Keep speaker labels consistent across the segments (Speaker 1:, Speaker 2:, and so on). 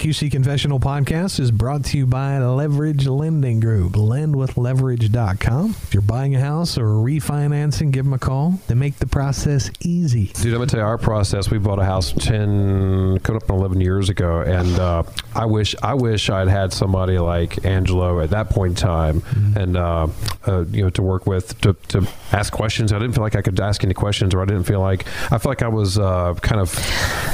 Speaker 1: QC Confessional Podcast is brought to you by Leverage Lending Group, lendwithleverage.com. If you're buying a house or refinancing, give them a call. They make the process easy.
Speaker 2: Dude, I'm gonna tell you our process. We bought a house ten, coming up on eleven years ago, and uh, I wish I wish I'd had somebody like Angelo at that point in time, and uh, uh, you know to work with to, to ask questions. I didn't feel like I could ask any questions, or I didn't feel like I feel like I was uh, kind of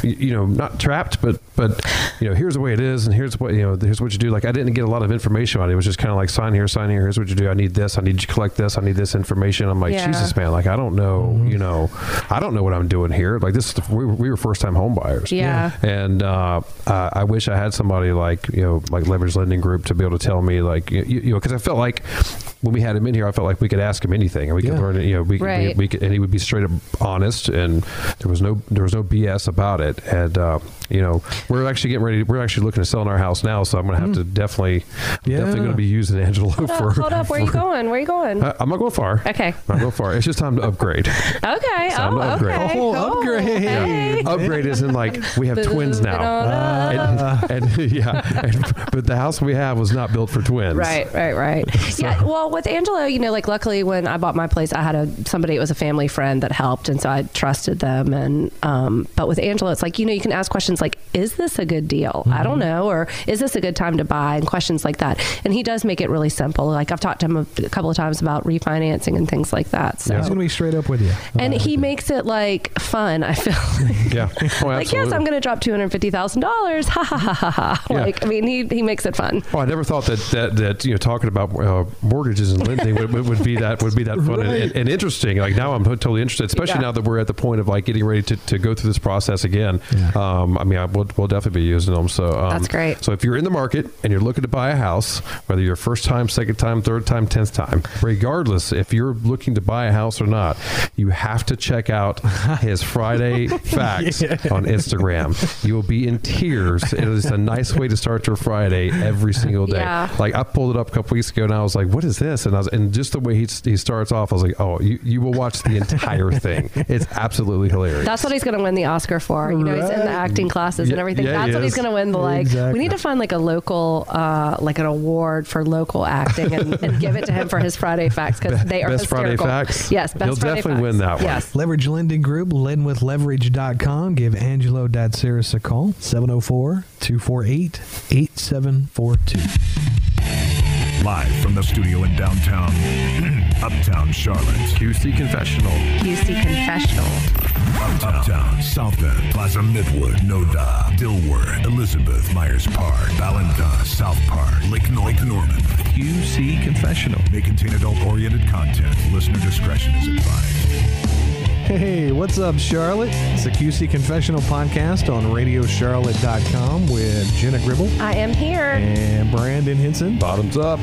Speaker 2: y- you know not trapped, but but you know here's the way it is, and here's what you know here's what you do. Like I didn't get a lot of information on it. It was just kind of like sign here, sign here. Here's what you do. I need this. I need you to collect this. I need this information. I'm like
Speaker 3: Yeah.
Speaker 2: Jesus, man. Like I don't know,
Speaker 1: Mm-hmm.
Speaker 2: you know, I don't know what I'm doing here. Like this, we were, we were first time home buyers.
Speaker 3: Yeah.
Speaker 2: And uh, I I wish I had somebody like you know, like Leverage Lending Group to be able to tell me like you, you know, because I felt like when we had him in here, I felt like we could ask him anything and we
Speaker 1: Yeah.
Speaker 2: could learn. You know, we,
Speaker 3: Right.
Speaker 2: we, we could, and he would be straight up honest, and there was no there was no BS about it. And uh, you know, we're actually getting ready. We're actually looking to sell in our house now, so I'm going to have to definitely definitely
Speaker 1: Mm-hmm. Yeah.
Speaker 2: going to be using Angelo
Speaker 3: Hold
Speaker 2: for.
Speaker 3: up, hold up. Where are you
Speaker 2: for- Uh,
Speaker 3: going? Where are you going?
Speaker 2: I, I'm not going far.
Speaker 3: Okay.
Speaker 2: I'm not going far. It's just time to upgrade.
Speaker 3: Okay.
Speaker 2: So I'm
Speaker 3: Oh,
Speaker 2: not great.
Speaker 3: okay.
Speaker 1: Oh,
Speaker 3: cool.
Speaker 1: upgrade.
Speaker 2: Yeah.
Speaker 3: Hey.
Speaker 2: Upgrade isn't like we have twins
Speaker 3: Moving
Speaker 2: now.
Speaker 3: on up.
Speaker 2: And, and- yeah, and, but the house we have was not built for twins.
Speaker 3: Right, right, right. Yeah. Well, with Angelo, you know, like luckily when I bought my place, I had a somebody. It was a family friend that helped, and so I trusted them. And um, but with Angelo, it's like you know, you can ask questions like, "Is this a good deal? I
Speaker 1: Mm-hmm.
Speaker 3: don't know," or "Is this a good time to buy?" and questions like that. And he does make it really simple. Like I've talked to him a, a couple of times about refinancing and things like that. So.
Speaker 1: He's going to be straight up with you.
Speaker 3: And he makes it like fun. I feel like,
Speaker 2: Yeah. Oh,
Speaker 3: like yes,
Speaker 2: absolutely.
Speaker 3: I'm going to drop two hundred fifty thousand dollars. Ha ha ha ha ha.
Speaker 2: Yeah.
Speaker 3: Like I mean, he he makes it fun.
Speaker 2: Oh, I never thought that that, that you know talking about uh, mortgages and lending would, would, would be that would be that fun and, and, and interesting. Like now I'm totally interested, especially
Speaker 3: Yeah.
Speaker 2: now that we're at the point of like getting ready to, to go through this process again.
Speaker 1: Yeah.
Speaker 2: Um, I mean, I, we'll, we'll definitely be using them. So um,
Speaker 3: That's great.
Speaker 2: So if you're in the market and you're looking to buy a house, whether you're first time, second time, third time, tenth time, regardless if you're looking to buy a house or not, you have to check out his Friday facts on Instagram. You will be in tears. It is a nice way to start your Friday every single day.
Speaker 3: Yeah.
Speaker 2: Like I pulled it up a couple weeks ago and I was like, "What is this?" And I was, and just the way he he starts off, I was like, "Oh, you you will watch the entire thing. It's absolutely hilarious."
Speaker 3: That's what he's going to win the Oscar for. You know, he's in
Speaker 1: Right.
Speaker 3: the acting classes
Speaker 2: Yeah,
Speaker 3: and everything.
Speaker 2: yeah,
Speaker 3: That's
Speaker 2: he
Speaker 3: what he's
Speaker 2: is.
Speaker 3: going to win the like.
Speaker 1: Exactly.
Speaker 3: We need to find like a local, uh, like an award for local acting and, and give it to him for his Friday facts because they are
Speaker 2: best Friday
Speaker 3: hysterical.
Speaker 2: facts?
Speaker 3: Yes, best
Speaker 2: You'll
Speaker 3: Friday
Speaker 2: definitely
Speaker 3: facts.
Speaker 2: win that one.
Speaker 3: Yes.
Speaker 1: Leverage Lending Group, lendwithleverage.com. Give Angelo Datsaris a call, 704 248 8742.
Speaker 4: Live from the studio in downtown, uptown Charlotte,
Speaker 2: QC confessional.
Speaker 3: QC confessional.
Speaker 4: uptown South End, Plaza Midwood, Noda, Dilworth, Elizabeth, Myers Park, Ballantyne, South Park, Lake, Nor- Lake Norman.
Speaker 2: QC confessional.
Speaker 4: May contain adult-oriented content. Listener discretion is advised.
Speaker 1: Hey, what's up, Charlotte? It's the QC Confessional Podcast on RadioCharlotte.com with Jenna Gribble
Speaker 3: I am here.
Speaker 1: and Brandon Henson.
Speaker 2: Bottoms up.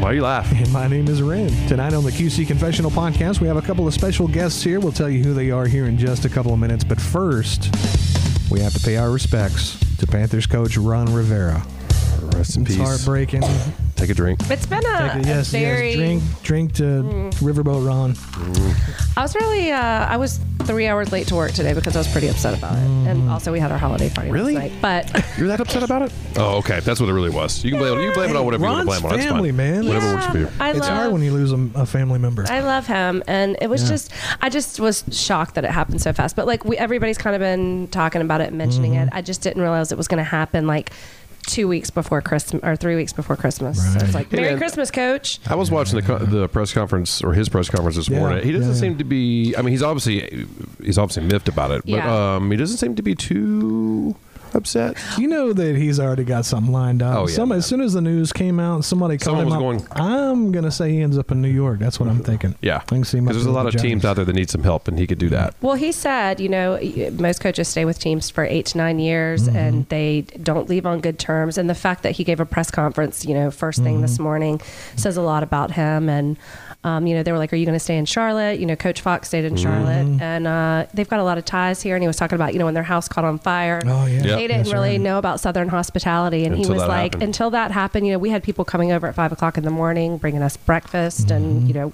Speaker 2: Why you laugh?
Speaker 1: And my name is Ren. Tonight on the QC Confessional Podcast, we have a couple of special guests here. We'll tell you who they are here in just a couple of minutes. But first, we have to pay our respects to Panthers coach Ron Rivera.
Speaker 2: Rest in
Speaker 1: It's heartbreaking.
Speaker 2: Take a drink.
Speaker 3: It's been a,
Speaker 1: Take a- yes,
Speaker 3: a very. Mm.
Speaker 1: yes. Drink, drink to Riverboat Ron.
Speaker 2: Mm.
Speaker 3: I was really. Uh, I was three hours late to work today because I was pretty upset about it. And also, we had our holiday party
Speaker 2: Mm. Really?
Speaker 3: last night. But
Speaker 2: You're that upset about it?
Speaker 5: Oh, okay. That's what it really was. You can blame, you can blame it on whatever you want
Speaker 1: Ron's
Speaker 5: to blame it on. That's
Speaker 1: family,
Speaker 5: fine.
Speaker 1: man.
Speaker 5: Whatever
Speaker 3: Yeah,
Speaker 5: works for you.
Speaker 3: I
Speaker 1: It's
Speaker 3: love,
Speaker 1: hard when you lose a, a family member.
Speaker 3: I love him, and it was
Speaker 1: Yeah.
Speaker 3: just I just was shocked that it happened so fast. But like we, everybody's kind of been talking about it, and mentioning it.
Speaker 1: Mm-hmm.
Speaker 3: I just didn't realize it was going to happen like two weeks before Christmas or three weeks before Christmas. So
Speaker 1: Right.
Speaker 3: it's like
Speaker 5: Hey,
Speaker 3: Merry
Speaker 5: man.
Speaker 3: Christmas, Coach.
Speaker 5: I was watching the co- the press conference or his press conference this
Speaker 1: Yeah,
Speaker 5: morning. He doesn't
Speaker 1: yeah, yeah.
Speaker 5: seem to be. I mean, he's obviously he's obviously miffed about it, but
Speaker 3: Yeah.
Speaker 5: um, he doesn't seem to be too upset.
Speaker 1: You know that he's already got something lined up.
Speaker 5: Oh, yeah,
Speaker 1: Some,
Speaker 5: man.
Speaker 1: as soon as the news came out, somebody called
Speaker 5: Someone
Speaker 1: him
Speaker 5: was
Speaker 1: up. I'm gonna say he ends up in New York. That's what I'm thinking.
Speaker 5: Yeah,
Speaker 1: I can see him up
Speaker 5: there's a
Speaker 1: with
Speaker 5: lot
Speaker 1: the
Speaker 5: of teams
Speaker 1: Giants.
Speaker 5: out there that need some help, and he could do that.
Speaker 3: Well, he said, you know, y- most coaches stay with teams for eight to nine years
Speaker 1: Mm-hmm.
Speaker 3: and they don't leave on good terms. And the fact that he gave a press conference, you know, first thing
Speaker 1: Mm-hmm.
Speaker 3: this morning says a lot about him. And, um, you know, they were like, are you going to stay in Charlotte? You know, Coach Fox stayed in
Speaker 1: Mm-hmm.
Speaker 3: Charlotte. And uh, they've got a lot of ties here. And he was talking about, you know, when their house caught on fire.
Speaker 1: Oh, yeah. Yep.
Speaker 3: They didn't
Speaker 1: That's
Speaker 3: really
Speaker 1: right.
Speaker 3: know about Southern hospitality. And he
Speaker 5: Until
Speaker 3: was
Speaker 5: that
Speaker 3: like,
Speaker 5: happened.
Speaker 3: until
Speaker 1: Mm-hmm.
Speaker 3: that happened, you know, we had people coming over at five o'clock in the morning, bringing us breakfast and, you know,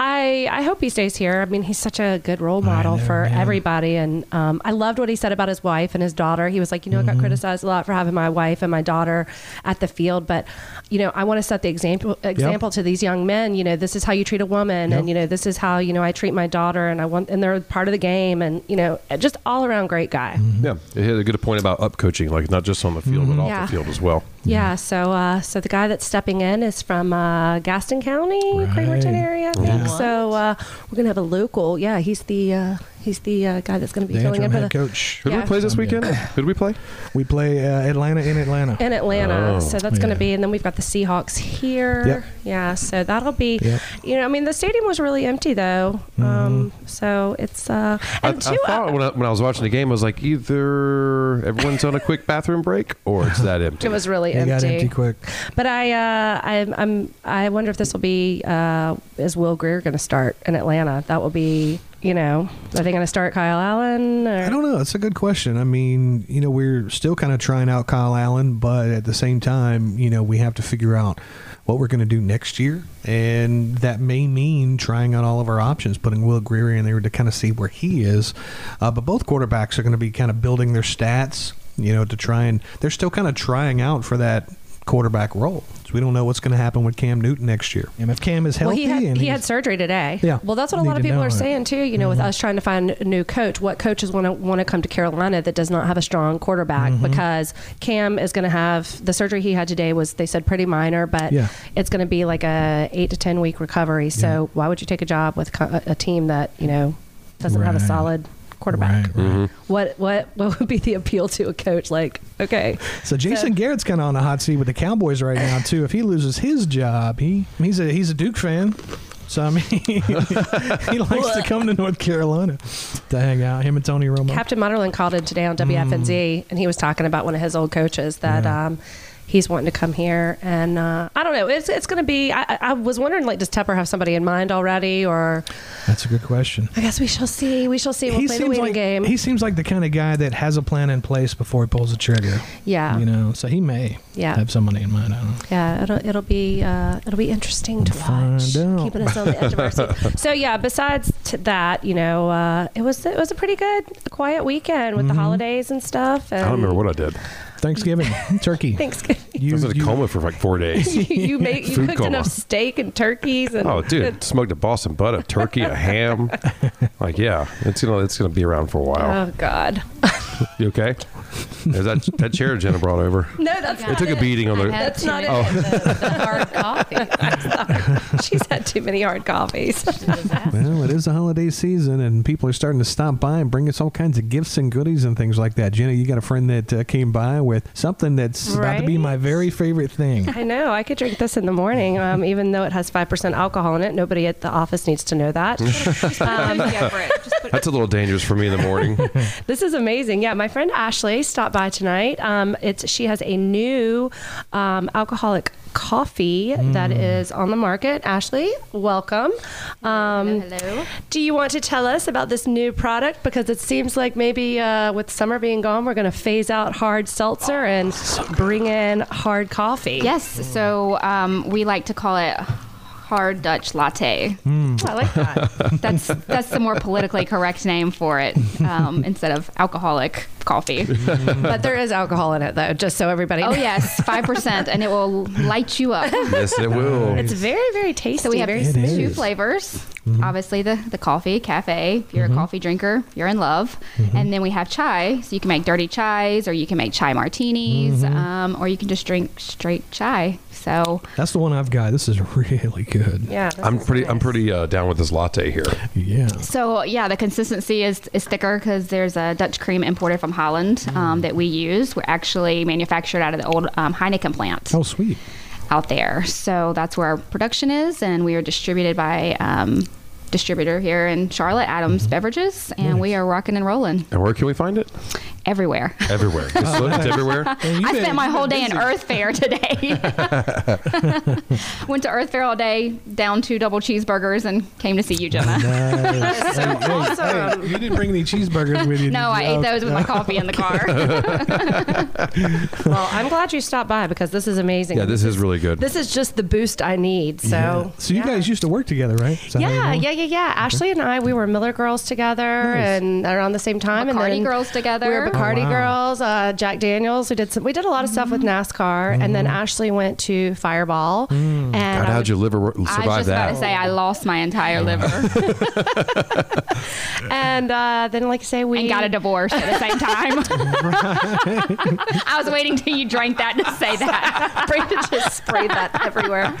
Speaker 3: I I hope he stays here. I mean, he's such a good role model
Speaker 1: know,
Speaker 3: for
Speaker 1: yeah.
Speaker 3: everybody, and um, I loved what he said about his wife and his daughter. He was like, you know, I
Speaker 1: Mm-hmm.
Speaker 3: got criticized a lot for having my wife and my daughter at the field, but you know, I want to set the example example to these young men. You know, this is how you treat a woman,
Speaker 1: Yep.
Speaker 3: and you know, this is how you know I treat my daughter, and I want, and they're part of the game, and you know, just all around great guy.
Speaker 1: Mm-hmm.
Speaker 2: Yeah, he had a good point about up coaching, like not just on the field, but off
Speaker 3: Yeah.
Speaker 2: the field as well.
Speaker 3: Yeah, so uh, so the guy that's stepping in is from uh, Gaston County, Cramerton
Speaker 1: Right.
Speaker 3: area, I think. So uh, we're gonna have a local. Yeah, he's the uh, he's the uh, guy that's gonna be
Speaker 1: The
Speaker 3: filling in
Speaker 1: interim
Speaker 3: for
Speaker 1: head
Speaker 3: the
Speaker 1: coach.
Speaker 2: Who did
Speaker 3: Yeah.
Speaker 2: we play this weekend? Who did we play?
Speaker 1: We play uh, Atlanta in Atlanta.
Speaker 3: in Atlanta.
Speaker 2: Oh.
Speaker 3: so that's gonna
Speaker 1: Yeah.
Speaker 3: be, and then we've got the Seahawks here.
Speaker 1: Yep.
Speaker 3: Yeah, so that'll be.
Speaker 1: Yep. Mm-hmm.
Speaker 3: You know, I mean, the stadium was really empty though. Um, so it's uh,
Speaker 2: I, I
Speaker 3: and two.
Speaker 2: thought when I, when I was watching the game, I was like, either everyone's on a quick bathroom break or it's that empty.
Speaker 3: it was really Um,
Speaker 1: They got empty quick.
Speaker 3: But I, uh, I'm, I'm, I wonder if this will be uh, is Will Greer going to start in Atlanta? That will be, you know, are they going to start Kyle Allen? Or?
Speaker 1: I don't know. It's a good question. I mean, you know, we're still kind of trying out Kyle Allen, but at the same time, you know, we have to figure out what we're going to do next year, and that may mean trying out all of our options, putting Will Greer in there to kind of see where he is. Uh, but both quarterbacks are going to be kind of building their stats, you know, to try and they're still kind of trying out for that quarterback role. So we don't know what's going to happen with Cam Newton next year. And if Cam is
Speaker 3: Well,
Speaker 1: healthy,
Speaker 3: he had,
Speaker 1: and
Speaker 3: he
Speaker 1: he's-
Speaker 3: had surgery today.
Speaker 1: Yeah.
Speaker 3: Well, that's what a
Speaker 1: Need
Speaker 3: lot of
Speaker 1: to
Speaker 3: people
Speaker 1: know
Speaker 3: are
Speaker 1: it. Mm-hmm.
Speaker 3: saying too. You know, with us trying to find a new coach, what coaches want to want to come to Carolina that does not have a strong quarterback?
Speaker 1: Mm-hmm.
Speaker 3: Because Cam is going to have the surgery he had today was they said pretty minor, but
Speaker 1: Yeah.
Speaker 3: it's going to be like a eight to ten week recovery. So why would you take a job with co- a a team that you know doesn't have a
Speaker 1: Right.
Speaker 3: solid quarterback?
Speaker 1: Right, right.
Speaker 3: What what what would be the appeal to a coach? Like, okay,
Speaker 1: So Jason Garrett's kind of on a hot seat with the Cowboys right now too. If he loses his job, he he's a he's a Duke fan. So I mean, he likes to come to North Carolina to hang out. Him and Tony Romo.
Speaker 3: Captain Mutterlin called in today on WFNZ, and he was talking about one of his old coaches that
Speaker 1: Mm. Yeah.
Speaker 3: um, he's wanting to come here. And uh, I don't know. It's it's going to be. I, I- I was wondering, like, does Tepper have somebody in mind already? Or
Speaker 1: That's a good question.
Speaker 3: I guess we shall see. We shall see. We'll play the waiting
Speaker 1: like
Speaker 3: game.
Speaker 1: he seems like the kind of guy that has a plan in place before he pulls the trigger.
Speaker 3: yeah,
Speaker 1: You know, so he may
Speaker 3: Yeah.
Speaker 1: have somebody in mind. I don't know.
Speaker 3: yeah. It'll it'll be uh, it'll be interesting to
Speaker 1: Find
Speaker 3: watch.
Speaker 1: out.
Speaker 3: Keeping us on the edge of our seat. So yeah. Besides t- that, you know, uh, it was it was a pretty good quiet weekend with
Speaker 1: Mm-hmm.
Speaker 3: the holidays and stuff. And
Speaker 2: I don't remember what I did.
Speaker 1: Thanksgiving, turkey.
Speaker 3: Thanksgiving.
Speaker 1: You-
Speaker 2: I was in a
Speaker 1: you-
Speaker 2: coma for like four days.
Speaker 3: you made you
Speaker 2: Food
Speaker 3: cooked
Speaker 2: coma.
Speaker 3: enough steak and turkeys and
Speaker 2: Oh, dude, smoked a Boston butt, a turkey, a ham. Like, yeah, it's gonna it's gonna be around for a while.
Speaker 3: Oh God!
Speaker 2: You okay? There's that that chair Jenna brought over.
Speaker 3: No, that's
Speaker 2: It took a beating on the.
Speaker 3: That's not it.
Speaker 2: Oh.
Speaker 5: The, the hard coffee.
Speaker 3: She's had too many hard coffees.
Speaker 1: Well, it is the holiday season, and people are starting to stop by and bring us all kinds of gifts and goodies and things like that. Jenna, you got a friend that uh, came by with something that's about to be
Speaker 3: Right?
Speaker 1: my very favorite thing.
Speaker 3: I know. I could drink this in the morning, um, even though it has five percent alcohol in it. Nobody at the office needs to know that.
Speaker 5: Um, yeah, Brett, just put
Speaker 2: That's a little dangerous for me in the morning.
Speaker 3: This is amazing. Yeah, my friend Ashley stopped by tonight. Um, it's she has a new um, alcoholic coffee that
Speaker 2: Mm.
Speaker 3: is on the market. Ashley, welcome. Um,
Speaker 5: hello.
Speaker 3: Do you want to tell us about this new product? Because it seems like maybe uh, with summer being gone, we're going to phase out hard seltzer
Speaker 2: Ah,
Speaker 3: and bring in hard coffee.
Speaker 5: Yes,
Speaker 2: Mm.
Speaker 5: so um, we like to call it hard Dutch latte.
Speaker 2: Mm.
Speaker 3: I like that.
Speaker 5: That's that's the more politically correct name for it um, instead of alcoholic coffee.
Speaker 3: but there is alcohol in it, though, just so everybody
Speaker 5: Oh
Speaker 3: knows.
Speaker 5: yes, five percent, and it will light you up.
Speaker 2: yes, it will.
Speaker 3: It's very, very tasty.
Speaker 5: So we have
Speaker 3: very
Speaker 1: It
Speaker 5: two
Speaker 1: is.
Speaker 5: flavors.
Speaker 2: Mm-hmm.
Speaker 5: Obviously, the, the coffee, cafe. If you're a coffee drinker, you're in love.
Speaker 2: Mm-hmm.
Speaker 5: And then we have chai. So you can make dirty chais, or you can make chai martinis,
Speaker 2: Mm-hmm.
Speaker 5: um, or you can just drink straight chai. So
Speaker 1: That's the one I've got. This is really good.
Speaker 3: Yeah. this
Speaker 2: I'm
Speaker 3: is
Speaker 2: pretty
Speaker 3: nice.
Speaker 2: I'm pretty uh, down with this latte here.
Speaker 1: Yeah.
Speaker 5: So yeah, the consistency is is thicker because there's a Dutch cream imported from Holland
Speaker 1: Mm.
Speaker 5: um, that we use. We're actually manufactured out of the old um, Heineken plant
Speaker 1: Oh, sweet.
Speaker 5: out there. So that's where our production is, and we are distributed by. Um,
Speaker 1: Mm-hmm.
Speaker 5: Distributor here in Charlotte, Adams Beverages, and we are rocking and rolling.
Speaker 2: And where can we find it?
Speaker 5: everywhere.
Speaker 2: everywhere. Just looked everywhere.
Speaker 1: And you've
Speaker 5: I
Speaker 1: been-
Speaker 5: spent my
Speaker 1: you've
Speaker 5: whole day
Speaker 1: been
Speaker 5: in
Speaker 1: busy.
Speaker 5: Earth Fair today. Went to Earth Fair all day, down two double cheeseburgers, and came to see you, Jenna.
Speaker 1: Nice.
Speaker 3: so
Speaker 1: Hey, hey,
Speaker 3: awesome.
Speaker 1: hey, you didn't bring any cheeseburgers with you.
Speaker 5: no, I ate those with my coffee in the car.
Speaker 3: Well, I'm glad you stopped by because this is amazing.
Speaker 2: Yeah, this is really good.
Speaker 3: This is just the boost I need. So,
Speaker 1: So you
Speaker 3: yeah.
Speaker 1: guys used to work together, right? Is that how you
Speaker 3: Yeah,
Speaker 1: know?
Speaker 3: yeah, yeah, yeah. Ashley and I, we were Miller girls together,
Speaker 1: Nice.
Speaker 3: and around the same time. and
Speaker 5: Bacardi
Speaker 3: then
Speaker 5: girls together.
Speaker 3: We were Bacardi
Speaker 1: Oh, wow. Mm-hmm.
Speaker 3: girls. Uh, Jack Daniels. We did some. We did a lot of stuff with NASCAR, and then Ashley went to Fireball.
Speaker 1: Mm.
Speaker 3: And I
Speaker 2: God, how'd
Speaker 3: was-
Speaker 2: your liver wor- survive
Speaker 5: I was just
Speaker 2: that?
Speaker 5: about to say I lost my entire liver
Speaker 3: Oh. And uh, then, like I say, we
Speaker 5: and got a divorce at the same time. I was waiting till you drank that to say that.
Speaker 3: Brandon just sprayed that everywhere.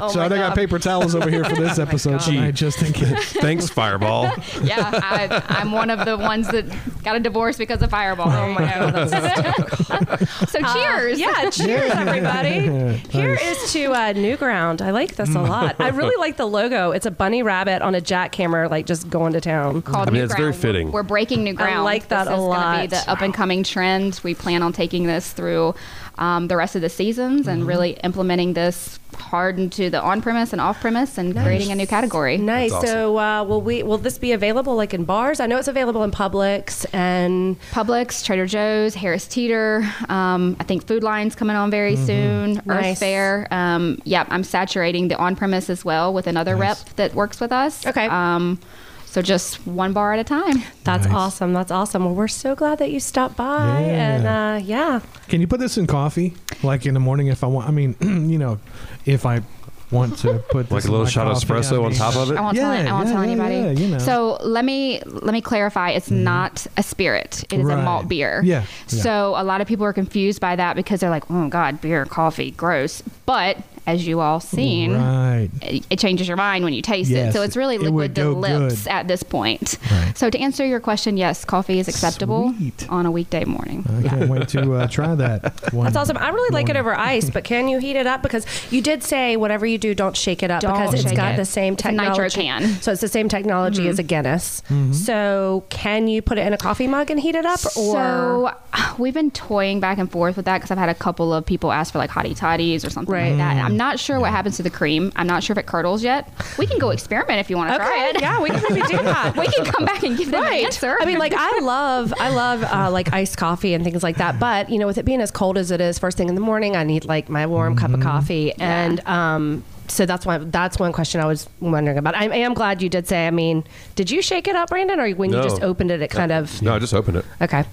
Speaker 3: Oh
Speaker 1: So
Speaker 3: my
Speaker 1: I
Speaker 3: God. Oh
Speaker 1: got paper towels over here for this episode
Speaker 3: God.
Speaker 1: tonight, just in case.
Speaker 2: Thanks, Fireball.
Speaker 5: Yeah, I, I'm one of the ones that got a divorce because of Fireball. Oh my so cheers.
Speaker 3: Uh, Yeah, cheers, everybody. Here is to uh, Newground. I like this a
Speaker 1: Mm.
Speaker 3: lot. I really like the logo. It's a bunny rabbit on a jackhammer, like just going to town.
Speaker 5: called
Speaker 2: I mean,
Speaker 5: new
Speaker 2: it's very
Speaker 5: ground.
Speaker 2: fitting.
Speaker 5: We're, we're breaking new ground.
Speaker 3: like that
Speaker 5: this
Speaker 3: a
Speaker 5: is
Speaker 3: lot.
Speaker 5: Going to be the up and coming trend. We plan on taking this through um, the rest of the seasons
Speaker 2: Mm-hmm.
Speaker 5: and really implementing this hard into the on premise and off premise and creating a new category.
Speaker 3: Nice.
Speaker 2: That's
Speaker 3: So uh, will we? Will this be available like in bars? I know it's available in Publix and
Speaker 5: Publix, Trader Joe's, Harris Teeter. Um, I think Food Line's coming on very
Speaker 3: Mm-hmm.
Speaker 5: soon.
Speaker 3: Nice.
Speaker 5: Earth Fair. Um, yeah, I'm saturating the on premise as well with another rep that works with us.
Speaker 3: Okay.
Speaker 5: Um, so just one bar at a time.
Speaker 3: that's
Speaker 1: Nice.
Speaker 3: awesome. That's awesome. Well, we're so glad that you stopped by and
Speaker 1: Yeah.
Speaker 3: uh, yeah.
Speaker 1: Can you put this in coffee, like in the morning, if I want? I mean, you know, if I want to put this
Speaker 2: Like a
Speaker 1: in
Speaker 2: little
Speaker 1: my
Speaker 2: shot of
Speaker 1: coffee, I
Speaker 2: espresso on
Speaker 1: mean-
Speaker 2: top of it.
Speaker 5: I won't tell,
Speaker 1: Yeah,
Speaker 5: I won't
Speaker 1: yeah,
Speaker 5: tell
Speaker 1: yeah,
Speaker 5: anybody.
Speaker 1: yeah, you know. Mm-hmm.
Speaker 5: So let me let me clarify. It's not a spirit. It is
Speaker 1: Right.
Speaker 5: a malt beer.
Speaker 1: Yeah, yeah.
Speaker 5: So a lot of people are confused by that because they're like, oh God, beer, coffee, gross. But as you all seen,
Speaker 1: Right.
Speaker 5: it, it changes your mind when you taste
Speaker 1: Yes,
Speaker 5: it. So it's really
Speaker 1: it would
Speaker 5: liquid to
Speaker 1: go
Speaker 5: lips
Speaker 1: good.
Speaker 5: at this point.
Speaker 1: Right.
Speaker 5: So to answer your question, yes, coffee is acceptable
Speaker 1: Sweet.
Speaker 5: on a weekday morning.
Speaker 1: I can't wait to uh, try that. One.
Speaker 3: That's awesome. I really like it over
Speaker 5: Mm-hmm.
Speaker 3: ice, but can you heat it up? Because you did say whatever you do, don't shake it up
Speaker 5: Don't
Speaker 3: because it's
Speaker 5: shake
Speaker 3: got
Speaker 5: it.
Speaker 3: the same
Speaker 5: It's a nitro
Speaker 3: technology.
Speaker 5: can. Mm-hmm.
Speaker 3: So it's the same technology as a Guinness. So can you put it in a coffee mug and heat it up, or
Speaker 5: so we've been toying back and forth with that because I've had a couple of people ask for like hottie toddies or something
Speaker 3: Right.
Speaker 5: like that. I'm not sure what happens to the cream. I'm not sure if it curdles yet. We can go experiment if you want to try
Speaker 3: okay,
Speaker 5: it.
Speaker 3: yeah, we can maybe do that.
Speaker 5: We can come back and give them an answer.
Speaker 3: I mean, like I love, I love uh, like iced coffee and things like that. But you know, with it being as cold as it is, first thing in the morning, I need like my warm cup
Speaker 1: Mm-hmm.
Speaker 3: of coffee, and um, so that's why that's one question I was wondering about. I, I am glad you did say. I mean, did you shake it up, Brandon, or when you
Speaker 2: No.
Speaker 3: just opened it, it kind of
Speaker 2: No, I just opened it.
Speaker 3: okay?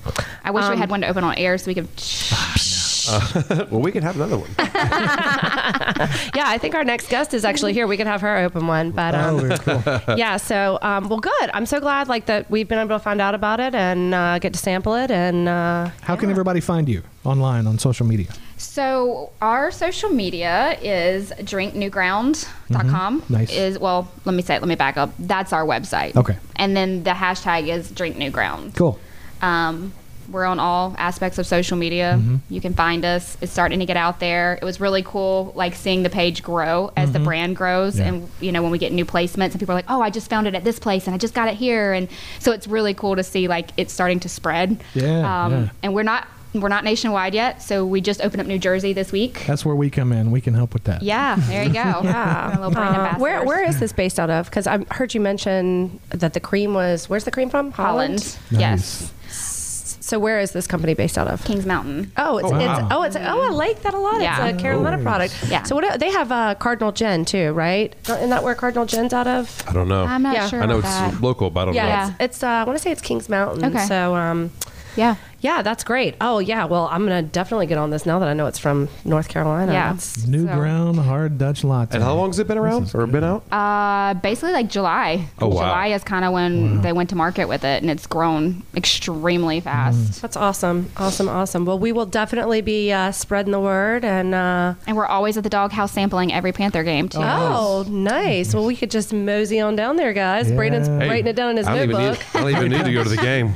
Speaker 5: I wish
Speaker 3: um,
Speaker 5: we had one to open on air so we could.
Speaker 2: Well, we could have another one.
Speaker 3: Yeah, I think our next guest is actually here. We could have her open one, but
Speaker 1: Oh,
Speaker 3: um,
Speaker 1: very cool.
Speaker 3: yeah. So um, well, good. I'm so glad like that we've been able to find out about it and uh, get to sample it and. Uh,
Speaker 1: How can everybody find you online on social media?
Speaker 5: So our social media is drinknewground.com.
Speaker 1: Nice.
Speaker 5: Is well, let me say, it, let me back up. That's our website.
Speaker 1: Okay.
Speaker 5: And then the hashtag is drinknewground.
Speaker 1: Cool.
Speaker 5: Um, we're on all aspects of social media.
Speaker 1: Mm-hmm.
Speaker 5: You can find us. It's starting to get out there. It was really cool, like seeing the page grow as the brand grows,
Speaker 1: Mm-hmm. Yeah.
Speaker 5: and you know when we get new placements, and people are like, "Oh, I just found it at this place, and I just got it here," and so it's really cool to see like it's starting to spread. Um,
Speaker 1: Yeah, yeah.
Speaker 5: And we're not we're not nationwide yet, so we just opened up New Jersey this week.
Speaker 1: That's where we come in. We can help with that.
Speaker 5: yeah, there you go. We're a little brand
Speaker 3: Uh,
Speaker 5: ambassadors.
Speaker 3: where where is this based out of? Because I heard you mention that the cream was where's the cream from?
Speaker 5: Holland?
Speaker 1: Nice.
Speaker 5: Yes,
Speaker 3: So where is this company based out of?
Speaker 5: Kings Mountain.
Speaker 3: Oh, it's,
Speaker 1: Oh,
Speaker 3: it's
Speaker 1: wow.
Speaker 3: oh it's oh I like that a lot.
Speaker 5: Yeah.
Speaker 3: It's a Carolina
Speaker 1: Nice.
Speaker 3: product.
Speaker 5: Yeah.
Speaker 3: So what they have uh, Cardinal Gin too, right? Isn't that where Cardinal Gin's out of?
Speaker 2: I don't know.
Speaker 5: I'm not
Speaker 3: Yeah.
Speaker 5: sure.
Speaker 2: I know
Speaker 5: about
Speaker 2: it's
Speaker 5: that.
Speaker 2: local, but I don't
Speaker 3: Yeah.
Speaker 2: know.
Speaker 5: Yeah.
Speaker 3: It's, it's uh, I want to say it's Kings Mountain.
Speaker 5: Okay.
Speaker 3: So um,
Speaker 5: yeah.
Speaker 3: yeah, that's great. Oh yeah, well I'm gonna definitely get on this now that I know it's from North Carolina.
Speaker 5: Yeah.
Speaker 3: That's-
Speaker 1: New
Speaker 5: So-
Speaker 1: ground hard Dutch latte.
Speaker 2: And how long has it been around or been out?
Speaker 5: Uh, basically like July.
Speaker 2: Oh, wow.
Speaker 5: July is kind of when they went to market with it, and it's grown extremely fast.
Speaker 3: That's awesome, awesome, awesome. Well, we will definitely be uh, spreading the word and. Uh,
Speaker 5: And we're always at the doghouse sampling every Panther game too.
Speaker 3: Oh, nice. Well, we could just mosey on down there, guys.
Speaker 1: Yeah.
Speaker 3: Brandon's
Speaker 1: Hey,
Speaker 3: writing it down in his
Speaker 2: I don't, even
Speaker 3: notebook.
Speaker 2: need, I don't even need to go to the game.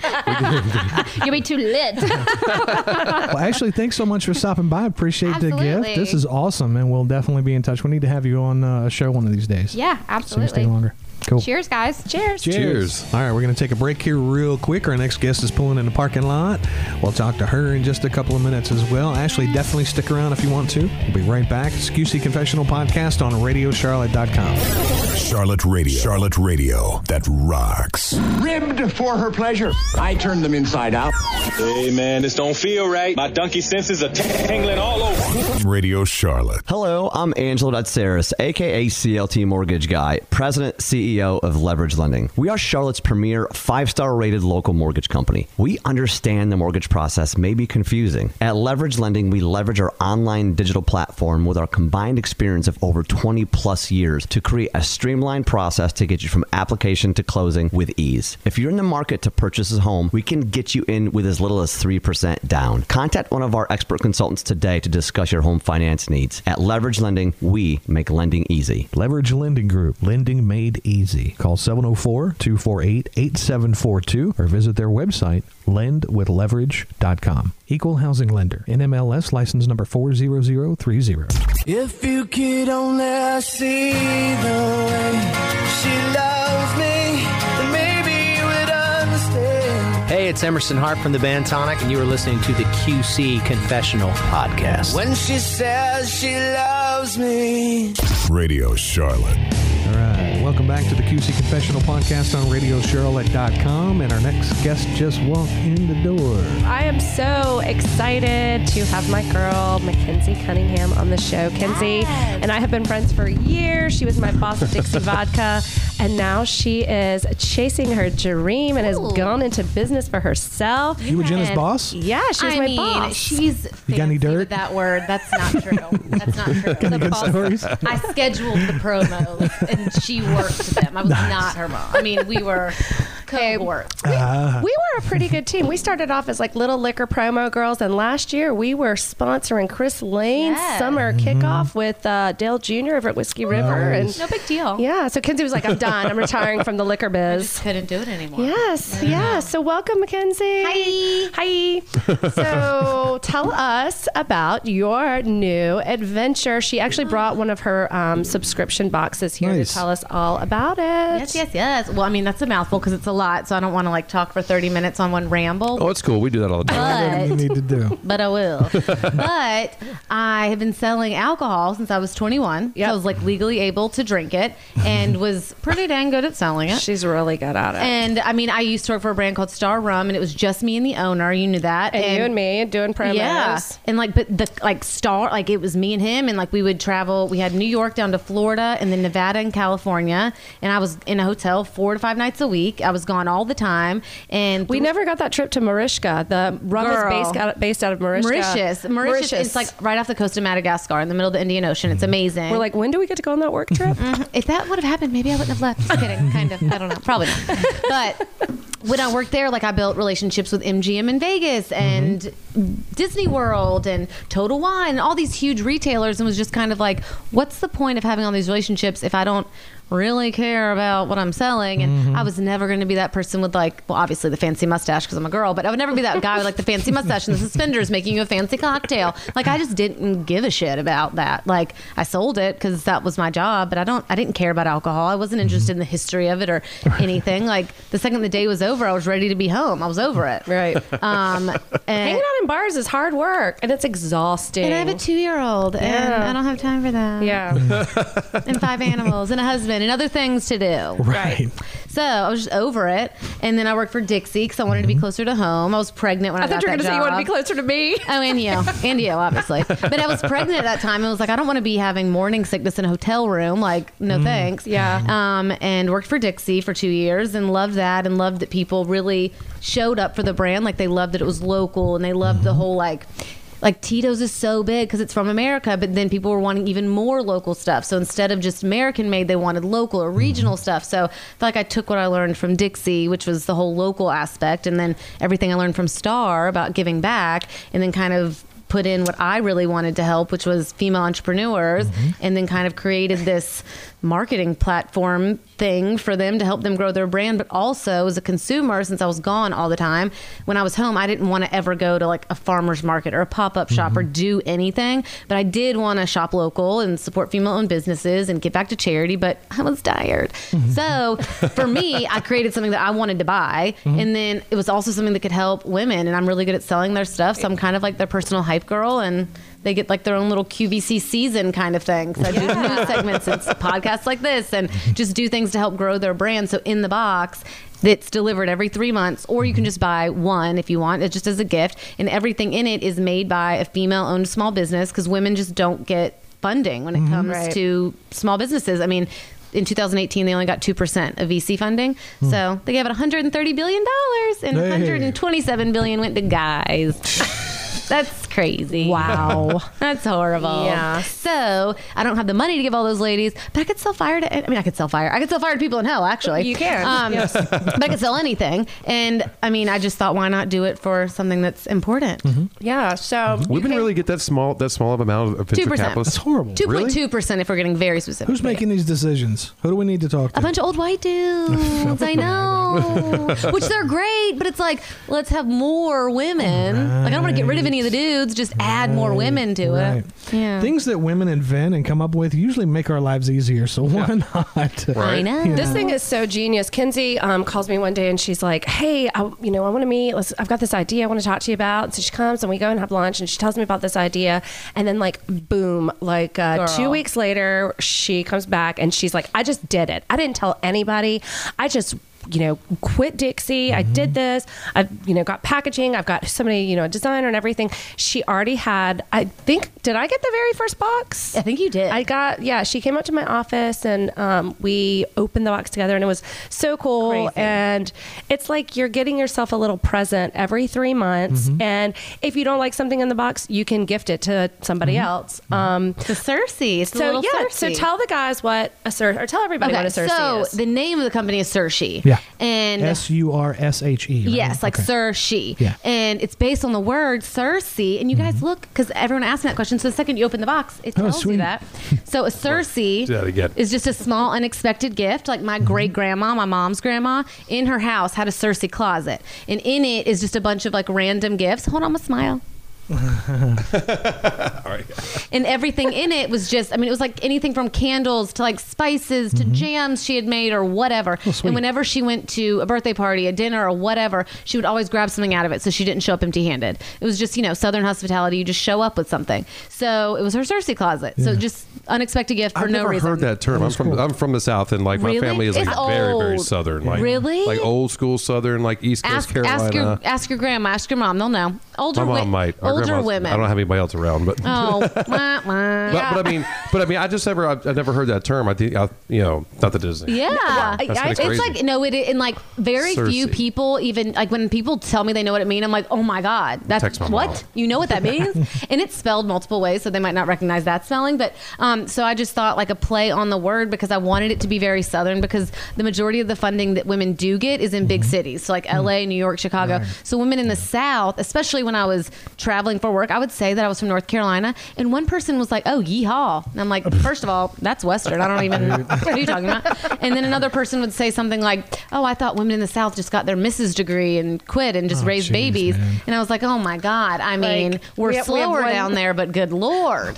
Speaker 5: You'll be too lit.
Speaker 1: well, Ashley, thanks so much for stopping by. Appreciate the gift.
Speaker 5: Absolutely.
Speaker 1: This is awesome, and we'll definitely be in touch. We need to have you on uh, a show one of these days.
Speaker 5: yeah,
Speaker 1: So you stay
Speaker 5: absolutely.
Speaker 1: longer. Cool. Cool.
Speaker 5: Cheers, guys. Cheers.
Speaker 6: Cheers.
Speaker 1: All right, we're going to take a break here real quick. Our next guest is pulling in the parking lot. We'll talk to her in just a couple of minutes as well. Ashley, definitely stick around if you want to. We'll be right back. It's QC Confessional Podcast on RadioCharlotte.com.
Speaker 4: Charlotte Radio. Charlotte Radio that rocks.
Speaker 7: ribbed for her pleasure. I turned them inside out.
Speaker 8: Hey man, this don't feel right. My donkey senses are tingling all over.
Speaker 4: Radio Charlotte.
Speaker 9: Hello, I'm Angelo Dotsaris, aka CLT Mortgage Guy, President CEO of Leverage Lending. We are Charlotte's premier five star rated local mortgage company. We understand the mortgage process may be confusing. At Leverage Lending, we leverage our online digital platform with our combined experience of over 20 plus years to create a streamlined process to get you from application to closing with ease. If you're in the market to purchase a home, we can get you in with as little as 3% down. Contact one of our expert consultants today to discuss your home finance needs. At Leverage Lending, we make lending easy.
Speaker 1: Leverage Lending Group, lending made easy. Call 704 248 8742 or visit their website, lendwithleverage.com. Equal housing lender, NMLS license number 40030.
Speaker 7: If you could only see the way she loves me, then maybe you would understand.
Speaker 10: Hey, it's Emerson Hart from the band Tonic, and you are listening to the QC Confessional Podcast.
Speaker 7: When she says she loves me.
Speaker 4: Radio Charlotte.
Speaker 1: All right. Welcome back to the QC Confessional Podcast on RadioCharlotte.com. And our next guest just walked in the door.
Speaker 3: I am so excited to have my girl Mackenzie Cunningham on the show. Kenzie and I have been friends for years. She was my boss at Dixie Vodka, and now she is chasing her dream and has
Speaker 5: Ooh.
Speaker 3: gone into business for herself.
Speaker 1: You were Jenna's
Speaker 3: And-
Speaker 1: boss?
Speaker 3: Yeah, she was
Speaker 5: I
Speaker 3: my
Speaker 5: mean,
Speaker 3: boss.
Speaker 5: she's
Speaker 1: You got any
Speaker 5: fancy with
Speaker 1: dirt?
Speaker 5: That word, that's not true. That's not true. The
Speaker 1: Good
Speaker 5: boss-
Speaker 1: stories?
Speaker 5: I scheduled the promos and she worked them. I was not her mom. I mean, we were co-work. Uh,
Speaker 3: we were a pretty good team. We started off as like little liquor promo girls, and last year we were sponsoring Chris Lane's
Speaker 5: Yes.
Speaker 3: summer
Speaker 1: Mm-hmm.
Speaker 3: kickoff with uh, Dale Jr. over at Whiskey River, and
Speaker 5: No big deal.
Speaker 3: yeah. So Kenzie was like, "I'm done. I'm retiring from the liquor biz."
Speaker 5: Couldn't do it anymore.
Speaker 3: Yes, yeah. So welcome, Mackenzie.
Speaker 5: Hi.
Speaker 3: Hi. So tell us about your new adventure. She actually brought one of her um, subscription boxes here
Speaker 1: Nice.
Speaker 3: to tell us all about it.
Speaker 11: Yes, yes, yes. Well, I mean that's a mouthful because it's a lot, so I don't want to like talk for thirty minutes on one ramble.
Speaker 2: Oh, it's cool. We do that all the time.
Speaker 1: Whatever you
Speaker 11: But
Speaker 1: need to do.
Speaker 11: but I will. but I have been selling alcohol since I was twenty one.
Speaker 3: Yep.
Speaker 11: So I was like legally able to drink it and was pretty dang good at selling it.
Speaker 3: She's really good at it.
Speaker 11: And I mean, I used to work for a brand called Star Rum, and it was just me and the owner. You knew that.
Speaker 3: and, you and me doing promos.
Speaker 11: Yeah, and like, but the like star, like it was me and him, and like we would travel. We had New York down to Florida, and then Nevada and California, and I was in a hotel four to five nights a week. I was gone all the time, and
Speaker 3: We never got that trip to Marishka. The rum
Speaker 11: Girl.
Speaker 3: is based out, based out of Marishka.
Speaker 11: Mauritius, Mauritius, It's like right off the coast of Madagascar, in the middle of the Indian Ocean. It's amazing.
Speaker 3: Mm-hmm.
Speaker 11: Mm-hmm.
Speaker 3: we're like, when do we get to go on that work trip?
Speaker 11: if that would have happened, maybe I wouldn't have left. Just kidding, kind of. I don't know. Probably not. But when I worked there, like I built relationships with MGM in Vegas and Disney World and Total Wine and all these huge retailers, and was just kind of like, what's the point of having all these relationships if I don't really care about what I'm selling? And I was never going to be that person with like, well, obviously the fancy mustache because I'm a girl, but I would never be that guy with like the fancy mustache and the suspenders making you a fancy cocktail. Like I just didn't give a shit about that. Like I sold it because that was my job, but I don't, I didn't care about alcohol. I
Speaker 3: Mm-hmm.
Speaker 11: wasn't interested in the history of it or anything. Like the second the day was over, I was ready to be home. I was over it.
Speaker 3: right.
Speaker 11: Um,
Speaker 3: Hanging
Speaker 11: and,
Speaker 3: out in bars is hard work and it's exhausting.
Speaker 11: and I have a two-year-old, and
Speaker 3: Yeah.
Speaker 11: I don't have time for that.
Speaker 3: yeah.
Speaker 11: and five animals, and a husband, and other things to do.
Speaker 1: Right.
Speaker 11: So I was just over it, and then I worked for Dixie because I wanted to be closer to home. I was pregnant when I,
Speaker 3: Mm-hmm. I thought
Speaker 11: got
Speaker 3: you were going
Speaker 11: that
Speaker 3: to say you want to be
Speaker 11: job.
Speaker 3: closer to me.
Speaker 11: Oh, and you, and you, obviously. But I was pregnant at that time, and was like, I don't want to be having morning sickness in a hotel room. Like, no thanks.
Speaker 3: Yeah.
Speaker 11: Um, and worked for Dixie for two years, and loved that, and loved that people really showed up for the brand. Like, they loved that it was local, and they loved the whole like. Like Tito's is so big because it's from America, but then people were wanting even more local stuff. So instead of just American made, they wanted local or regional stuff. So I feel like I took what I learned from Dixie, which was the whole local aspect, and then everything I learned from Star about giving back, and then kind of put in what I really wanted to help, which was female entrepreneurs, and then kind of created this marketing platform thing for them to help them grow their brand. But also, as a consumer, since I was gone all the time, when I was home, I didn't want to ever go to like a farmer's market or a pop up shop or do anything. But I did want to shop local and support female owned businesses and give back to charity. But I was tired. So for me, I created something that I wanted to buy.
Speaker 12: Mhm.
Speaker 11: And then it was also something that could help women. And I'm really good at selling their stuff. So I'm kind of like their personal hype girl. And they get like their own little QVC season kind of thing. So I do news segments and podcasts like this and just do things to help grow their brand. So in the box, that's delivered every three months, or you can just buy one if you want, it just as a gift. And everything in it is made by a female owned small business because women just don't get funding when it comes
Speaker 12: Right.
Speaker 11: to small businesses. I mean, in 2018, they only got 2% of VC funding.
Speaker 2: Hmm.
Speaker 11: So they gave it $130 billion, and
Speaker 12: Hey.
Speaker 11: $127 billion went to guys. That's crazy.
Speaker 3: Wow.
Speaker 11: That's horrible.
Speaker 3: Yeah.
Speaker 11: So I don't have the money to give all those ladies, but I could sell fire to, I mean, I could sell fire. I could sell fire to people in hell, actually.
Speaker 12: You can.
Speaker 11: Um,
Speaker 12: Yes.
Speaker 11: But I could sell anything. And I mean, I just thought, why not do it for something that's important?
Speaker 12: Yeah. So
Speaker 2: Women really get that small that small of amount of Mm-hmm. venture
Speaker 11: 2%.
Speaker 2: capitalists.
Speaker 11: That's horrible.
Speaker 2: Really?
Speaker 11: 2.2% if we're getting very specific.
Speaker 1: Who's making these decisions? Who do we need to talk
Speaker 11: A
Speaker 1: to?
Speaker 11: bunch of old white dudes. I know. Which they're great, but it's like, let's have more women. Like, I don't want to get rid of any of the dudes, just add more women to
Speaker 1: Right.
Speaker 11: it. Yeah.
Speaker 1: Things that women invent and come up with usually make our lives easier, so why not? You
Speaker 3: This
Speaker 1: know?
Speaker 3: thing is so genius. Kinsey um, calls me one day and she's like, "Hey, I, you know, I want to meet. Let's, I've got this idea I want to talk to you about." So she comes and we go and have lunch, and she tells me about this idea, and then like, boom! Like uh,
Speaker 12: Girl.
Speaker 3: two weeks later, she comes back and she's like, "I just did it. I didn't tell anybody. I just." You know, quit Dixie. I did this. I've, you know, got packaging. I've got somebody, you know, a designer and everything. She already had, I think, did I get the very first box? I
Speaker 11: think you did.
Speaker 3: I got, yeah, she came up to my office and um, we opened the box together and it was so cool. And it's like you're getting yourself a little present every three months.
Speaker 12: Mhm.
Speaker 3: And if you don't like something in the box, you can gift it to somebody else. Um,
Speaker 11: to Cersei. It's
Speaker 12: a
Speaker 3: so,
Speaker 12: little
Speaker 3: yeah. So
Speaker 11: Cersei.
Speaker 3: tell the guys what a Cersei, or tell everybody what a Cersei
Speaker 11: so
Speaker 3: is.
Speaker 11: Oh, the name of the company is Cershi.
Speaker 1: Yeah.
Speaker 11: And
Speaker 1: S U R S H E. right?
Speaker 11: Yes, like
Speaker 1: Okay.
Speaker 11: Sir She.
Speaker 1: Yeah.
Speaker 11: And it's based on the word Cersei. And you guys look, because everyone asked me that question. So the second you open the box, it
Speaker 12: Mm-hmm. Oh,
Speaker 11: tells
Speaker 12: sweet.
Speaker 11: you that. So a Cersei
Speaker 12: Do that again. Mm-hmm.
Speaker 11: is just a small, unexpected gift. Like my great grandma, my mom's grandma, in her house had a Cersei closet. And in it is just a bunch of like random gifts. Hold on, I'm going to smile. and everything in it was just i mean it was like anything from candles to like spices to
Speaker 2: Mm-hmm.
Speaker 11: jams she had made or whatever
Speaker 2: Oh,
Speaker 11: and whenever she went to a birthday party a dinner or whatever she would always grab something out of it so she didn't show up empty handed it was just you know southern hospitality you just show up with something so it was her cersei closet so
Speaker 2: Yeah.
Speaker 11: just unexpected gift for
Speaker 2: I've
Speaker 11: no
Speaker 2: never
Speaker 11: reason
Speaker 2: heard that term. I'm from I'm from the South, and like
Speaker 11: Really?
Speaker 2: my family is like
Speaker 11: It's
Speaker 2: very very
Speaker 11: old.
Speaker 2: southern, like
Speaker 11: Really?
Speaker 2: like old school southern, like East Coast
Speaker 11: ask,
Speaker 2: Carolina.
Speaker 11: ask your ask your grandma ask your mom they'll know older
Speaker 2: my mom
Speaker 11: wi-
Speaker 2: might. Our
Speaker 11: older
Speaker 2: grandma's-
Speaker 11: women
Speaker 2: I don't have anybody else around, but
Speaker 11: oh wah, wah.
Speaker 2: But, but I mean, but I mean, I just never, I've, I've never heard that term. I think, I, you know, not that Disney.
Speaker 11: Yeah,
Speaker 2: That's kinda
Speaker 11: it's
Speaker 2: crazy.
Speaker 11: like no, it and like very few
Speaker 2: Cersei.
Speaker 11: people even like when people tell me they know what it means. I'm like, oh my god, that's
Speaker 12: Text my
Speaker 11: what
Speaker 12: mom.
Speaker 11: you know what that means. and it's spelled multiple ways, so they might not recognize that spelling. But um, so I just thought like a play on the word because I wanted it to be very southern because the majority of the funding that women do get is in big cities, so like L.A., New York, Chicago. So women in the South, especially when I was traveling for work, I would say that I was from North Carolina, and one person was like, "Oh, yeehaw," and I'm like, first of all, that's Western. I don't even what are you talking about? And then another person would say something like, "Oh, I thought women in the South just got their Mrs. degree and quit and just raised babies." And I was like, "Oh my God! I mean, we're
Speaker 3: we have- we have
Speaker 11: slower
Speaker 3: one-
Speaker 11: down there, but good lord,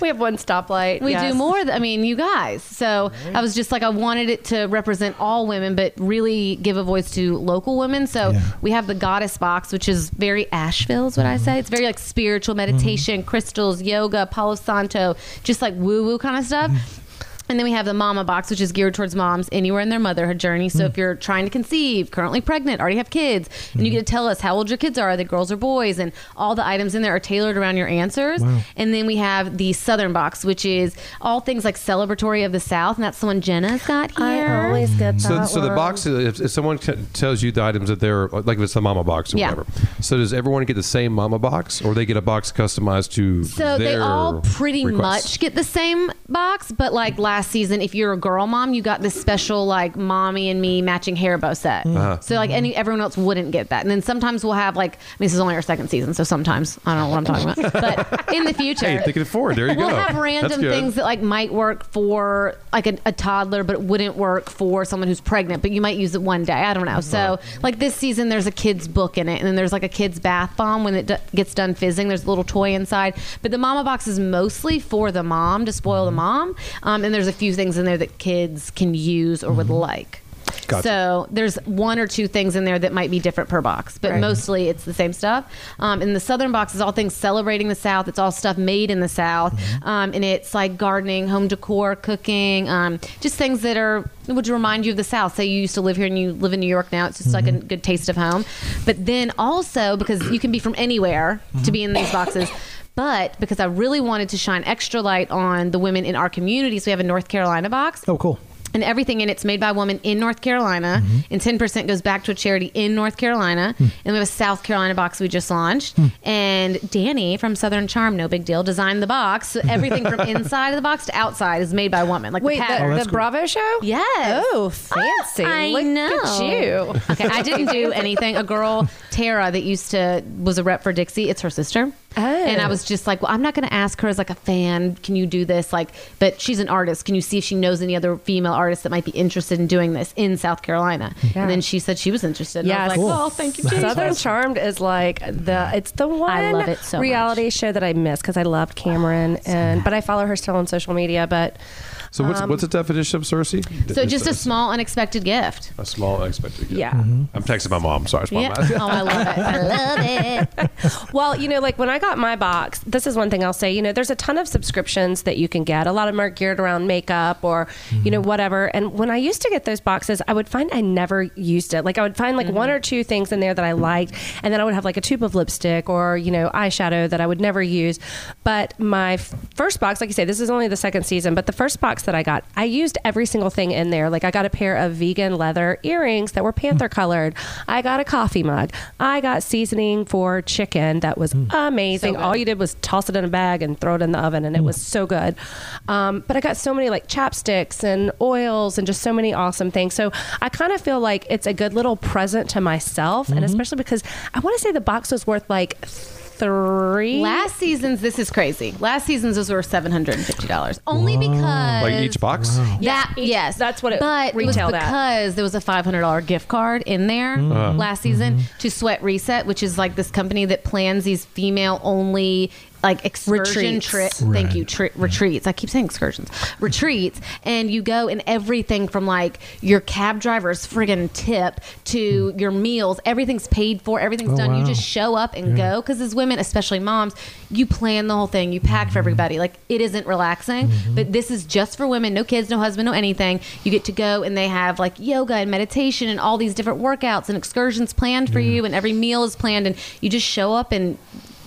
Speaker 3: we have one stoplight.
Speaker 11: We
Speaker 3: yes.
Speaker 11: do more. Th- I mean, you guys. So I was just like, I wanted it to represent all women, but really give a voice to local women. So we have the Goddess Box, which is very Asheville, is what I say. It's very like spiritual meditation, crystals, yoga, Palo Santo, just like woo woo kind of stuff. And then we have the mama box, which is geared towards moms anywhere in their motherhood journey. So
Speaker 2: Mm.
Speaker 11: if you're trying to conceive, currently pregnant, already have kids, and
Speaker 2: Mm-hmm.
Speaker 11: you get to tell us how old your kids are, are they girls or boys, and all the items in there are tailored around your answers.
Speaker 12: Wow.
Speaker 11: And then we have the southern box, which is all things like celebratory of the South, and that's the one Jenna's got here. I
Speaker 3: always get
Speaker 2: So,
Speaker 11: Uh-huh.
Speaker 2: so the box, if, if someone t- tells you the items that they're, like if it's the mama box or
Speaker 11: Yeah.
Speaker 2: whatever, so does everyone get the same mama box or they get a box customized to
Speaker 11: So they
Speaker 2: their
Speaker 11: all pretty
Speaker 2: request?
Speaker 11: much get the same box, but like last season, if you're a girl mom, you got this special like mommy and me matching hair bow set.
Speaker 12: Mm. Uh-huh.
Speaker 11: So like any everyone else wouldn't get that. And then sometimes we'll have like I mean, this is only our second season, so sometimes I don't know what I'm talking about. But in the future,
Speaker 2: Hey, you're thinking it forward. There you
Speaker 11: we'll
Speaker 2: go.
Speaker 11: have random
Speaker 2: That's good.
Speaker 11: things that like might work for like a, a toddler, but it wouldn't work for someone who's pregnant. But you might use it one day. I don't know. So like this season, there's a kids book in it, and then there's like a kids bath bomb when it d- gets done fizzing. There's a little toy inside, but the mama box is mostly for the mom to spoil the
Speaker 2: Mm-hmm.
Speaker 11: mom. Um, and there's a few things in there that kids can use or would
Speaker 2: Mm-hmm.
Speaker 11: like.
Speaker 12: Gotcha.
Speaker 11: So there's one or two things in there that might be different per box, but
Speaker 12: Right.
Speaker 11: mostly it's the same stuff. Um, and the southern box is all things celebrating the South. It's all stuff made in the South, um, and it's like gardening, home decor, cooking, um, just things that are would remind you of the South. Say you used to live here and you live in New York now. It's just like a good taste of home. But then also because you can be from anywhere to be in these boxes. But because I really wanted to shine extra light on the women in our communities, we have a North Carolina box
Speaker 1: Oh, cool.
Speaker 11: and everything in it's made by a woman in North Carolina, and ten percent goes back to a charity in North Carolina.
Speaker 12: Mm-hmm. Hmm.
Speaker 11: And we have a South Carolina box we just launched,
Speaker 12: Hmm.
Speaker 11: and Danny from Southern Charm, no big deal, designed the box. So everything from inside of the box to outside is made by a woman. Like
Speaker 12: Wait,
Speaker 11: the,
Speaker 12: the-
Speaker 11: pattern.
Speaker 12: Oh, that's the cool.
Speaker 11: Bravo show? Yes. Oh,
Speaker 12: fancy.
Speaker 11: I
Speaker 12: Look at
Speaker 11: know.
Speaker 12: you.
Speaker 11: Okay, I didn't do anything. A girl, Tara, that used to was a rep for Dixie. It's her sister. Oh. And I was just like, well, I'm not going to ask her as like a fan. Can you do this? Like, but she's an artist. Can you see if she knows any other female artists that might be interested in doing this in South Carolina?
Speaker 3: Yeah.
Speaker 11: And then she said she was interested. And I
Speaker 3: Yes.
Speaker 11: was like, oh, thank you. Jesus.
Speaker 3: Southern Charmed is like the it's the one
Speaker 11: love it so much.
Speaker 3: reality show that I miss because I loved Cameron and but I follow her still on social media. But
Speaker 2: So what's
Speaker 3: um,
Speaker 2: what's the definition of Cersei?
Speaker 11: So
Speaker 2: It's
Speaker 11: just a small unexpected gift.
Speaker 2: a small expected. gift.
Speaker 3: Yeah.
Speaker 2: I'm texting my mom. Sorry, it's my
Speaker 3: Yeah.
Speaker 2: mom.
Speaker 11: Oh, I love it. I love it.
Speaker 3: well, you know, like when I got my box, this is one thing I'll say. You know, there's a ton of subscriptions that you can get. A lot of them are geared around makeup or, you know, whatever. And when I used to get those boxes, I would find I never used it. Like I would find like one or two things in there that I liked, and then I would have like a tube of lipstick or you know eyeshadow that I would never use. But my f- first box, like you say, this is only the second season, but the first box that I got, I used every single thing in there. Like I got a pair of vegan leather earrings that were panther colored. I got a coffee mug. I got seasoning for chicken that was amazing. All you did was toss it in a bag and throw it in the oven, and it was so good. Um, but I got so many like chapsticks and oils and just so many awesome things. So I kind of feel like it's a good little present to myself, and especially because I want to say the box was worth like three.
Speaker 11: Last season's, this is crazy. Last season's was worth seven hundred and fifty dollars, only because
Speaker 2: Like each box.
Speaker 11: That yes, that's what it but
Speaker 3: retailed
Speaker 11: it
Speaker 3: at.
Speaker 11: was because there was a five hundred dollar gift card in there
Speaker 2: Mm.
Speaker 12: Uh-huh.
Speaker 2: Uh.
Speaker 11: last season
Speaker 12: Mm-hmm.
Speaker 11: to Sweat Reset, which is like this company that plans these female only like excursion
Speaker 3: Retreats.
Speaker 11: trips. Thank you, tri- retreats. I keep saying excursions, retreats, and you go and everything from like your cab driver's friggin' tip to your meals, everything's paid for, everything's
Speaker 12: Mm. Oh,
Speaker 11: done. You
Speaker 12: wow.
Speaker 11: just show up and
Speaker 12: Yeah.
Speaker 11: go because as women, especially moms, you plan the whole thing. You pack
Speaker 3: Mm-hmm.
Speaker 11: for everybody. Like it isn't relaxing, but this is just for women. No kids, no husband, no anything. You get to go and they have like yoga and meditation and all these different workouts and excursions planned for you, and every meal is planned, and you just show up and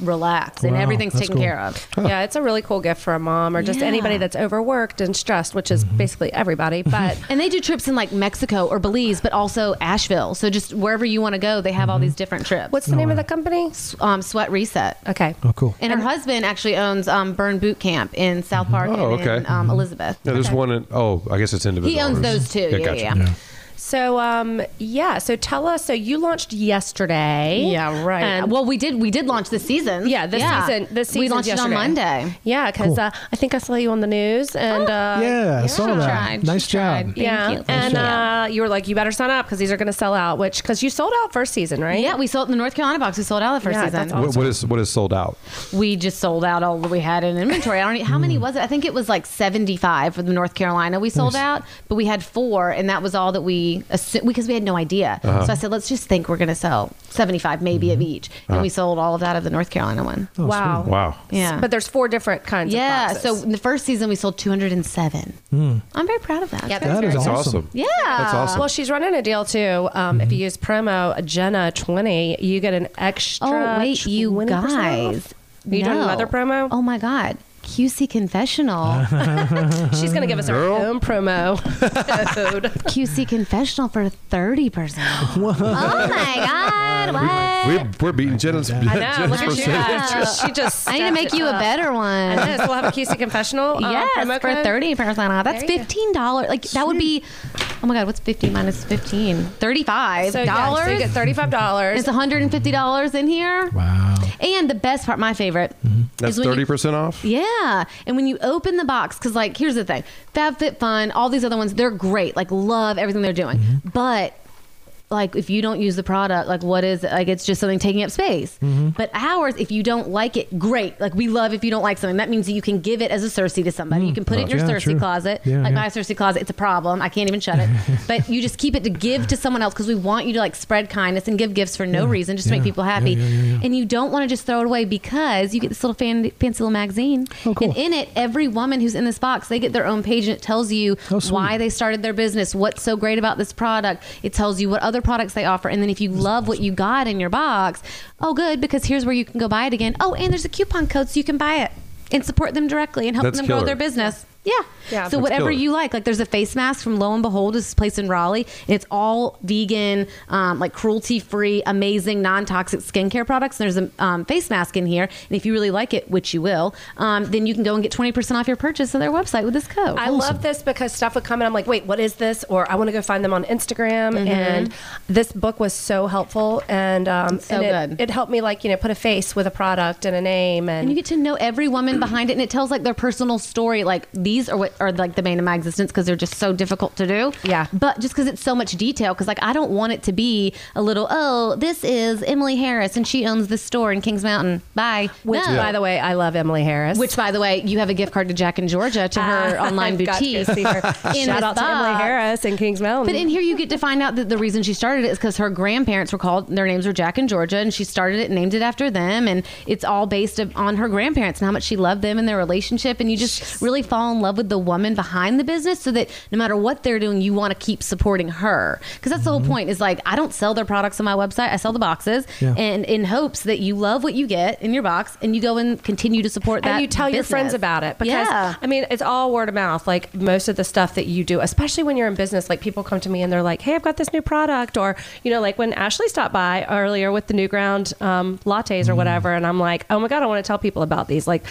Speaker 11: relax, and
Speaker 3: Wow,
Speaker 11: everything's
Speaker 3: that's
Speaker 11: taken
Speaker 3: cool.
Speaker 11: care of.
Speaker 3: Yeah, it's a really cool gift for a mom or just
Speaker 11: Yeah.
Speaker 3: anybody that's overworked and stressed, which is basically everybody. But
Speaker 11: And they do trips in like Mexico or Belize, but also Asheville. So just wherever you want to go, they have all these different trips.
Speaker 3: What's the name of the company?
Speaker 11: Um, Sweat Reset.
Speaker 3: Okay.
Speaker 1: Oh, cool.
Speaker 11: And her husband actually owns um, Burn Boot Camp in South Park
Speaker 2: Oh,
Speaker 11: and
Speaker 2: okay.
Speaker 11: in, um, Elizabeth.
Speaker 2: No, there's
Speaker 11: Okay.
Speaker 2: one. In, oh, I guess it's individual.
Speaker 11: He owns
Speaker 2: owners.
Speaker 11: those too. Yeah,
Speaker 2: gotcha.
Speaker 11: yeah, yeah.
Speaker 3: So um yeah, so tell us so you launched yesterday.
Speaker 11: Yeah, right. well, we did we did launch this season.
Speaker 3: Yeah, this
Speaker 11: Yeah.
Speaker 3: season. This
Speaker 11: We
Speaker 3: season
Speaker 11: launched it on Monday. Oh,
Speaker 3: Yeah, cuz
Speaker 11: Cool.
Speaker 3: uh, I think I saw you on the news and uh
Speaker 1: yeah, I saw
Speaker 3: She
Speaker 1: that.
Speaker 3: tried,
Speaker 1: nice job.
Speaker 3: yeah, and
Speaker 1: Nice job.
Speaker 3: uh, you were like, you better sign up because these are going to sell out. Which because you sold out first season, right?
Speaker 11: Yeah, we sold in the North Carolina box. We sold out the first season.
Speaker 2: What, what is what is sold out?
Speaker 11: We just sold out all that we had in inventory. I don't. e- How many was it? I think it was like seventy-five for the North Carolina. We sold
Speaker 12: Hmm. Nice.
Speaker 11: out, but we had four, and that was all that we assumed because we had no idea.
Speaker 12: Uh-huh.
Speaker 11: So I said, let's just think we're going to sell seventy-five, maybe of each, and we
Speaker 12: Uh-huh.
Speaker 11: sold all of that of the North Carolina one.
Speaker 12: Oh,
Speaker 3: Wow. sweet.
Speaker 2: Wow.
Speaker 11: Yeah.
Speaker 3: But there's four different kinds.
Speaker 11: Yeah.
Speaker 3: Of
Speaker 11: So
Speaker 3: boxes.
Speaker 11: in the first season we sold two hundred and seven. I'm very proud of that.
Speaker 3: Yeah,
Speaker 2: That is awesome.
Speaker 11: Yeah.
Speaker 3: Well, she's running a deal too. Um, If you use promo Jenna twenty, you get an extra.
Speaker 11: Oh wait, you
Speaker 3: 20% off.
Speaker 11: guys!
Speaker 3: Are you doing
Speaker 11: No.
Speaker 3: another promo?
Speaker 11: Oh my god! QC Confessional.
Speaker 3: She's going to give us her own promo code.
Speaker 11: QC Confessional for 30%.
Speaker 1: oh
Speaker 11: my God. What?
Speaker 2: We're, we're beating Jenna's, Jenna's percentage.
Speaker 3: She just
Speaker 11: I need to
Speaker 3: stepped
Speaker 11: make
Speaker 3: it
Speaker 11: you a
Speaker 3: up.
Speaker 11: better one.
Speaker 3: I know, so we'll have a QC confessional. uh,
Speaker 11: yes,
Speaker 3: promo
Speaker 11: for
Speaker 3: code.
Speaker 11: thirty percent off. That's
Speaker 3: There you go.
Speaker 11: fifteen dollars. Like that would be. Oh my god, what's fifty minus fifteen? Thirty-five
Speaker 3: So,
Speaker 11: dollars.
Speaker 3: yeah, so you get thirty-five dollars.
Speaker 11: It's one hundred and fifty dollars in here.
Speaker 1: Wow.
Speaker 11: And the best part, my favorite,
Speaker 2: That's
Speaker 11: is when
Speaker 2: thirty
Speaker 11: you-
Speaker 2: percent off.
Speaker 11: yeah, and when you open the box, because like here's the thing, FabFitFun, all these other ones, they're great. Like love everything they're doing,
Speaker 1: Mm-hmm.
Speaker 11: but like if you don't use the product, like what is it? Like it's just something taking up space.
Speaker 1: Mm-hmm.
Speaker 11: But ours, if you don't like it, great. Like we love if you don't like something. That means that you can give it as a Cersei to somebody. You can put it in your
Speaker 1: Mm. Yeah,
Speaker 11: Cersei
Speaker 1: true.
Speaker 11: closet.
Speaker 1: Yeah,
Speaker 11: like
Speaker 1: yeah.
Speaker 11: my Cersei closet, it's a problem. I can't even shut it. but you just keep it to give to someone else because we want you to like spread kindness and give gifts for no reason, just to
Speaker 1: yeah,
Speaker 11: make people happy.
Speaker 1: yeah, yeah, yeah.
Speaker 11: And you don't want to just throw it away because you get this little fan, fancy little magazine.
Speaker 1: Oh,
Speaker 11: And in it, every woman who's in this box, they get their own page and it tells you
Speaker 1: Oh, sweet.
Speaker 11: why they started their business, what's so great about this product. It tells you what other products they offer. And then if you love what you got in your box, oh, good, because here's where you can go buy it again. Oh, and there's a coupon code so you can buy it and support them directly and help
Speaker 2: That's
Speaker 11: them grow
Speaker 2: killer.
Speaker 11: their business. Yeah.
Speaker 3: Yeah.
Speaker 11: So
Speaker 2: That's
Speaker 11: whatever
Speaker 2: killer.
Speaker 11: you like, like there's a face mask from Lo and Behold, this place in Raleigh, and it's all vegan, um, like cruelty free, amazing, non toxic skincare products. And there's a um, face mask in here, and if you really like it, which you will, um, then you can go and get 20% off your purchase on their website with this code.
Speaker 3: I love this because stuff would come and I'm like, wait, what is this? Or I want to go find them on Instagram.
Speaker 11: Mm-hmm.
Speaker 3: And this book was so helpful and um,
Speaker 11: so
Speaker 3: and it,
Speaker 11: good.
Speaker 3: It helped me like you know put a face with a product and a name and,
Speaker 11: And you get to know every woman behind it, and it tells like their personal story. Like these are what are like the main of my existence because they're just so difficult to do.
Speaker 3: Yeah.
Speaker 11: But just because it's so much detail, because like I don't want it to be a little. Oh, this is Emily Harris, and she owns this store in Kings Mountain. Bye.
Speaker 3: which
Speaker 11: No.
Speaker 3: by the way I love Emily Harris.
Speaker 11: Which, by the way, you have a gift card to Jack and Georgia to her online
Speaker 3: I've got to
Speaker 11: boutique.
Speaker 3: go see her.
Speaker 11: in
Speaker 3: Shout
Speaker 11: this
Speaker 3: out to Emily
Speaker 11: box.
Speaker 3: Harris in Kings Mountain.
Speaker 11: But in here, you get to find out that the reason she started it is because her grandparents were called, their names were Jack and Georgia, and she started it and named it after them. And it's all based of- on her grandparents and how much she loved them and their relationship. And you just really fall in love with the woman behind the business so that no matter what they're doing, you want to keep supporting her. Because that's
Speaker 3: Mm-hmm.
Speaker 11: the whole point is like, I don't sell their products on my website, I sell the boxes.
Speaker 1: Yeah.
Speaker 11: And in hopes that you love what you get in your box and you go and continue to support that.
Speaker 3: and you tell your
Speaker 11: business.
Speaker 3: friends about it because
Speaker 11: Yeah.
Speaker 3: I mean it's all word of mouth. Like most of the stuff that you do, especially when you're in business, like people come to me and they're like, "Hey, I've got this new product," or you know, like when Ashley stopped by earlier with the Newground um, lattes
Speaker 11: Mm.
Speaker 3: or whatever, and I'm like, "Oh my god, I want to tell people about these!" Like.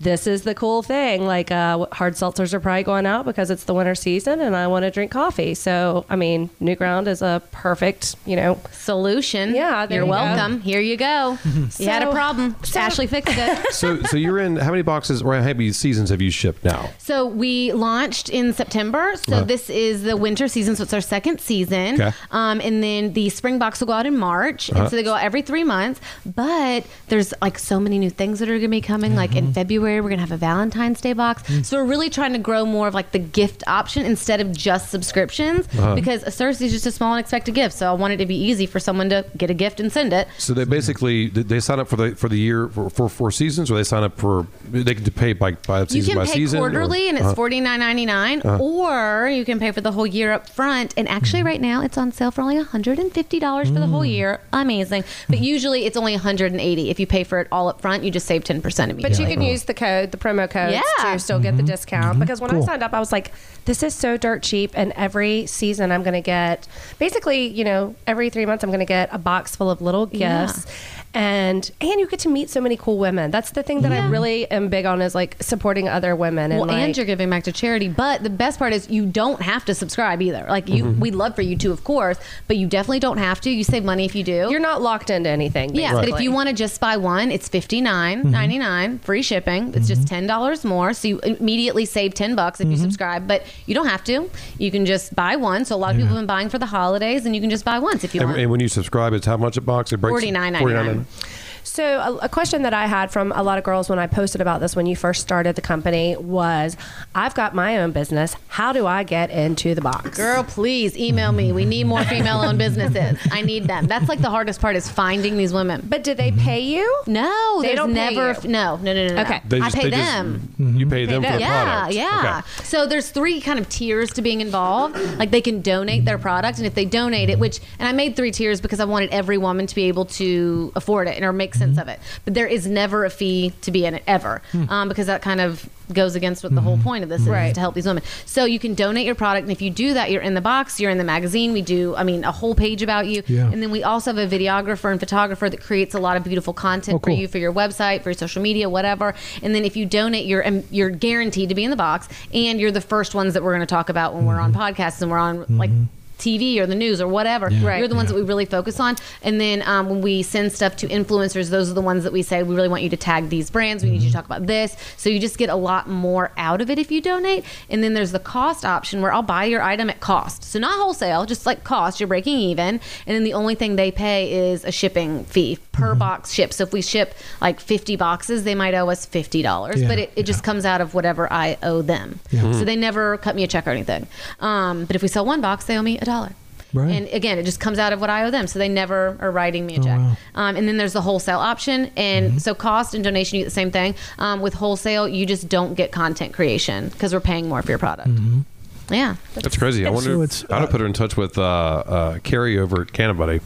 Speaker 3: This is the cool thing. Like uh, hard seltzers are probably going out because it's the winter season, and I want to drink coffee. So, I mean, Newground is a perfect, you know,
Speaker 11: solution.
Speaker 3: Yeah, there
Speaker 11: you're
Speaker 3: you go.
Speaker 11: welcome. Here you go. you had a
Speaker 3: So-
Speaker 11: problem. Ashley fixed it.
Speaker 2: So so you're in how many boxes or how many seasons have you shipped now?
Speaker 11: So we launched in September. So
Speaker 2: Uh-huh.
Speaker 11: this is the winter season. So it's our second season.
Speaker 2: Okay.
Speaker 11: Um, and then the spring box will go out in March.
Speaker 2: Uh-huh.
Speaker 11: And so they go out every three months. But there's like so many new things that are going to be coming. Like
Speaker 2: Mm-hmm.
Speaker 11: in February, we're going to have a Valentine's Day box. So we're really trying to grow more of like the gift option instead of just subscriptions
Speaker 2: Uh-huh.
Speaker 11: because a Cersei is just a small unexpected gift. So I want it to be easy for someone to get a gift and send it.
Speaker 2: So they basically did they sign up for the for the year for for four seasons, or they sign up for they can pay by by
Speaker 11: You
Speaker 2: season
Speaker 11: can
Speaker 2: by
Speaker 11: pay
Speaker 2: season. or-
Speaker 11: quarterly and it's
Speaker 2: Uh-huh.
Speaker 11: forty nine ninety nine, or you can pay for the whole year up front. And actually, right now it's on sale for only one hundred and fifty dollars for the
Speaker 2: Mm.
Speaker 11: whole year. Amazing, but
Speaker 2: Mm-hmm.
Speaker 11: usually it's only one hundred and eighty. If you pay for it all up front, you just save ten percent
Speaker 3: But
Speaker 11: immediately.
Speaker 3: you can use the code, the promo code,
Speaker 11: Yeah.
Speaker 3: to still get the discount. Because when
Speaker 1: Cool.
Speaker 3: I signed up, I was like, this is so dirt cheap. And every season, I'm going to get basically, you know, every three months, I'm going to get a box full of little
Speaker 11: Yeah.
Speaker 3: gifts. And and you get to meet so many cool women. That's the thing that I really am big on is like supporting other women. And,
Speaker 11: well, and
Speaker 3: like-
Speaker 11: you're giving back to charity, but the best part is you don't have to subscribe either. Like you, we'd love for you to, of course, but you definitely don't have to. You save money if you do.
Speaker 3: you're not locked into anything.
Speaker 11: Yeah, but if
Speaker 3: basically.
Speaker 11: you want to just buy one, it's fifty ninety nine, free shipping. It's just ten dollars more, so you immediately save ten bucks if you subscribe. But you don't have to. You can just buy one. So a lot of people have been buying for the holidays, and you can just buy once if you
Speaker 2: And,
Speaker 11: want.
Speaker 2: and when you subscribe, it's how much a box? It breaks
Speaker 11: $49.99.
Speaker 3: So, a, a question that I had from a lot of girls when I posted about this when you first started the company was I've got my own business. How do I get into the box?
Speaker 11: Girl, please email me. We need more female-owned businesses. I need them. That's like the hardest part is finding these women.
Speaker 3: But do they pay you?
Speaker 11: No,
Speaker 3: They
Speaker 11: there's
Speaker 3: don't pay
Speaker 11: never.
Speaker 3: you.
Speaker 11: f- No, no, no, no. no.
Speaker 3: Okay.
Speaker 2: They
Speaker 11: I
Speaker 2: just-
Speaker 11: pay
Speaker 2: they just-
Speaker 11: them.
Speaker 2: You pay them for the
Speaker 11: yeah,
Speaker 2: product.
Speaker 11: yeah.
Speaker 2: Okay.
Speaker 11: So there's three kind of tiers to being involved. Like they can donate their product, and if they donate it, which and I made three tiers because I wanted every woman to be able to afford it and or make make
Speaker 2: Mm-hmm.
Speaker 11: sense of it. But there is never a fee to be in it ever,
Speaker 2: Hmm.
Speaker 11: um, because that kind of goes against what the
Speaker 2: Mm-hmm.
Speaker 11: whole point of this is to help these women. So you can donate your product, and if you do that, you're in the box, you're in the magazine. We do, I mean, a whole page about you,
Speaker 12: Yeah.
Speaker 11: and then we also have a videographer and photographer that creates a lot of beautiful content
Speaker 12: Oh, cool.
Speaker 11: for you for your website, for your social media, whatever. And then if you donate, you're um, you're guaranteed to be in the box, and you're the first ones that we're going to talk about when we're on
Speaker 12: Mm-hmm.
Speaker 11: podcasts and we're on like. TV or the news or whatever.
Speaker 12: Yeah. Right.
Speaker 11: You're the ones that we really focus on. And then um, when we send stuff to influencers, those are the ones that we say, we really want you to tag these brands. We need you
Speaker 12: Mm-hmm.
Speaker 11: to talk about this. So you just get a lot more out of it if you donate. And then there's the cost option where I'll buy your item at cost. So not wholesale, just like cost, you're breaking even. And then the only thing they pay is a shipping fee per
Speaker 12: Mm-hmm.
Speaker 11: box shipped. So if we ship like 50 boxes, they might owe us $50,
Speaker 12: Yeah.
Speaker 11: but it, it just comes out of whatever I owe them.
Speaker 12: Yeah. Mhm.
Speaker 11: So they never cut me a check or anything. Um, but if we sell one box, they owe me a dollar.
Speaker 12: Right.
Speaker 11: And again, it just comes out of what I owe them. So they never are writing
Speaker 1: Oh,
Speaker 11: me a check. Um, and then there's the wholesale option. And so cost and donation, you get the same thing. Um, with wholesale, you just don't get content creation because we're paying more for your product. Yeah.
Speaker 2: That's crazy. I
Speaker 11: Mm-hmm. So
Speaker 2: wonder.
Speaker 11: it's,
Speaker 2: I would put her in touch with uh, uh, Carrie over at Canna Buddy.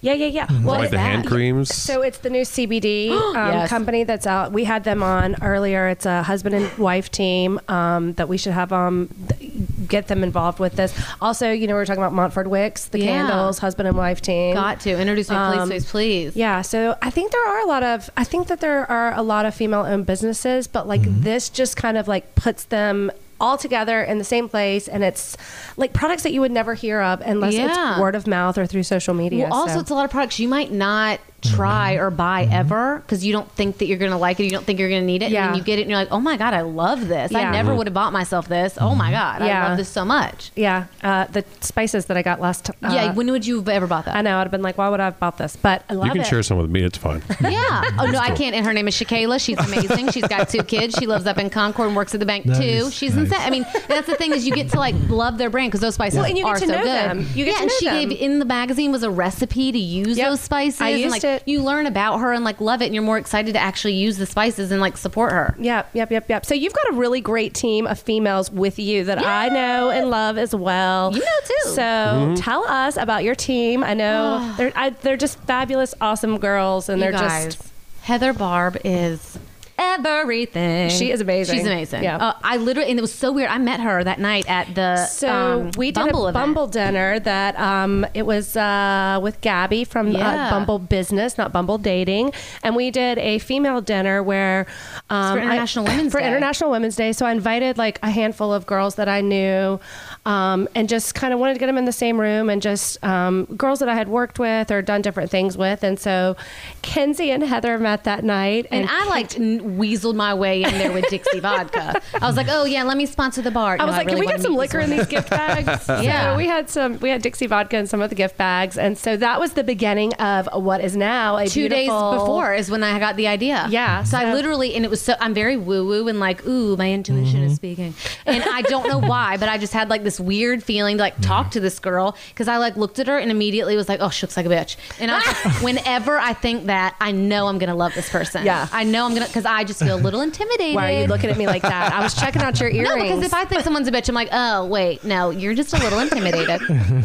Speaker 3: Yeah, yeah, yeah.
Speaker 2: Mm-hmm. Like
Speaker 3: it's
Speaker 2: the hand
Speaker 3: that.
Speaker 2: creams?
Speaker 3: So it's the new CBD um,
Speaker 2: Yes.
Speaker 3: company that's out. We had them on earlier. It's a husband and wife team um, that we should have um, th- get them involved with this. Also, you know, we are talking about Montford Wicks, the
Speaker 11: Yeah.
Speaker 3: candles, husband and wife team. Um,
Speaker 11: Got to. Introduce me, please, please, please.
Speaker 3: Yeah. So I think there are a lot of. I think that there are a lot of female-owned businesses, but like
Speaker 2: Mm-hmm.
Speaker 3: this just kind of like puts them. All together in the same place, and it's like products that you would never hear of unless
Speaker 11: Yeah.
Speaker 3: it's word of mouth or through social media.
Speaker 11: Well, also,
Speaker 3: so.
Speaker 11: it's a lot of products you might not try or buy ever because you don't think that you're going to like it. You don't think you're going to need it. And
Speaker 3: Yeah.
Speaker 11: then you get it and you're like, oh my God, I love this.
Speaker 3: Yeah.
Speaker 11: I never
Speaker 3: Mhm.
Speaker 11: would have bought myself this. Oh my God, I
Speaker 3: Mm-hmm. Yeah.
Speaker 11: love this so much.
Speaker 3: Yeah, uh, the spices that I got last. Uh,
Speaker 11: Yeah, when would you have ever bought that?
Speaker 3: I know I'd have been like, why would I have bought this? But I love
Speaker 2: you can
Speaker 3: it.
Speaker 2: share some with me. It's fine.
Speaker 11: Yeah. Oh no, I can't. And her name is Shakayla. She's amazing. She's got two kids. She lives up in Concord and works at the bank
Speaker 3: Nice,
Speaker 11: too. She's
Speaker 3: nice.
Speaker 11: insane. I mean, that's the thing is you get to like love their brand because those spices
Speaker 3: Well, and you get
Speaker 11: are
Speaker 3: to
Speaker 11: so
Speaker 3: know
Speaker 11: good.
Speaker 3: them. You get
Speaker 11: yeah,
Speaker 3: to
Speaker 11: and
Speaker 3: know
Speaker 11: she
Speaker 3: them.
Speaker 11: gave in the magazine was a recipe to use those spices.
Speaker 3: I
Speaker 11: and,
Speaker 3: used
Speaker 11: like,
Speaker 3: it.
Speaker 11: You learn about her and like love it, and you're more excited to actually use the spices and like support her.
Speaker 3: Yep, yep, yep, yep. So you've got a really great team of females with you that I know and love as well. You know too. So
Speaker 2: Mm-hmm.
Speaker 11: Mhm.
Speaker 3: tell us about your team. I know they're I, they're just fabulous, awesome girls, and
Speaker 11: You
Speaker 3: they're
Speaker 11: guys,
Speaker 3: just
Speaker 11: Heather Barb is everything.
Speaker 3: She is amazing.
Speaker 11: She's amazing.
Speaker 3: Yeah.
Speaker 11: Uh, I literally and it was so weird. I met her that night at the
Speaker 3: So
Speaker 11: um,
Speaker 3: we did
Speaker 11: Bumble
Speaker 3: a
Speaker 11: event.
Speaker 3: Bumble dinner that um, it was uh, with Gabby from
Speaker 11: Yeah.
Speaker 3: uh, Bumble Business, not Bumble Dating, and we did a female dinner where um,
Speaker 11: for International
Speaker 3: I,
Speaker 11: Women's
Speaker 3: for
Speaker 11: Day.
Speaker 3: International Women's Day. So I invited like a handful of girls that I knew, um, and just kind of wanted to get them in the same room and just um, girls that I had worked with or done different things with. And so Kenzie and Heather met that night,
Speaker 11: And, I like n- weaseled my way in there with Dixie vodka. I was like, oh yeah, let me sponsor the bar.
Speaker 3: I was like, can we get some liquor in these gift bags?
Speaker 11: Yeah.
Speaker 3: So we had some. We had Dixie vodka in some of the gift bags, and so that was the beginning of what is now a
Speaker 11: Two days
Speaker 3: beautiful-
Speaker 11: before is when I got the idea.
Speaker 3: Yeah.
Speaker 11: So I literally, and it was so, I'm very woo woo and like, ooh, my intuition is speaking. And I don't know why, but I just had like this weird feeling to like talk to this girl because I like looked at her and immediately was like, oh, she looks like a bitch. And I was like, whenever I think that, I know I'm going to love this person.
Speaker 3: Yeah.
Speaker 11: I know I'm going to, because I just feel a little intimidated.
Speaker 3: Why are you looking at me like that? I was checking out your
Speaker 11: No,
Speaker 3: earrings.
Speaker 11: because if I think someone's a bitch, I'm like, oh, wait, no, you're just a little intimidated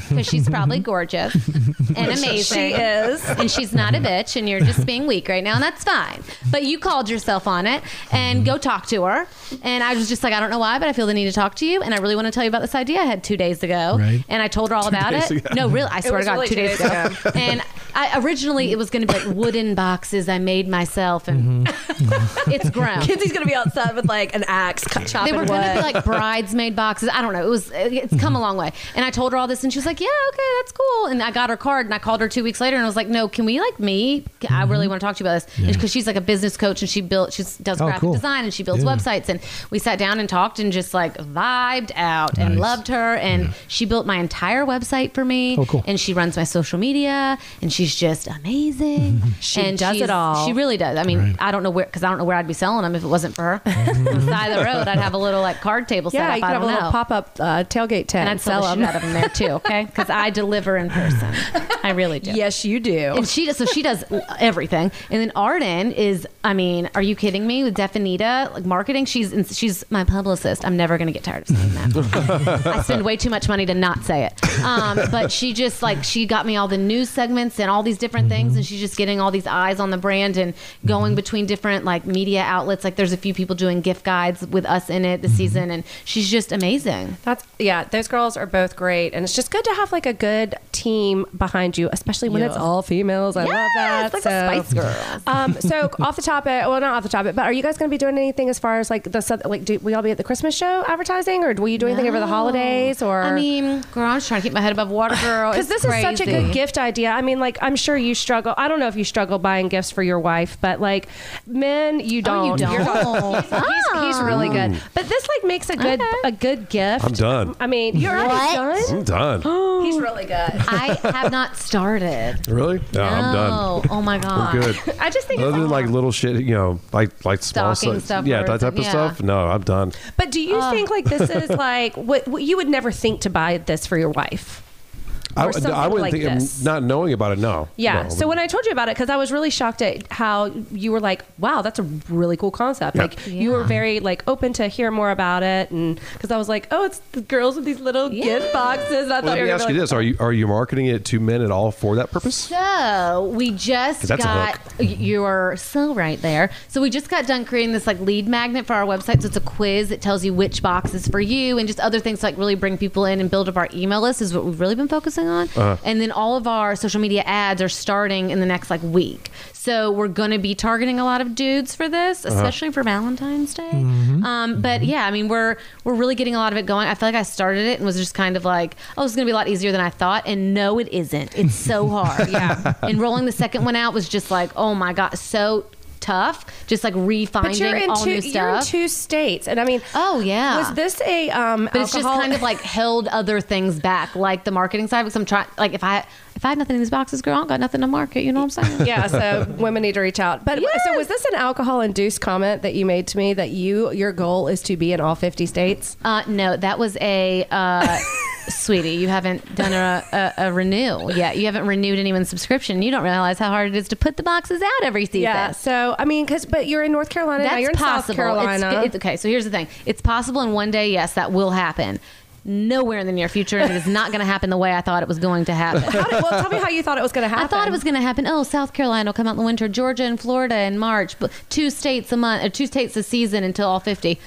Speaker 11: because she's probably gorgeous and amazing.
Speaker 3: She is.
Speaker 11: And she's not a bitch, and you're just being weak right now, and that's fine. But you called yourself on it and go talk to her. And I was just like, I don't know why, but I feel the need to talk to you. And I really want to tell you about this idea I had two days ago.
Speaker 12: Right.
Speaker 11: And I told her all
Speaker 12: Two
Speaker 11: about
Speaker 12: days
Speaker 11: it.
Speaker 12: ago.
Speaker 11: No, really, I
Speaker 12: It
Speaker 11: swear
Speaker 12: was
Speaker 11: to God,
Speaker 12: really
Speaker 11: two days
Speaker 12: two days
Speaker 11: ago.
Speaker 12: ago.
Speaker 11: and I, originally, it was going to be like wooden boxes I made myself,
Speaker 12: Mm-hmm.
Speaker 11: and it's grown.
Speaker 12: Kenzie's
Speaker 3: gonna be outside with like an axe cut,
Speaker 11: They
Speaker 12: chopping
Speaker 11: were going to be
Speaker 12: wood.
Speaker 11: like bridesmaid boxes. I don't know. It was it's come a long way. And I told her all this, and she was like, "Yeah, okay, that's cool." And I got her card, and I called her two weeks later, and I was like, "No, can we like meet?
Speaker 12: Mm-hmm.
Speaker 11: I really want to talk to you about this because she's like a business coach, and she built she does
Speaker 12: Oh,
Speaker 11: graphic
Speaker 12: cool.
Speaker 11: design, and she builds
Speaker 12: Yeah.
Speaker 11: websites." And we sat down and talked, and just like vibed out, and
Speaker 12: Nice.
Speaker 11: loved her, and she built my entire website for me,
Speaker 12: Oh, cool.
Speaker 11: and she runs my social media, and she's just amazing.
Speaker 3: She
Speaker 11: and
Speaker 3: does it
Speaker 11: she's-
Speaker 3: all.
Speaker 11: She really does. I mean, I don't know where because I don't know where I'd be selling them if it wasn't for her. On the side of the road, I'd have a little like card table set
Speaker 3: yeah,
Speaker 11: up.
Speaker 3: you
Speaker 11: I
Speaker 3: could
Speaker 11: don't
Speaker 3: have a
Speaker 11: know.
Speaker 3: little pop-up uh, tailgate tent.
Speaker 11: and I'd sell, the
Speaker 3: them.
Speaker 11: shit out of them there too, okay? Because I deliver in person. I really do.
Speaker 3: Yes, you do.
Speaker 11: And she does. So she does everything. And then Arden is. I mean, are you kidding me? With Definita, like marketing, she's she's my publicist. I'm never gonna get tired of saying that. I spend way too much money to not say it. Um, but she just like she got me all the news segments and all these different
Speaker 2: Mm-hmm.
Speaker 11: things, and she's just getting all these eyes on the brand and going between different like media outlets. Like there's a few people doing gift guides with us in it this
Speaker 2: Mm-hmm.
Speaker 11: season, and she's just amazing.
Speaker 3: That's yeah. Those girls are both great, and it's just good to have like a good team behind you, especially when it's
Speaker 11: Yeah.
Speaker 3: all females. I love that.
Speaker 11: it's like the Spice Girls.
Speaker 3: Um, so off the topic, well, not off the topic, but are you guys going to be doing anything as far as like the South- like? Do we all be at the Christmas show advertising, or will you do anything over the holidays? Or
Speaker 11: I mean, girl, I'm just trying to keep my head above water, girl.
Speaker 3: because
Speaker 11: It's
Speaker 3: this is such a
Speaker 11: crazy.
Speaker 3: good gift idea. I mean, like I'm sure you struggle. I don't know if you struggle buying gifts for your wife, but like men, you don't.
Speaker 11: Oh, don't. Oh.
Speaker 3: You're- he's, he's- he's really good. But this like makes a good a good gift.
Speaker 2: Oh. I'm done.
Speaker 3: I mean, you're already
Speaker 11: What?
Speaker 3: done.
Speaker 2: I'm done.
Speaker 3: He's really good.
Speaker 11: I have not started.
Speaker 2: Really? No,
Speaker 11: No.
Speaker 2: I'm done.
Speaker 11: Oh my god.
Speaker 2: We're good.
Speaker 3: I just think.
Speaker 2: Other than like little shit, you know, like like small
Speaker 11: Stocking
Speaker 2: stuff,
Speaker 11: stuff
Speaker 2: yeah,
Speaker 11: or
Speaker 2: that type of
Speaker 11: something,
Speaker 2: stuff.
Speaker 11: yeah.
Speaker 2: No, I'm done.
Speaker 3: But do
Speaker 11: Uh.
Speaker 3: you think like this is like what, what you would never think to buy this for your wife?
Speaker 2: I,
Speaker 3: Or something
Speaker 2: I wouldn't
Speaker 3: like
Speaker 2: think,
Speaker 3: this.
Speaker 2: not knowing about it. No.
Speaker 3: Yeah.
Speaker 2: No.
Speaker 3: so when I told you about it, because I was really shocked at how you were like, "Wow, that's a really cool concept."
Speaker 2: Yeah.
Speaker 3: Like you were very like open to hear more about it, and because I was like, "Oh, it's the girls with these little gift boxes." I thought
Speaker 2: well, let
Speaker 3: you
Speaker 2: me
Speaker 3: were
Speaker 2: ask
Speaker 3: like,
Speaker 2: you this: Are you are you marketing it to men at all for that purpose?
Speaker 11: So we just
Speaker 2: 'Cause that's a
Speaker 11: got
Speaker 2: hook.
Speaker 11: y- you're so right there. So we just got done creating this like lead magnet for our website. So it's a quiz that tells you which box is for you and just other things to, like really bring people in and build up our email list is what we've really been focusing on.
Speaker 7: Uh-huh.
Speaker 11: And then all of our social media ads are starting in the next like week. So we're gonna be targeting a lot of dudes for this,
Speaker 7: Uh-huh.
Speaker 11: especially for Valentine's Day.
Speaker 2: Mm-hmm.
Speaker 11: Um, but yeah, I mean we're we're really getting a lot of it going. I feel like I started it and was just kind of like, oh, it's gonna be a lot easier than I thought. And no, it isn't. It's so hard. Yeah. and rolling the second one out was just like, oh my god, so tough. Just like refinding
Speaker 3: But you're in
Speaker 11: all
Speaker 3: two.
Speaker 11: new
Speaker 3: You're in
Speaker 11: stuff.
Speaker 3: two states, and I mean,
Speaker 11: oh yeah.
Speaker 3: was this a um?
Speaker 11: but it's just
Speaker 3: alcohol-
Speaker 11: kind of like held other things back, like the marketing side. Because I'm trying, like if I if I had nothing in these boxes, girl, I don't got nothing to market. You know what I'm saying?
Speaker 3: yeah, so women need to reach out. But so was this an alcohol induced comment that you made to me that you your goal is to be in all 50 states?
Speaker 11: Uh, no, that was a. Uh, Sweetie, you haven't done a, a, a renew yet. You haven't renewed anyone's subscription. You don't realize how hard it is to put the boxes out every season.
Speaker 3: Yeah. So I mean, because but you're in North Carolina now.
Speaker 11: That's
Speaker 3: You're in
Speaker 11: possible.
Speaker 3: South
Speaker 11: It's-
Speaker 3: Carolina.
Speaker 11: it- okay, so here's the thing. It's possible in one day, yes, that will happen. Nowhere in the near future, and it is not going to happen the way I thought it was going to happen.
Speaker 3: How did- well, tell me how you thought it was going to happen.
Speaker 11: I thought it was going to happen. Oh, South Carolina will come out in the winter, Georgia and Florida in March, but two states a month, or two states a season until all fifty.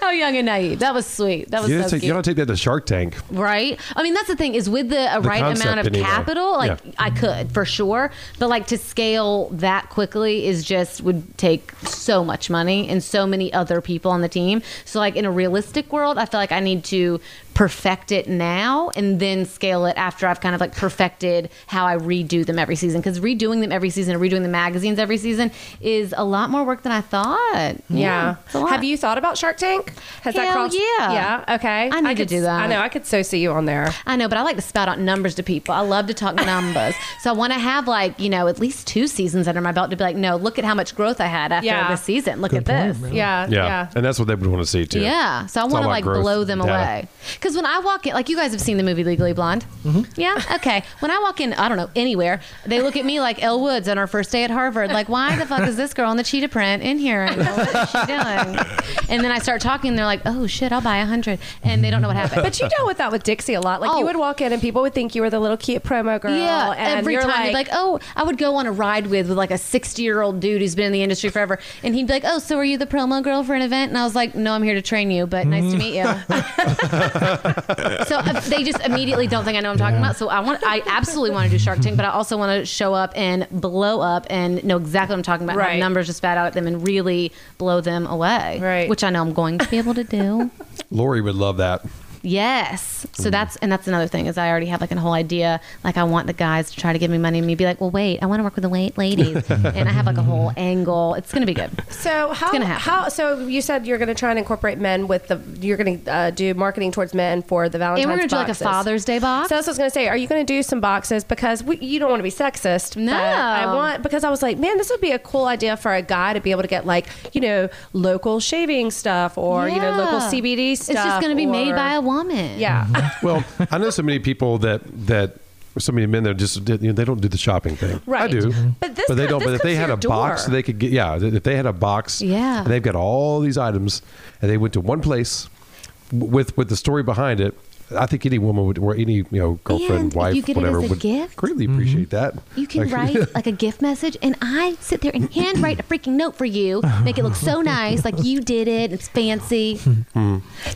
Speaker 11: How young and naive. That was sweet. That was
Speaker 2: you
Speaker 11: so
Speaker 2: don't take,
Speaker 11: cute
Speaker 2: you don't take that to Shark Tank.
Speaker 11: right? I mean, that's the thing is with the, uh,
Speaker 2: The
Speaker 11: right amount of
Speaker 2: concept anyway.
Speaker 11: capital, like
Speaker 2: Yeah.
Speaker 11: I could for sure, but like to scale that quickly is just would take so much money and so many other people on the team. So like in a realistic world, I feel like I need to perfect it now and then scale it after I've kind of like perfected how I redo them every season because redoing them every season and redoing the magazines every season is a lot more work than I thought.
Speaker 3: Yeah.
Speaker 11: it's a lot.
Speaker 3: Have you thought about Shark Tank? Has that
Speaker 11: Hell
Speaker 3: crossed?
Speaker 11: yeah.
Speaker 3: Yeah. Okay.
Speaker 11: I need to
Speaker 3: could,
Speaker 11: do that.
Speaker 3: I know. I could so see you on there.
Speaker 11: I know, but I like to spout out numbers to people. I love to talk numbers. so I want to have like, you know, at least two seasons under my belt to be like, no, look at how much growth I had after
Speaker 3: Yeah.
Speaker 11: this season. Look
Speaker 3: Good
Speaker 11: at
Speaker 3: point,
Speaker 11: this.
Speaker 3: man. Yeah,
Speaker 2: Yeah. and that's what they would want to see too.
Speaker 11: Yeah. So I
Speaker 2: It's
Speaker 11: want
Speaker 2: all
Speaker 11: to
Speaker 2: about
Speaker 11: like
Speaker 2: growth
Speaker 11: blow them
Speaker 2: data.
Speaker 11: away. Because when I walk in, like you guys have seen the movie Legally Blonde.
Speaker 2: Mm-hmm.
Speaker 11: Yeah. Okay. When I walk in, I don't know, anywhere, they look at me like Elle Woods on our first day at Harvard. Like, why the fuck is this girl in the cheetah print in here? And what is she doing? And then I start talking, and they're like, oh shit, I'll buy a 100. And they don't know what happened. Oh.
Speaker 3: But you deal with that with Dixie a lot. Like you would walk in and people would think you were the little cute promo girl.
Speaker 11: Yeah,
Speaker 3: and
Speaker 11: every
Speaker 3: you're
Speaker 11: time you'd be
Speaker 3: like,
Speaker 11: like, oh, I would go on a ride with with like a sixty year old dude who's been in the industry forever, and he'd be like, oh, so are you the promo girl for an event? And I was like, no, I'm here to train you, but nice to meet you. so uh, they just immediately don't think I know what I'm talking about. So I want, I absolutely want to do Shark Tank, but I also want to show up and blow up and know exactly what I'm talking about, and have
Speaker 3: Right.
Speaker 11: numbers to spat out at them and really blow them away,
Speaker 3: Right.
Speaker 11: Which I know I'm going to be able to do.
Speaker 2: Lori would love that.
Speaker 11: Yes.
Speaker 3: Mm.
Speaker 11: So that's and that's another thing is I already have like a whole idea. Like I want the guys to try to give me money and me be like, well, wait, I want to work with the late ladies, and I have like a whole angle. It's gonna be good.
Speaker 3: So how
Speaker 11: gonna happen.
Speaker 3: how so you said you're going to try and incorporate men with the you're going to uh, do marketing towards men for the Valentine's
Speaker 11: and we're gonna do like a
Speaker 3: boxes.
Speaker 11: Father's Day box.
Speaker 3: So that's what I was gonna say. Are you gonna do some boxes because we, you don't want to be sexist? No, I want because I was like, man, this would be a cool idea for a guy to be able to get like you know local shaving stuff or you know local
Speaker 11: Yeah.
Speaker 3: CBD
Speaker 11: Ah, It's
Speaker 3: stuff.
Speaker 11: just gonna be made
Speaker 3: or-
Speaker 11: by a woman.
Speaker 3: Yeah,
Speaker 2: well, I know so many people that that so many men that just you know, they don't do the shopping thing. I
Speaker 3: Right.
Speaker 2: do,
Speaker 3: Mhm. But this
Speaker 2: they
Speaker 3: co-
Speaker 2: don't.
Speaker 3: this
Speaker 2: but if they
Speaker 3: comes to
Speaker 2: had
Speaker 3: your
Speaker 2: a box,
Speaker 3: door.
Speaker 2: they could get yeah. If they had a box,
Speaker 11: Yeah.
Speaker 2: and they've got all these items, and they went to one place w- with with the story behind it. I think any woman would, or any you know girlfriend,
Speaker 11: And if
Speaker 2: wife,
Speaker 11: you get it
Speaker 2: whatever,
Speaker 11: as a
Speaker 2: would
Speaker 11: gift?
Speaker 2: greatly appreciate that.
Speaker 11: You can
Speaker 2: Like-
Speaker 11: write like a gift message, and I sit there and handwrite a freaking note for you, make it look so nice, like you did it. It's fancy.
Speaker 3: Hmm.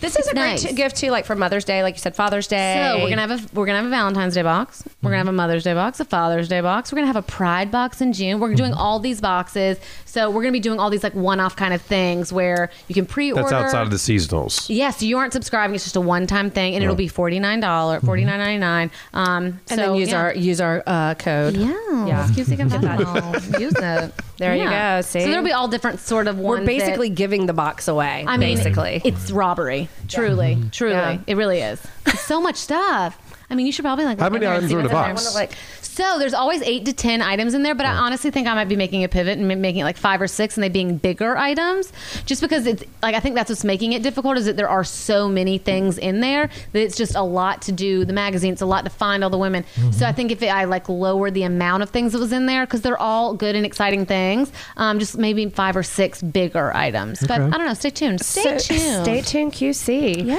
Speaker 3: This is a great
Speaker 11: Nice.
Speaker 3: t- gift too, like for Mother's Day, like you said, Father's Day.
Speaker 11: So we're gonna have a we're gonna have a Valentine's Day box. We're gonna have a Mother's Day box, a Father's Day box. We're gonna have a Pride box in June. We're doing all these boxes, so we're gonna be doing all these like one-off kind of things where you can pre-order.
Speaker 2: That's outside of the seasonals.
Speaker 11: Yes, you aren't subscribing. It's just a one-time thing, and it'll
Speaker 2: Yeah.
Speaker 11: be forty-nine dollar,
Speaker 2: Mm-hmm.
Speaker 11: forty-nine ninety-nine. Um,
Speaker 3: And then use our- use our uh, code.
Speaker 11: Yeah,
Speaker 3: Yeah.
Speaker 11: QC
Speaker 3: Get
Speaker 11: confessional. use it.
Speaker 3: There you
Speaker 11: Yeah.
Speaker 3: go, see?
Speaker 11: so there'll be all different sort of ones.
Speaker 3: We're
Speaker 11: that-
Speaker 3: basically giving the box away.
Speaker 11: I mean,
Speaker 3: basically,
Speaker 11: it's robbery. Truly, truly,
Speaker 3: Yeah.
Speaker 11: it really is. It's so much stuff. I mean, you should probably like.
Speaker 2: How
Speaker 11: look
Speaker 2: many
Speaker 11: in there and
Speaker 2: items
Speaker 11: see
Speaker 2: are in
Speaker 11: what's
Speaker 2: the
Speaker 11: there.
Speaker 2: box?
Speaker 11: I wanna, like- So there's always eight to ten items in there, but I honestly think I might be making a pivot and ma- making it like five or six, and they being bigger items, just because it's like I think that's what's making it difficult is that there are so many things in there that it's just a lot to do. The magazine, it's a lot to find all the women. So I think if I like lower the amount of things that was in there because they're all good and exciting things, um, just maybe five or six bigger items. But
Speaker 3: Okay.
Speaker 11: I don't know. Stay tuned. Stay
Speaker 3: So-
Speaker 11: tuned.
Speaker 3: Stay tuned, QC. Yeah.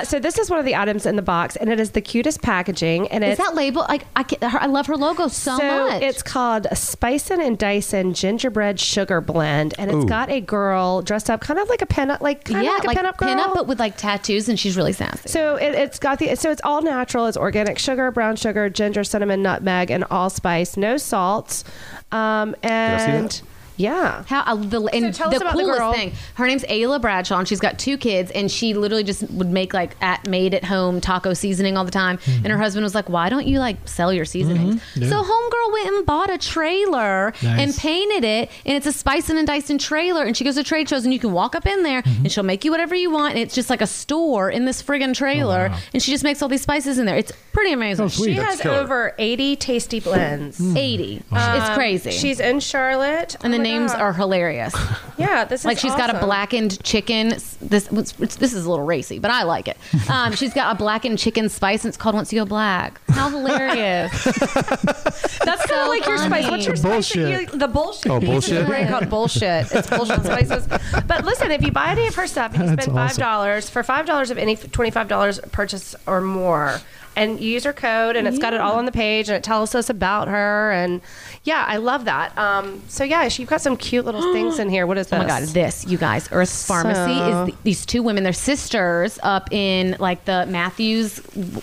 Speaker 3: Uh, so this is one of the items in the box, and it is the cutest packaging. And
Speaker 11: Is
Speaker 3: it's
Speaker 11: that label like I? Can, her, I love her logo so, much.
Speaker 3: it's called Spicin' and Dyson Gingerbread Sugar Blend, and it's
Speaker 11: Ooh.
Speaker 3: got a girl dressed up, kind of like a pin up, like kind
Speaker 11: yeah,
Speaker 3: of like,
Speaker 11: like
Speaker 3: a pin up girl.
Speaker 11: pinup, but with like tattoos, and she's really sassy.
Speaker 3: so it, it's got the so it's all natural. It's organic sugar, brown sugar, ginger, cinnamon, nutmeg, and allspice. No salts, um,
Speaker 11: I see that?
Speaker 3: and yeah.
Speaker 11: How uh, the and
Speaker 3: tell
Speaker 11: the
Speaker 3: us about the
Speaker 11: coolest
Speaker 3: girl.
Speaker 11: thing. Her name's Ayla Bradshaw, and she's got two kids, and she literally just would make like at made at home taco seasoning all the time.
Speaker 3: Hmm.
Speaker 11: And her husband was like, "Why don't you like sell your seasonings?"
Speaker 3: Mm-hmm.
Speaker 12: Yeah.
Speaker 11: So homegirl went and bought a trailer
Speaker 12: Nice.
Speaker 11: and painted it, and it's a Spicing and Dyson trailer. And she goes to trade shows, and you can walk up in there,
Speaker 3: Mm-hmm.
Speaker 11: and she'll make you whatever you want. And it's just like a store in this friggin'
Speaker 3: Oh,
Speaker 11: trailer, and she just makes all these spices in there. It's pretty amazing.
Speaker 3: She has over 80 tasty blends.
Speaker 11: 80.
Speaker 3: Um,
Speaker 11: it's crazy.
Speaker 3: She's in Charlotte.
Speaker 11: and
Speaker 3: Oh
Speaker 11: the
Speaker 3: my
Speaker 11: names
Speaker 3: God.
Speaker 11: are hilarious.
Speaker 3: Yeah, this is
Speaker 11: like she's got a
Speaker 3: awesome.
Speaker 11: blackened chicken. s- This it's, it's- this is a little racy, but I like it. Um, she's got a blackened chicken spice, and it's called Once You Go Black. How hilarious!
Speaker 3: That's kind of like your spice. What's your spice? that
Speaker 12: Bullshit.
Speaker 3: You, the bullshit.
Speaker 12: Oh,
Speaker 3: It's
Speaker 12: bullshit?
Speaker 3: a brand called bullshit. It's bullshit spices. But listen, if you buy any of her stuff and you
Speaker 12: That's
Speaker 3: spend five
Speaker 12: awesome.
Speaker 3: dollars for five dollars of any twenty-five dollars purchase or more, and you use her code, and it's got it all on the page, and it tells us about her, and yeah, I love that. Um, so yeah, she- you've got some cute little things in here. What is this?
Speaker 11: Oh my God, this, you guys, Earth Pharmacy is th- these two women. They're sisters up in like the Matthews,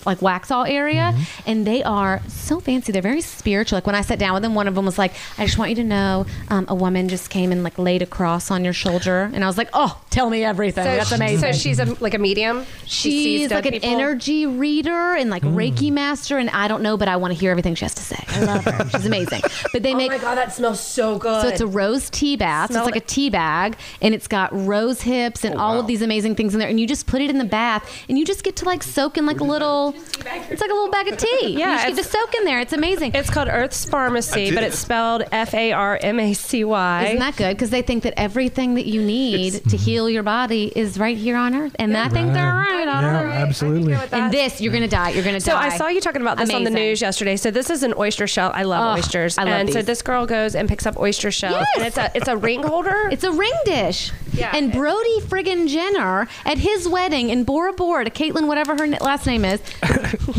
Speaker 11: like Waxhaw area, and they are so fancy. They're very spiritual. Like when I sat down with them, one of them was like, "I just want you to know, um, a woman just came and like laid a cross on your shoulder," and I was like, "Oh, tell me everything. That's
Speaker 3: she-
Speaker 11: amazing."
Speaker 3: So she's a, like a medium. She sees
Speaker 11: She's
Speaker 3: dead
Speaker 11: like an
Speaker 3: people?
Speaker 11: energy reader and like Reiki master, and I don't know, but I want to hear everything she has to say. I love her. She's amazing. But they make
Speaker 3: Oh my god, that smells so good.
Speaker 11: so it's a rose tea bath. So
Speaker 3: Smell
Speaker 11: it's like
Speaker 3: it.
Speaker 11: a tea bag, and it's got rose hips and all of these amazing things in there. And you just put it in the bath, and you just get to like soak in like a little. It's like a little bag of tea.
Speaker 3: Yeah,
Speaker 11: you just get to
Speaker 3: it's-
Speaker 11: soak in there. It's amazing.
Speaker 3: It's called Earth's
Speaker 11: I
Speaker 3: Pharmacy,
Speaker 11: did
Speaker 3: but
Speaker 11: it.
Speaker 3: it's spelled F A R M A C Y.
Speaker 11: Isn't that good? Because they think that everything that you need to heal your body is right here on Earth, and I think they're right on
Speaker 1: Yeah,
Speaker 11: Earth.
Speaker 1: absolutely.
Speaker 11: And this, you're gonna die. You're gonna
Speaker 3: So
Speaker 11: die.
Speaker 3: I saw you talking about this on the
Speaker 11: Amazing.
Speaker 3: news yesterday. So this is an oyster shell. I love
Speaker 11: Oh,
Speaker 3: oysters.
Speaker 11: I love
Speaker 3: and so
Speaker 11: these.
Speaker 3: this girl goes and picks up oyster shells.
Speaker 11: Yes.
Speaker 3: And it's a it's a ring holder.
Speaker 11: It's a ring dish. Yeah. And Brody friggin' Jenner at his wedding in Bora Bora to Caitlyn, whatever her n- last name is,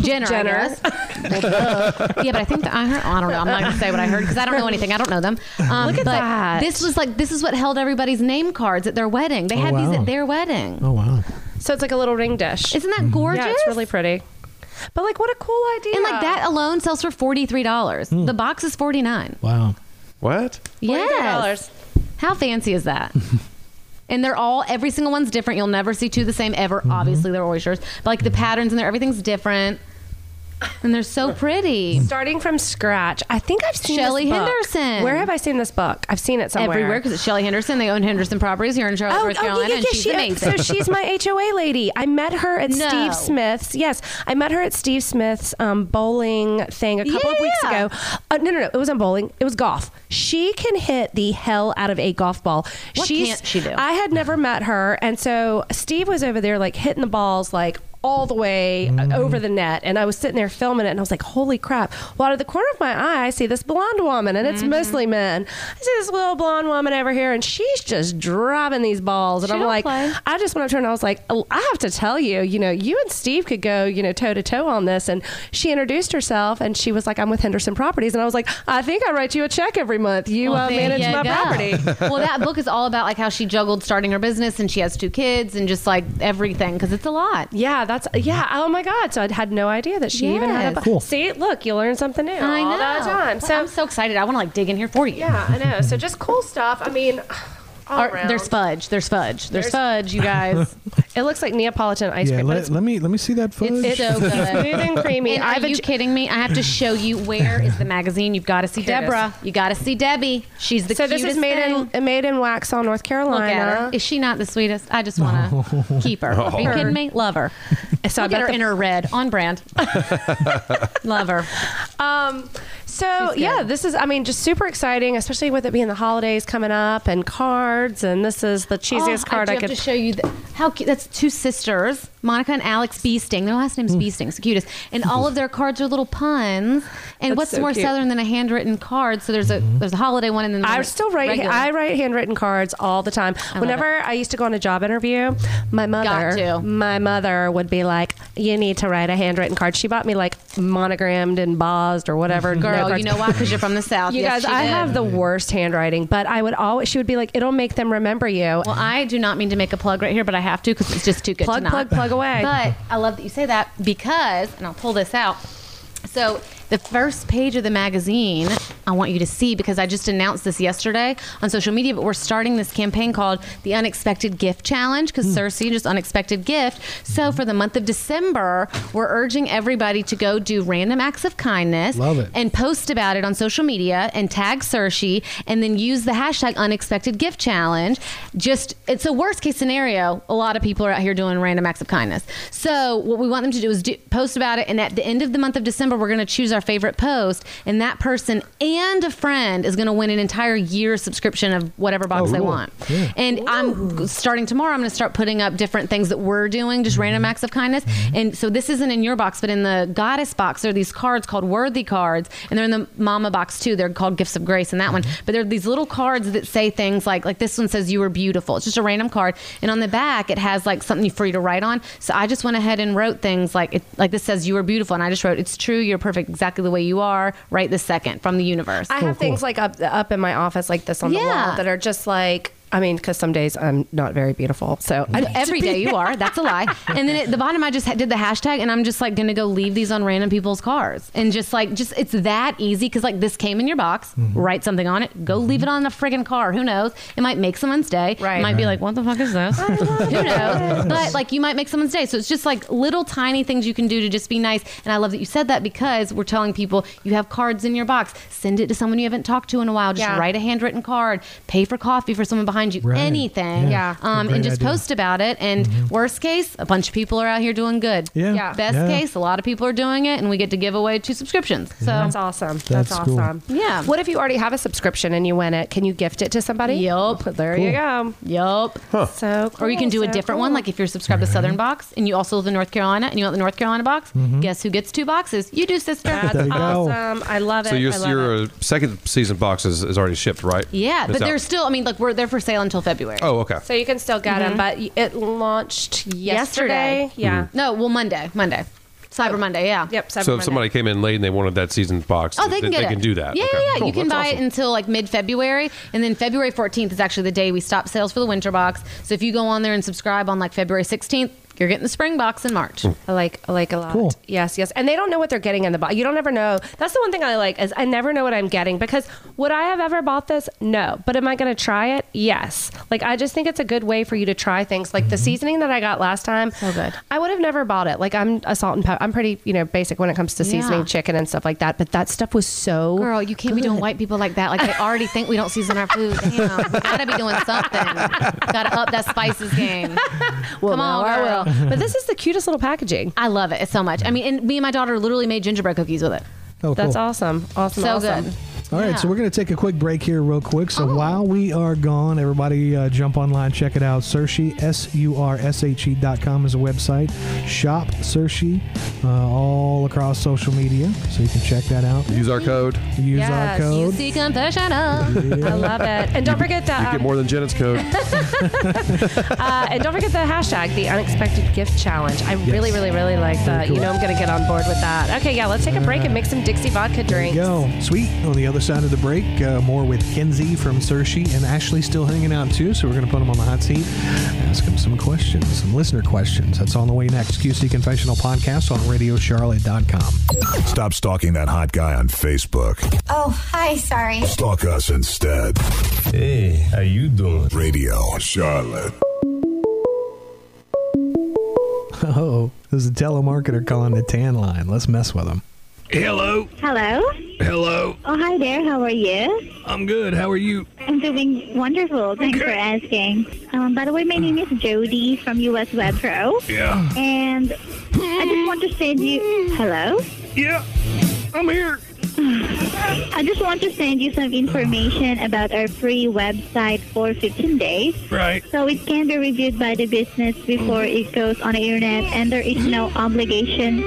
Speaker 11: Jenner.
Speaker 3: Jenner.
Speaker 11: I guess. yeah, but I think that I heard. I don't know. I'm not gonna say what I heard because I don't know anything. I don't know them. Um,
Speaker 3: Look at
Speaker 11: but
Speaker 3: that.
Speaker 11: This was like this is what held everybody's name cards at their wedding. They
Speaker 1: Oh,
Speaker 11: had these
Speaker 1: wow.
Speaker 11: at their wedding.
Speaker 1: Oh Mm-hmm. wow.
Speaker 3: So it's like a little ring dish.
Speaker 11: Isn't that gorgeous?
Speaker 3: Yeah, it's really pretty. But like, what a cool idea!
Speaker 11: And like that alone sells for forty three dollars.
Speaker 1: Hmm.
Speaker 11: The box is forty nine.
Speaker 1: Wow.
Speaker 2: What?
Speaker 11: Yes. How fancy is that? and they're all every single one's different. You'll never see two the same ever.
Speaker 1: Mm-hmm.
Speaker 11: Obviously, they're oysters, but like the patterns in there, everything's different, and they're so pretty.
Speaker 3: Starting from scratch. I think I've seen this
Speaker 11: Shelley
Speaker 3: book.
Speaker 11: Henderson.
Speaker 3: Where have I seen this book? I've seen it somewhere.
Speaker 11: Everywhere because it's Shelly Henderson. They own Henderson Properties here in
Speaker 3: Oh,
Speaker 11: Charlotte, North Carolina, and she's
Speaker 3: she-
Speaker 11: amazing.
Speaker 3: So she's my HOA lady. I met her at
Speaker 11: No.
Speaker 3: Steve Smith's. Yes, I met her at Steve Smith's um, bowling thing a couple of weeks ago. Uh, no, no, no. It wasn't bowling. It was golf. She can hit the hell out of a golf ball.
Speaker 11: What can't she do?
Speaker 3: I had never met her, and so Steve was over there like hitting the balls like all the way
Speaker 11: Mm-hmm.
Speaker 3: uh, over the net. And I was sitting there filming it and I was like, holy crap. Well, out of the corner of my eye, I see this blonde woman and it's
Speaker 11: Mm-hmm.
Speaker 3: mostly men. I see this little blonde woman over here and she's just driving these balls. And
Speaker 5: She
Speaker 3: I'm
Speaker 5: don't
Speaker 3: like,
Speaker 5: play.
Speaker 3: I just went up to her and I was like, "Oh, I have to tell you, you know, you and Steve could go, you know, toe to toe on this. And she introduced herself and she was like, I'm with Henderson Properties. And I was like, I think I write you a check every month. You
Speaker 11: Well,
Speaker 3: uh,
Speaker 11: there
Speaker 3: manage
Speaker 11: you
Speaker 3: my
Speaker 11: go.
Speaker 3: property.
Speaker 11: well, that book is all about like how she juggled starting her business and she has two kids and just like everything because it's a lot.
Speaker 3: Yeah, that's yeah. Oh my God! So I had no idea that she even had a.
Speaker 11: Yes.
Speaker 3: bu-
Speaker 11: Cool.
Speaker 3: See, look, you learn something new
Speaker 11: I
Speaker 3: all the
Speaker 11: know.
Speaker 3: time. So
Speaker 11: I'm so excited. I want to like dig in here for you.
Speaker 3: Yeah, I know. So just cool stuff. I mean, all
Speaker 11: Or-
Speaker 3: around.
Speaker 11: there's fudge. There's fudge.
Speaker 3: There's-
Speaker 11: There's, fudge, you guys.
Speaker 3: it looks like Neapolitan ice
Speaker 1: yeah,
Speaker 3: cream. but
Speaker 1: let,
Speaker 3: it's
Speaker 1: let me let me see that Oh, footage.
Speaker 11: It's so good.
Speaker 3: Smooth and creamy.
Speaker 11: And
Speaker 3: I've
Speaker 11: are you
Speaker 3: enj-
Speaker 11: kidding me? I have to show you where is the magazine. You've got to see
Speaker 3: Here it is.
Speaker 11: Deborah. You got to see Debbie. She's the
Speaker 3: so this
Speaker 11: cutest
Speaker 3: is made
Speaker 11: thing.
Speaker 3: in made in Waxhaw, North
Speaker 11: Look
Speaker 3: Carolina.
Speaker 11: at her. Is she not the sweetest? I just want to keep her. Are you
Speaker 3: Her.
Speaker 11: kidding me? Love her.
Speaker 3: So I
Speaker 11: Look at
Speaker 3: bet
Speaker 11: her
Speaker 3: the-
Speaker 11: in her red on brand. Love her.
Speaker 3: Um, so yeah, this is I mean just super exciting, especially with it being the holidays coming up and cards. And this is the cheesiest
Speaker 11: Oh,
Speaker 3: card
Speaker 11: I,
Speaker 3: I,
Speaker 11: do
Speaker 3: could.
Speaker 11: have to show you the, how cute. That's two sisters, Monica and Alex Beasting. Their last name's Beasting. It's the cutest. And all of their cards are little puns. And
Speaker 3: That's
Speaker 11: what's
Speaker 3: so
Speaker 11: more
Speaker 3: cute.
Speaker 11: southern than a handwritten card? So there's a there's a holiday one and then
Speaker 3: I
Speaker 11: one
Speaker 3: still write.
Speaker 11: regular.
Speaker 3: I write handwritten cards all the time.
Speaker 11: love
Speaker 3: Whenever I used to go on a job interview, my mother,
Speaker 11: to.
Speaker 3: my mother would be like, "You need to write a handwritten card." She bought me like monogrammed and embossed or whatever. note
Speaker 11: Girl,
Speaker 3: cards.
Speaker 11: you know why? Because you're from the south.
Speaker 3: You
Speaker 11: Yes,
Speaker 3: guys,
Speaker 11: she
Speaker 3: I
Speaker 11: did.
Speaker 3: have the worst handwriting, but I would always. She would be like, "It'll make them remember you."
Speaker 11: Well, I do not mean to make a plug right here, but I have to because it's just too good
Speaker 3: Plug,
Speaker 11: to not.
Speaker 3: plug, plug away.
Speaker 11: But I love that you say that because, and I'll pull this out. So the first page of the magazine, I want you to see because I just announced this yesterday on social media. But we're starting this campaign called the Unexpected Gift Challenge because
Speaker 3: Hmm.
Speaker 11: Cersei just unexpected gift. So for the month of December, we're urging everybody to go do random acts of kindness.
Speaker 12: Love it.
Speaker 11: And post about it on social media and tag Sershi and then use the hashtag unexpected gift challenge. Just, it's a worst case scenario. A lot of people are out here doing random acts of kindness. So, what we want them to do is do, post about it. And at the end of the month of December, we're going to choose our favorite post. And that person and a friend is going to win an entire year subscription of whatever box
Speaker 12: Oh,
Speaker 11: they
Speaker 12: cool.
Speaker 11: want.
Speaker 12: Yeah.
Speaker 11: And I'm g- starting tomorrow, I'm going to start putting up different things that we're doing, just random acts of kindness. And so this isn't in your box, but in the goddess box, there are these cards called worthy cards. And they're in the mama box too. They're called gifts of grace in that one. But there are these little cards that say things like, like this one says, you were beautiful. It's just a random card. And on the back, it has like something for you to write on. So I just went ahead and wrote things like, it, like this says, you were beautiful. And I just wrote, it's true. You're perfect exactly the way you are right this second from the universe.
Speaker 3: I have things like up up in my office, like this on the wall,
Speaker 11: Yeah.
Speaker 3: that are just like. I mean, because some days I'm not very beautiful, so I
Speaker 11: I-
Speaker 3: need to
Speaker 11: every
Speaker 3: be-
Speaker 11: day you are. That's a lie. And then at the bottom, I just ha- did the hashtag, and I'm just like gonna go leave these on random people's cars, and just like just it's that easy because like this came in your box, write something on it, go leave it on the friggin' car. Who knows? It might make someone's day. Right. It might be
Speaker 3: Right.
Speaker 11: like, what the fuck is this? Who knows? But like you might make someone's day. So it's just like little tiny things you can do to just be nice. And I love that you said that because we're telling people you have cards in your box. Send it to someone you haven't talked to in a while. Just
Speaker 3: Yeah.
Speaker 11: write a handwritten card. Pay for coffee for someone behind you.
Speaker 3: Right.
Speaker 11: Anything.
Speaker 3: Yeah. Yeah.
Speaker 11: Um,
Speaker 3: Great
Speaker 11: and just
Speaker 3: idea. Mm-hmm.
Speaker 11: post post about it. And worst case, a bunch of people are out here doing good.
Speaker 3: Yeah. Yeah.
Speaker 11: Best
Speaker 3: Yeah.
Speaker 11: case, a lot of people are doing it, and we get to give away two subscriptions. So
Speaker 3: That's awesome. That's,
Speaker 11: That's cool.
Speaker 3: awesome.
Speaker 11: Yeah.
Speaker 3: What if you already have a subscription and you win it? Can you gift it to somebody? Yup. There you go.
Speaker 11: Yup.
Speaker 3: So, cool,
Speaker 11: Or you can do a
Speaker 3: so
Speaker 11: different
Speaker 3: cool.
Speaker 11: one, like if you're subscribed to Southern Box and you also live in North Carolina and you want the North Carolina box, guess who gets two boxes? You do, sister.
Speaker 2: Mm-hmm. There
Speaker 3: That's
Speaker 2: you go.
Speaker 3: awesome. I love it.
Speaker 2: So your,
Speaker 3: I love it.
Speaker 2: your uh, second season box is, is already shipped, right?
Speaker 11: Yeah,
Speaker 2: It's
Speaker 11: but
Speaker 2: out.
Speaker 11: they're still. I mean, like we're they're for sale until February. Mm-hmm.
Speaker 2: Oh, okay.
Speaker 3: So you can still get them, but y- it launched yesterday. Yeah. Oh.
Speaker 11: No, well Monday, Monday, Cyber Monday. Yeah.
Speaker 3: Yep. Cyber
Speaker 2: so if somebody came in late and they wanted that season box,
Speaker 11: Oh, they can get it.
Speaker 2: can do that.
Speaker 11: Yeah,
Speaker 2: Okay,
Speaker 11: yeah, yeah.
Speaker 2: cool.
Speaker 11: you can
Speaker 2: That's
Speaker 11: buy
Speaker 2: awesome.
Speaker 11: it until like mid-February, and then February 14th is actually the day we stop sales for the winter box. So if you go on there and subscribe on like February 16th, you're getting the spring box in March.
Speaker 3: I like I like a lot.
Speaker 11: Cool.
Speaker 3: Yes, yes. And they don't know what they're getting in the box. You don't ever know. That's the one thing I like is I never know what I'm getting because would I have ever bought this? No. But am I going to try it? Yes. Like I just think it's a good way for you to try things. Like the seasoning that I got last time. So good. I would have never bought it. Like I'm a salt and pepper. I'm pretty you know basic when it comes to seasoning
Speaker 11: Yeah.
Speaker 3: chicken and stuff like that. But that stuff was so
Speaker 11: Girl, you can't be doing white people like that. Like they already think we don't season our food. Damn, we gotta be doing something. Gotta up that spices game. Come
Speaker 3: now
Speaker 11: on,
Speaker 3: I
Speaker 11: girl.
Speaker 3: will. But this is the cutest little packaging.
Speaker 11: I love it so much. I mean, and me and my daughter literally made gingerbread cookies with it.
Speaker 1: Oh,
Speaker 3: That's
Speaker 1: cool.
Speaker 3: awesome. Oh. Awesome.
Speaker 11: So
Speaker 3: awesome.
Speaker 11: good.
Speaker 1: All right, so we're going to take a quick break here, real quick. So while we are gone, everybody uh, jump online, check it out. Surshi, S U R S H E dot com is a website. Shop Surshi uh, all across social media, so you can check that out.
Speaker 2: Use our code.
Speaker 1: Use
Speaker 13: Yes,
Speaker 1: our code.
Speaker 13: QC confessional.
Speaker 3: I
Speaker 1: Yeah.
Speaker 3: love it. And don't forget that.
Speaker 2: You get more than Janet's code.
Speaker 3: uh, and don't forget the hashtag, the unexpected gift challenge. I really, really, really like that. You know, I'm going to get on board with that. Okay, yeah, let's take a break and make some Dixie vodka drinks.
Speaker 1: Yo, sweet. On the other side of the break, uh, more with Kenzie from Sershi and Ashley still hanging out too. So we're going to put them on the hot seat, ask them some questions, some listener questions. That's on the way next. QC Confessional Podcast on RadioCharlotte.com.
Speaker 4: Stop stalking that hot guy on Facebook.
Speaker 12: Oh, hi, sorry.
Speaker 4: Stalk us instead. Hey, how you doing? Radio Charlotte.
Speaker 1: Oh, there's a telemarketer calling the tan line. Let's mess with them.
Speaker 14: Hello.
Speaker 12: Hello?
Speaker 14: Hello.
Speaker 12: Oh, hi there. How are you?
Speaker 14: I'm good. How are you?
Speaker 12: I'm doing wonderful. Thanks for asking. Um, by the way, my name is Jody from US Web Pro.
Speaker 14: Yeah.
Speaker 12: And I just want to send you. Hello?
Speaker 14: Yeah. I'm here.
Speaker 12: I just want to send you some information about our free website for 15 days.
Speaker 14: Right.
Speaker 12: So it can be reviewed by the business before it goes on the internet, and there is no obligation.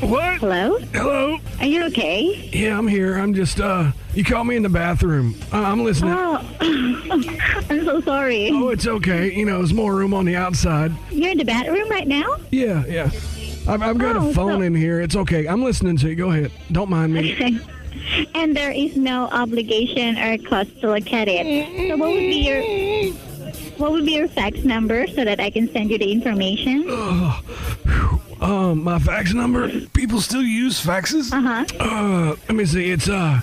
Speaker 14: What?
Speaker 12: Hello?
Speaker 14: Hello.
Speaker 12: Are you okay?
Speaker 14: Yeah, I'm here. I'm just uh you called me in the bathroom. Uh, I'm listening.
Speaker 12: Oh, I'm so sorry.
Speaker 14: Oh, it's okay. You know, there's more room on the outside.
Speaker 12: You're in the bathroom right now?
Speaker 14: Yeah, yeah. I've, I've got
Speaker 12: Oh,
Speaker 14: a phone
Speaker 12: so-
Speaker 14: in here. It's okay. I'm listening to you. Go ahead. Don't mind me.
Speaker 12: Okay. And there is no obligation or cost to look at it. So what would be your what would be your fax number so that I can send you the information?
Speaker 14: Oh, Um, my fax number. People still use faxes.
Speaker 12: Uh-huh.
Speaker 14: Uh, let me see. It's uh,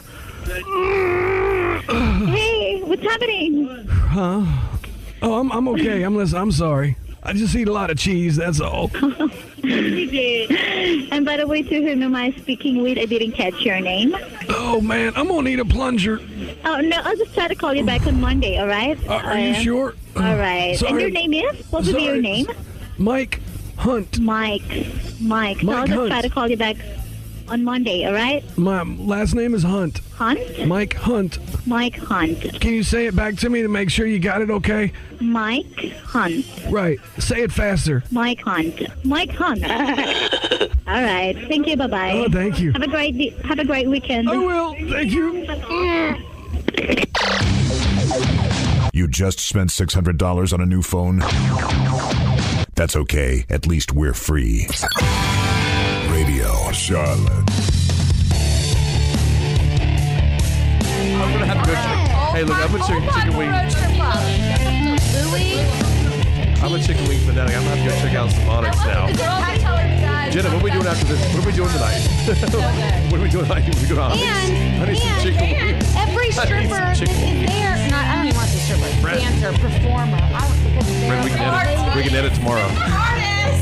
Speaker 12: hey, what's happening?
Speaker 14: huh? Oh, I'm I'm okay. I'm listening. I'm sorry. I just eat a lot of cheese. That's all.
Speaker 12: and by the way, to whom am I speaking with? I didn't catch your name.
Speaker 14: Oh man, I'm gonna need a plunger.
Speaker 12: Oh no, I'll just try to call you back on Monday. All right?
Speaker 14: Uh, are you
Speaker 12: Uh,
Speaker 14: sure?
Speaker 12: All right. And
Speaker 14: Sorry.
Speaker 12: your name is? What would be your
Speaker 14: Sorry.
Speaker 12: name?
Speaker 14: Mike Hunt.
Speaker 12: Mike. Mike. So
Speaker 14: Mike
Speaker 12: I'll just
Speaker 14: Hunt.
Speaker 12: try to call you back on Monday. All right?
Speaker 14: My last name is Hunt.
Speaker 12: Hunt?
Speaker 14: Mike Hunt.
Speaker 12: Mike Hunt.
Speaker 14: Can you say it back to me to make sure you got it okay?
Speaker 12: Mike Hunt.
Speaker 14: Right. Say it faster.
Speaker 12: Mike Hunt. Mike Hunt. All right. Thank you. Bye bye.
Speaker 14: Oh, thank you.
Speaker 12: Have a great de- have a great weekend. I
Speaker 14: will. Thank you.
Speaker 4: You just spent $600 on a new phone? That's okay. At least we're free. Radio Charlotte.
Speaker 2: I'm gonna have to go. hey, look, I'm a
Speaker 12: Oh.
Speaker 2: chicken, chicken wing. I'm a chicken wing fanatic. I'm gonna have to go check out some Onyx now. Jenna, what are we doing after this? What are we doing tonight? what are we doing tonight? We go to Onyx. I need some chicken wing.
Speaker 11: Every
Speaker 2: I need
Speaker 11: stripper
Speaker 2: some
Speaker 11: that is
Speaker 2: chicken wing.
Speaker 11: there, not, I don't even want to say stripper,
Speaker 2: Brett.
Speaker 11: dancer, performer. I don't,
Speaker 2: Brent, we can edit. We can edit tomorrow.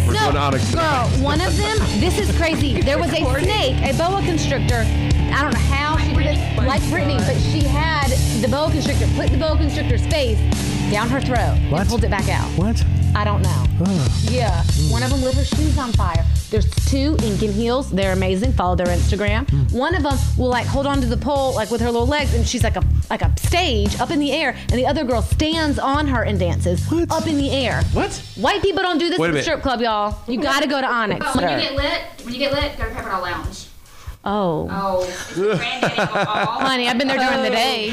Speaker 2: We're
Speaker 11: no,
Speaker 2: going to Onyx.
Speaker 11: girl, one of them, this is crazy. There was a snake, a boa constrictor. I don't know how she did it, like Brittany, but she had the boa constrictor, put the boa constrictor's face down her throat,
Speaker 1: What?
Speaker 11: and pulled it back out.
Speaker 1: What?
Speaker 11: I don't know.
Speaker 1: Oh.
Speaker 11: Yeah, one of them lit her shoes on fire. There's two Ink and Heels. They're amazing. Follow their Instagram. One of them will like hold onto the pole like with her little legs, and she's like a like a stage up in the air, and the other girl stands on her and dances up in the air. What? White people don't do this
Speaker 2: Wait a
Speaker 11: in the
Speaker 2: minute.
Speaker 11: strip club, y'all. You gotta go to Onyx.
Speaker 5: But when you get lit, when you get lit, go to Pepperell Lounge.
Speaker 11: oh. Honey, I've been there during the day.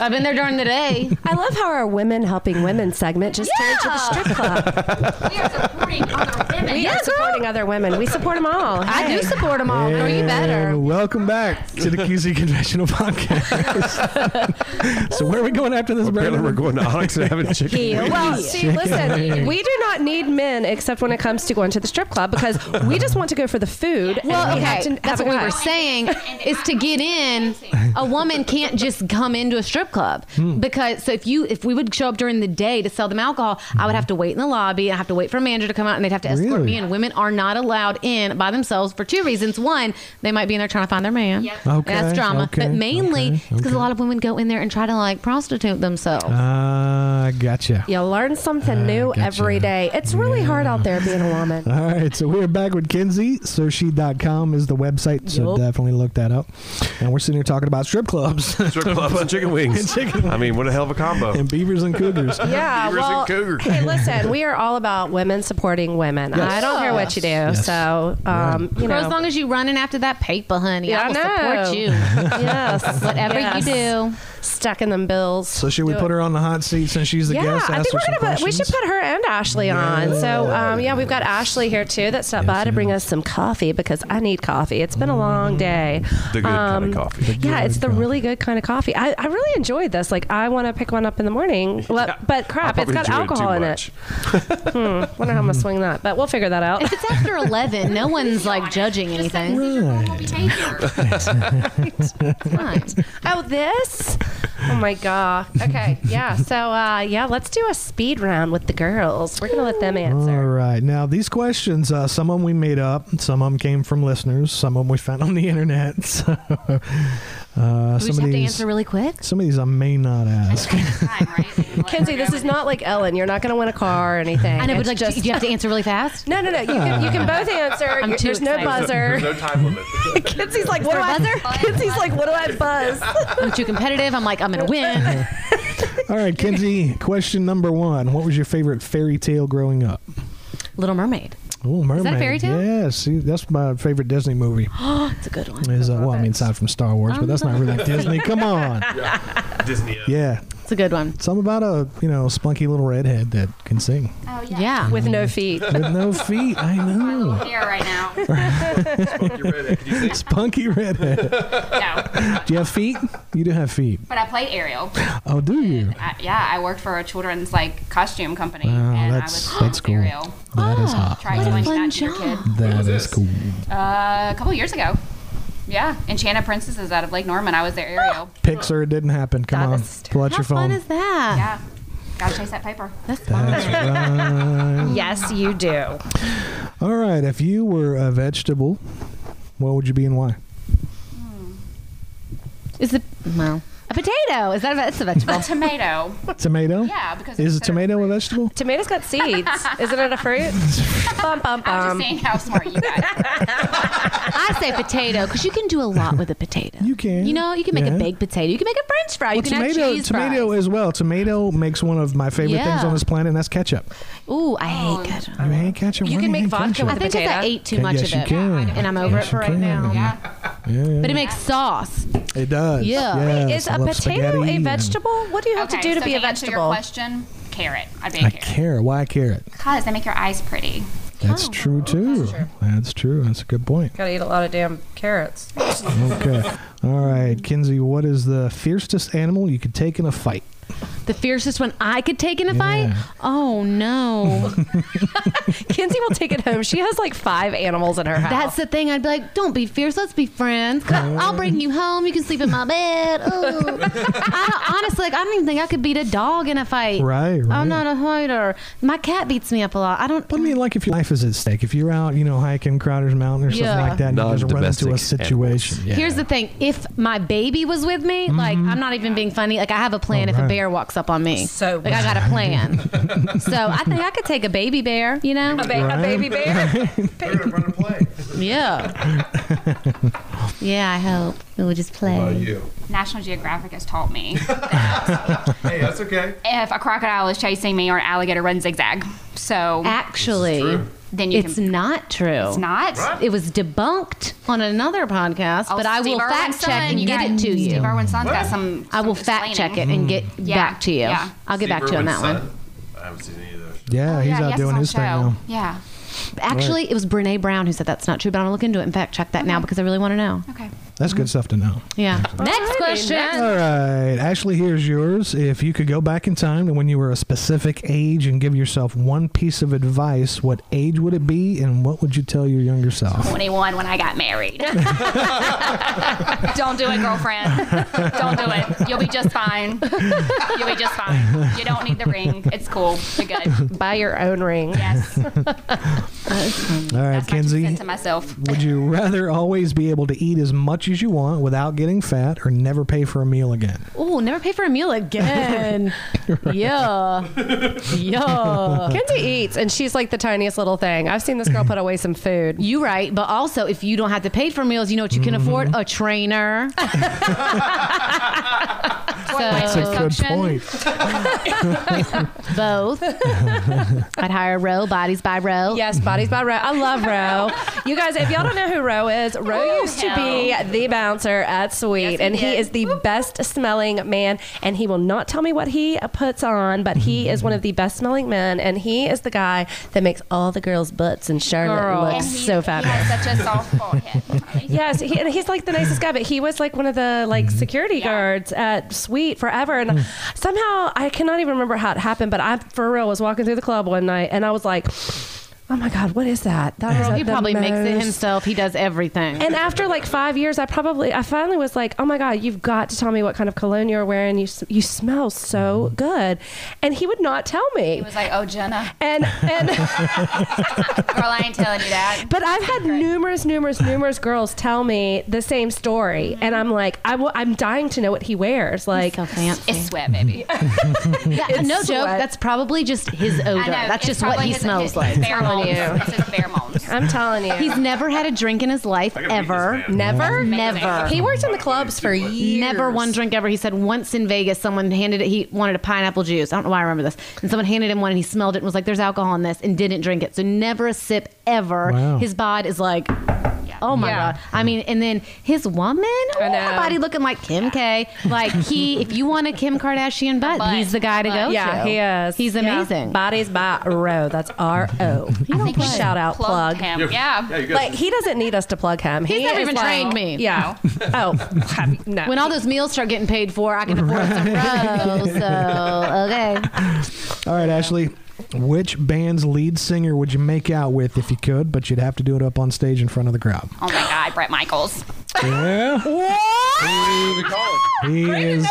Speaker 11: I've been there during the day.
Speaker 3: I love how our women helping women segment just turned to the strip club. we are supporting other women. We support them all.
Speaker 11: I do support them all. Girl, you better.
Speaker 1: And Welcome back to the QC Confessional Podcast. so where are we going after this break?
Speaker 2: We're going to Onyx and having chicken wings.
Speaker 3: Well, see, listen, we do not need men except when it comes to going to the strip club because we just want to go for the food. and
Speaker 11: Well,
Speaker 3: we have
Speaker 11: okay,
Speaker 3: to have
Speaker 11: that's
Speaker 3: a
Speaker 11: what we
Speaker 3: guy.
Speaker 11: were saying is to get in. A woman can't just come into a strip club
Speaker 1: Hmm.
Speaker 11: because so if you if we would show up during the day to sell them alcohol, I would have to wait in the lobby. I have to wait for a manager to come out, and they'd have to escort
Speaker 1: Hmm. Really?
Speaker 11: me. And women are not allowed in by themselves for two reasons: one, they might be in there trying to find their man, and
Speaker 1: Okay,
Speaker 11: that's drama.
Speaker 1: okay,
Speaker 11: but mainly
Speaker 1: okay,
Speaker 11: because a lot of women go in there and try to like prostitute themselves.
Speaker 1: Ah, gotcha.
Speaker 3: You learn something new every day. It's really hard out there being a woman.
Speaker 1: All right, so we're back with Kinsey. Sershi.com is the website. So
Speaker 15: Yup.
Speaker 1: definitely look that up. And we're sitting here talking about strip clubs.
Speaker 2: Strip clubs and chicken wings.
Speaker 1: And chicken
Speaker 2: I mean, what a hell of a combo.
Speaker 1: And beavers and cougars.
Speaker 3: Yeah,
Speaker 2: Beavers
Speaker 3: well,
Speaker 2: and cougars.
Speaker 3: hey, listen, we are all about women supporting women.
Speaker 2: Yes.
Speaker 3: I don't care what you do.
Speaker 2: Yes.
Speaker 3: So, um, you
Speaker 11: For
Speaker 3: know,
Speaker 11: as long as you running after that paper, honey,
Speaker 3: Yeah,
Speaker 11: I will
Speaker 3: I
Speaker 11: support
Speaker 3: know.
Speaker 11: you.
Speaker 3: yes,
Speaker 11: Whatever
Speaker 3: Yes.
Speaker 11: you do.
Speaker 3: stacking them bills.
Speaker 1: So should we
Speaker 3: Do
Speaker 1: put
Speaker 3: it.
Speaker 1: her on the hot seat since she's the
Speaker 3: yeah,
Speaker 1: guest?
Speaker 3: I
Speaker 1: Ask
Speaker 3: think
Speaker 1: her
Speaker 3: we're
Speaker 1: some
Speaker 3: gonna put, we should
Speaker 1: questions?
Speaker 3: put her and Ashley on. So um, yeah, we've got Ashley here too that stopped by to bring us some coffee because I need coffee. It's been a long
Speaker 1: Mm.
Speaker 3: day. Um,
Speaker 2: The good kind of coffee. The
Speaker 3: Yeah,
Speaker 2: good
Speaker 3: it's the really good kind of coffee. I, I really enjoyed this. Like I want to pick one up in the morning. Well, but crap,
Speaker 2: I
Speaker 3: it's
Speaker 2: probably
Speaker 3: got
Speaker 2: enjoyed it
Speaker 3: alcohol
Speaker 2: too
Speaker 3: in
Speaker 2: much.
Speaker 3: it. hmm, wonder how I'm gonna swing that. But we'll figure that out. If
Speaker 11: it's after eleven, no one's like judging anything.
Speaker 3: Oh, this? Oh my god. Okay. Yeah. So uh, yeah, let's do a speed round with the girls. We're gonna let them answer.
Speaker 1: All right. Now, these questions, uh, some of them we made up, some of them came from listeners, some of them we found on the internet. So, uh,
Speaker 11: We
Speaker 1: some
Speaker 11: just
Speaker 1: of
Speaker 11: have to
Speaker 1: these,
Speaker 11: answer really quick.
Speaker 1: Some of these I may not ask.
Speaker 3: Kenzie, this is not like Ellen. You're not going to win a car or anything.
Speaker 11: I know, but
Speaker 3: It's
Speaker 11: like, do you have to answer really fast?
Speaker 3: No, no, no. You can, you can both answer.
Speaker 11: I'm
Speaker 3: You-
Speaker 11: too
Speaker 3: There's no
Speaker 11: excited.
Speaker 3: buzzer.
Speaker 2: There's no time limit.
Speaker 3: Kenzie's like, what do I? Kenzie's like, what do I buzz?
Speaker 11: I'm too competitive. I'm like, I'm gonna win.
Speaker 1: All right, Kenzie, question number one. What was your favorite fairy tale growing up?
Speaker 11: Little Mermaid.
Speaker 1: Oh, Mermaid.
Speaker 11: that a fairy tale?
Speaker 1: Yes. see, that's my favorite Disney movie.
Speaker 11: Oh, it's a good one.
Speaker 1: Is, uh, well, I mean, aside from Star Wars, but that's not really Disney. Come on.
Speaker 2: Disney.
Speaker 1: Yeah.
Speaker 11: Um, It's a good one.
Speaker 1: Something about a, you know, spunky little redhead that can sing.
Speaker 11: Oh yeah.
Speaker 3: With no feet.
Speaker 1: With no feet. I know.
Speaker 5: Here right now.
Speaker 1: Spunky redhead. Spunky redhead.
Speaker 5: No.
Speaker 1: Do you have feet? You do have feet.
Speaker 5: But I played Ariel.
Speaker 1: Oh, do you?
Speaker 5: I, yeah, I worked for a children's like costume company,
Speaker 1: Wow,
Speaker 5: and
Speaker 1: that's
Speaker 5: I was
Speaker 1: that's cool.
Speaker 5: Ariel.
Speaker 1: That is
Speaker 3: Ah,
Speaker 1: hot.
Speaker 5: Try
Speaker 1: That
Speaker 5: doing
Speaker 1: is-
Speaker 5: that to your kid.
Speaker 1: That is cool.
Speaker 5: Uh, a couple years ago. Yeah, Enchanted Princesses out of Lake Norman. I was their Ariel.
Speaker 1: Pixar it didn't happen. Come on, pull out your phone.
Speaker 11: that?
Speaker 5: Yeah, gotta chase that paper.
Speaker 11: That's
Speaker 1: That's right.
Speaker 3: Yes, you do.
Speaker 1: All right. If you were a vegetable, what would you be and why?
Speaker 11: Is it well? A potato. Is that a, that's a vegetable?
Speaker 5: A tomato.
Speaker 1: Tomato.
Speaker 5: Yeah, because
Speaker 1: is a
Speaker 5: it's
Speaker 1: tomato a vegetable?
Speaker 3: Tomatoes got seeds. Isn't it a fruit? bum
Speaker 5: I'm
Speaker 3: bum bum.
Speaker 5: just saying how smart you guys.
Speaker 11: I say potato because you can do a lot with a potato. You
Speaker 1: can.
Speaker 11: You know, you can make
Speaker 1: Yeah.
Speaker 11: a baked potato. You can make a French fry. you
Speaker 1: Well,
Speaker 11: can
Speaker 1: tomato,
Speaker 11: have cheese
Speaker 1: tomato as well. Tomato makes one of my favorite things
Speaker 11: Yeah.
Speaker 1: on this planet, and that's ketchup.
Speaker 11: fries. Ooh, I hate ketchup.
Speaker 1: You hate ketchup. Why do You hate ketchup?
Speaker 11: I think 'cause I ate too
Speaker 1: Okay,
Speaker 11: much
Speaker 1: yes,
Speaker 11: of
Speaker 1: you
Speaker 11: it,
Speaker 1: can.
Speaker 11: and I'm over
Speaker 1: Yes,
Speaker 11: it
Speaker 1: you
Speaker 11: for right
Speaker 1: can.
Speaker 11: now.
Speaker 1: Yeah.
Speaker 11: But it makes sauce.
Speaker 1: It does.
Speaker 11: Yeah. Wait,
Speaker 1: Yes,
Speaker 3: Is
Speaker 1: I
Speaker 3: a
Speaker 1: love
Speaker 3: potato
Speaker 1: spaghetti
Speaker 3: a
Speaker 1: and-
Speaker 3: vegetable? What do you have
Speaker 5: okay,
Speaker 3: to do to
Speaker 5: so
Speaker 3: be a
Speaker 5: answer
Speaker 3: vegetable?
Speaker 5: your question, carrot. I bake
Speaker 1: I
Speaker 5: carrot.
Speaker 1: care. Why carrot?
Speaker 5: Because they make your eyes pretty.
Speaker 1: That's
Speaker 11: Oh,
Speaker 1: true too. That's true. That's a good point.
Speaker 3: Gotta eat a lot of damn carrots.
Speaker 1: Okay. All right, Kinsey. What is the fiercest animal you could take in a fight?
Speaker 11: The fiercest one I could take in a
Speaker 1: Yeah.
Speaker 11: fight. Oh no,
Speaker 3: Kinsey will take it home. She has like five animals in her house.
Speaker 11: that's the thing. I'd be like, don't be fierce. Let's be friends. I'll bring you home. You can sleep in my bed. Ooh. I don't, honestly, like I don't even think I could beat a dog in a fight.
Speaker 1: Right, right.
Speaker 11: I'm not a fighter. My cat beats me up a lot. I don't.
Speaker 1: I mean, like if your life is at stake, if you're out, you know, hiking Crowder's Mountain or something
Speaker 11: Yeah.
Speaker 1: like that, and you just run into a
Speaker 2: Non-domestic
Speaker 1: situation. Yeah.
Speaker 11: Here's the thing: if my baby was with me, like I'm not even being funny. Like I have a plan. If
Speaker 1: Alright.
Speaker 11: a bear walks up on me, so like I got a plan. so I think I could take a baby bear. You know,
Speaker 3: A, ba- a baby bear.
Speaker 11: Yeah. yeah, I hope it would just play.
Speaker 5: National Geographic has taught me
Speaker 2: Hey, that's okay.
Speaker 5: if a crocodile is chasing me or an alligator runs zigzag. So
Speaker 11: Actually,
Speaker 5: Then you
Speaker 11: it's
Speaker 5: can-
Speaker 11: not true.
Speaker 5: It's not? Right.
Speaker 11: It was debunked on another podcast,
Speaker 5: Oh,
Speaker 11: but I
Speaker 5: Steve
Speaker 11: will
Speaker 5: Irwin's
Speaker 11: fact check
Speaker 5: son,
Speaker 11: and
Speaker 5: you
Speaker 11: get
Speaker 5: got-
Speaker 11: it to you.
Speaker 5: Steve Irwin's son's got some-
Speaker 11: I will fact check it and get
Speaker 5: Yeah,
Speaker 11: back to you.
Speaker 5: yeah.
Speaker 11: I'll get back to you on that one.
Speaker 2: I haven't seen any of those.
Speaker 11: Oh,
Speaker 1: Yeah, he's
Speaker 5: yeah,
Speaker 1: out
Speaker 5: yes,
Speaker 1: doing
Speaker 5: on
Speaker 1: his thing
Speaker 5: show.
Speaker 1: now.
Speaker 5: Yeah.
Speaker 11: Actually,
Speaker 1: Right.
Speaker 11: it was Brene Brown who said that's not true, but I'm gonna look into it and fact check that now because I really want to know.
Speaker 5: Okay.
Speaker 1: That's good stuff to know.
Speaker 11: Yeah. Next
Speaker 3: Alrighty,
Speaker 11: question.
Speaker 3: next.
Speaker 1: All right, Ashley, here's yours. If you could go back in time to when you were a specific age and give yourself one piece of advice, what age would it be, and what would you tell your younger self?
Speaker 5: 21 when I got married. Don't do it, girlfriend. Don't do it. You'll be just fine. You'll be just fine. You don't need the ring. It's cool. You're good.
Speaker 3: Buy your own ring.
Speaker 5: Yes. That's
Speaker 1: All right,
Speaker 5: my two
Speaker 1: Kenzie,
Speaker 5: cents to myself.
Speaker 1: would you rather always be able to eat as much much as you want without getting fat or never pay for a meal again.
Speaker 11: Oh, never pay for a meal again. yeah.
Speaker 3: Yo. Kenzie eats, and she's like the tiniest little thing. I've seen this girl put away some food.
Speaker 11: You right, but also if you don't have to pay for meals, you know what you can
Speaker 1: Mm-hmm.
Speaker 11: afford? A trainer.
Speaker 1: That's a good point.
Speaker 11: Both. I'd hire Roe, bodies by Roe.
Speaker 3: Yes, bodies by Roe. I love Roe. You guys, if y'all don't know who Roe is, Roe used to be the bouncer at Sweet, and he is the best smelling man. And he will not tell me what he puts on, but he is one of the best smelling men, and he is the guy that makes all the girls' butts and Charlotte
Speaker 5: Girl.
Speaker 3: look
Speaker 5: And he-
Speaker 3: so fabulous.
Speaker 5: he has such a soft
Speaker 3: yes, he, and he's like the nicest guy, but he was like one of the like
Speaker 11: Mm-hmm.
Speaker 3: security guards at Sweet forever.
Speaker 11: Hmm.
Speaker 3: And somehow I cannot even remember how it happened, but I for real was walking through the club one night and I was like, "Oh my god, what is that?" That was
Speaker 11: Girl, he
Speaker 3: the
Speaker 11: probably makes it
Speaker 3: most-
Speaker 11: himself. He does everything.
Speaker 3: And after like five years, I probably, I finally was like, oh my God, you've got to tell me what kind of cologne you're wearing. You, s- you smell
Speaker 11: Mm-hmm.
Speaker 3: so good. And he would not tell me.
Speaker 5: He was like, "Oh, Jenna."
Speaker 3: And and girl,
Speaker 5: I ain't telling you that.
Speaker 3: But I've had numerous, numerous, numerous girls tell me the same story, and I'm like, I w- I'm dying to know what he wears. Like,
Speaker 11: so fancy.
Speaker 5: It's sweat, baby. Oh
Speaker 11: That-
Speaker 3: It's
Speaker 11: no joke.
Speaker 3: sweat.
Speaker 11: That's probably just his odor. That's
Speaker 5: it's
Speaker 11: just what
Speaker 5: probably
Speaker 11: he
Speaker 5: his-
Speaker 11: smells
Speaker 5: his
Speaker 11: like.
Speaker 5: pheromones. It's his pheromones.
Speaker 3: I'm telling you.
Speaker 11: He's never had a drink in his life ever.
Speaker 3: Never?
Speaker 11: Never.
Speaker 3: He worked in the clubs for years.
Speaker 11: Never one drink ever. He said once in Vegas, someone handed it. He wanted a pineapple juice. I don't know why I remember this. And someone handed him one, and he smelled it and was like, "There's alcohol in this," and didn't drink it. So never a sip ever.
Speaker 3: Wow.
Speaker 11: His bod is like, oh my
Speaker 3: Yeah.
Speaker 11: god. I mean, and then his woman,
Speaker 3: I
Speaker 11: Ooh,
Speaker 3: know.
Speaker 11: body looking like Kim K. Like he, if you want a Kim Kardashian butt, he's the guy to go
Speaker 3: yeah,
Speaker 11: to.
Speaker 3: he is.
Speaker 11: He's
Speaker 3: Yeah.
Speaker 11: amazing.
Speaker 3: Bodies by Roe. That's R O. I think shout out plug.
Speaker 5: plugged him. Yeah. Yeah. Yeah, you guys-
Speaker 3: Like he doesn't need us to plug him.
Speaker 11: He's
Speaker 3: he
Speaker 11: never
Speaker 3: is
Speaker 11: even
Speaker 3: like-
Speaker 11: trained me.
Speaker 3: Yeah. oh, have- no.
Speaker 11: When all those meals start getting paid for, I can afford some row. So okay.
Speaker 1: All right, Ashley. Which band's lead singer would you make out with if you could, but you'd have to do it up on stage in front of the crowd?
Speaker 5: Oh my God, Brett Michaels.
Speaker 1: Yeah. He is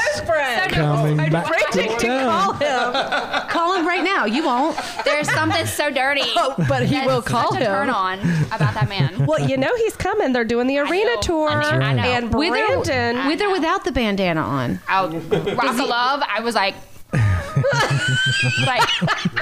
Speaker 1: coming back to town.
Speaker 5: him.
Speaker 11: call him right now. You won't.
Speaker 5: There's something so dirty.
Speaker 3: Oh, but he
Speaker 5: that's
Speaker 3: will call
Speaker 5: such a
Speaker 3: him.
Speaker 5: turn on about that man.
Speaker 3: Well, you know he's coming. They're doing the arena tour,
Speaker 5: mean, I know.
Speaker 3: and
Speaker 5: With or-
Speaker 3: Brandon.
Speaker 11: With or without the bandana on.
Speaker 5: Out rock of love. I was like, like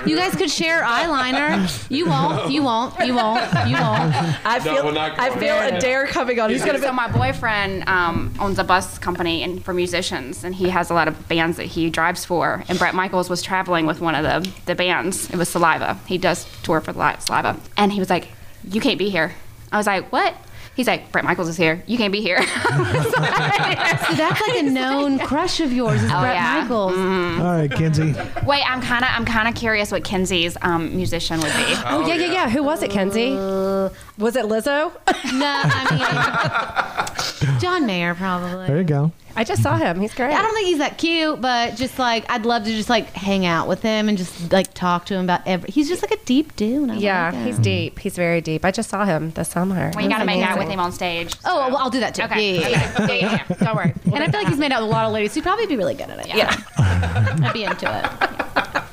Speaker 11: You guys could share eyeliner. You won't. You won't. You won't. You won't.
Speaker 3: I
Speaker 5: No,
Speaker 3: feel
Speaker 5: we're not
Speaker 3: I
Speaker 5: going.
Speaker 3: feel a dare coming on. He's gonna be
Speaker 5: so my boyfriend um, owns a bus company and for musicians, and he has a lot of bands that he drives for. And Brett Michaels was traveling with one of the the bands. It was Saliva. He does tour for Li- Saliva, and he was like, "You can't be here." I was like, "What?" He's like, "Brett Michaels is here. You can't be here."
Speaker 11: So that's like a known crush of yours is
Speaker 5: Oh,
Speaker 11: Brett
Speaker 5: yeah.
Speaker 11: Michaels.
Speaker 3: Mm-hmm.
Speaker 1: All right, Kenzie.
Speaker 5: Wait, I'm kind of I'm kind of curious what Kenzie's um, musician would be.
Speaker 3: Oh, yeah, yeah, yeah. Who was it, Kenzie? Uh, was it Lizzo?
Speaker 11: No, I mean John Mayer probably.
Speaker 1: There you go.
Speaker 3: I just saw him. He's great.
Speaker 11: I don't think he's that cute, but just like I'd love to just like hang out with him and just like talk to him about every. He's just like a deep dude. I
Speaker 3: yeah,
Speaker 11: like him.
Speaker 3: he's deep. He's very deep. I just saw him this summer.
Speaker 5: Well, you got to make out
Speaker 3: Amazing.
Speaker 5: with him on stage.
Speaker 11: Oh, well, I'll do that too.
Speaker 5: Okay.
Speaker 11: Yeah, yeah, yeah.
Speaker 5: Okay. Yeah, yeah, yeah. Don't worry.
Speaker 11: And I feel like he's made out with a lot of ladies. So he'd probably be really good at it.
Speaker 5: Yeah.
Speaker 11: I'd be into it.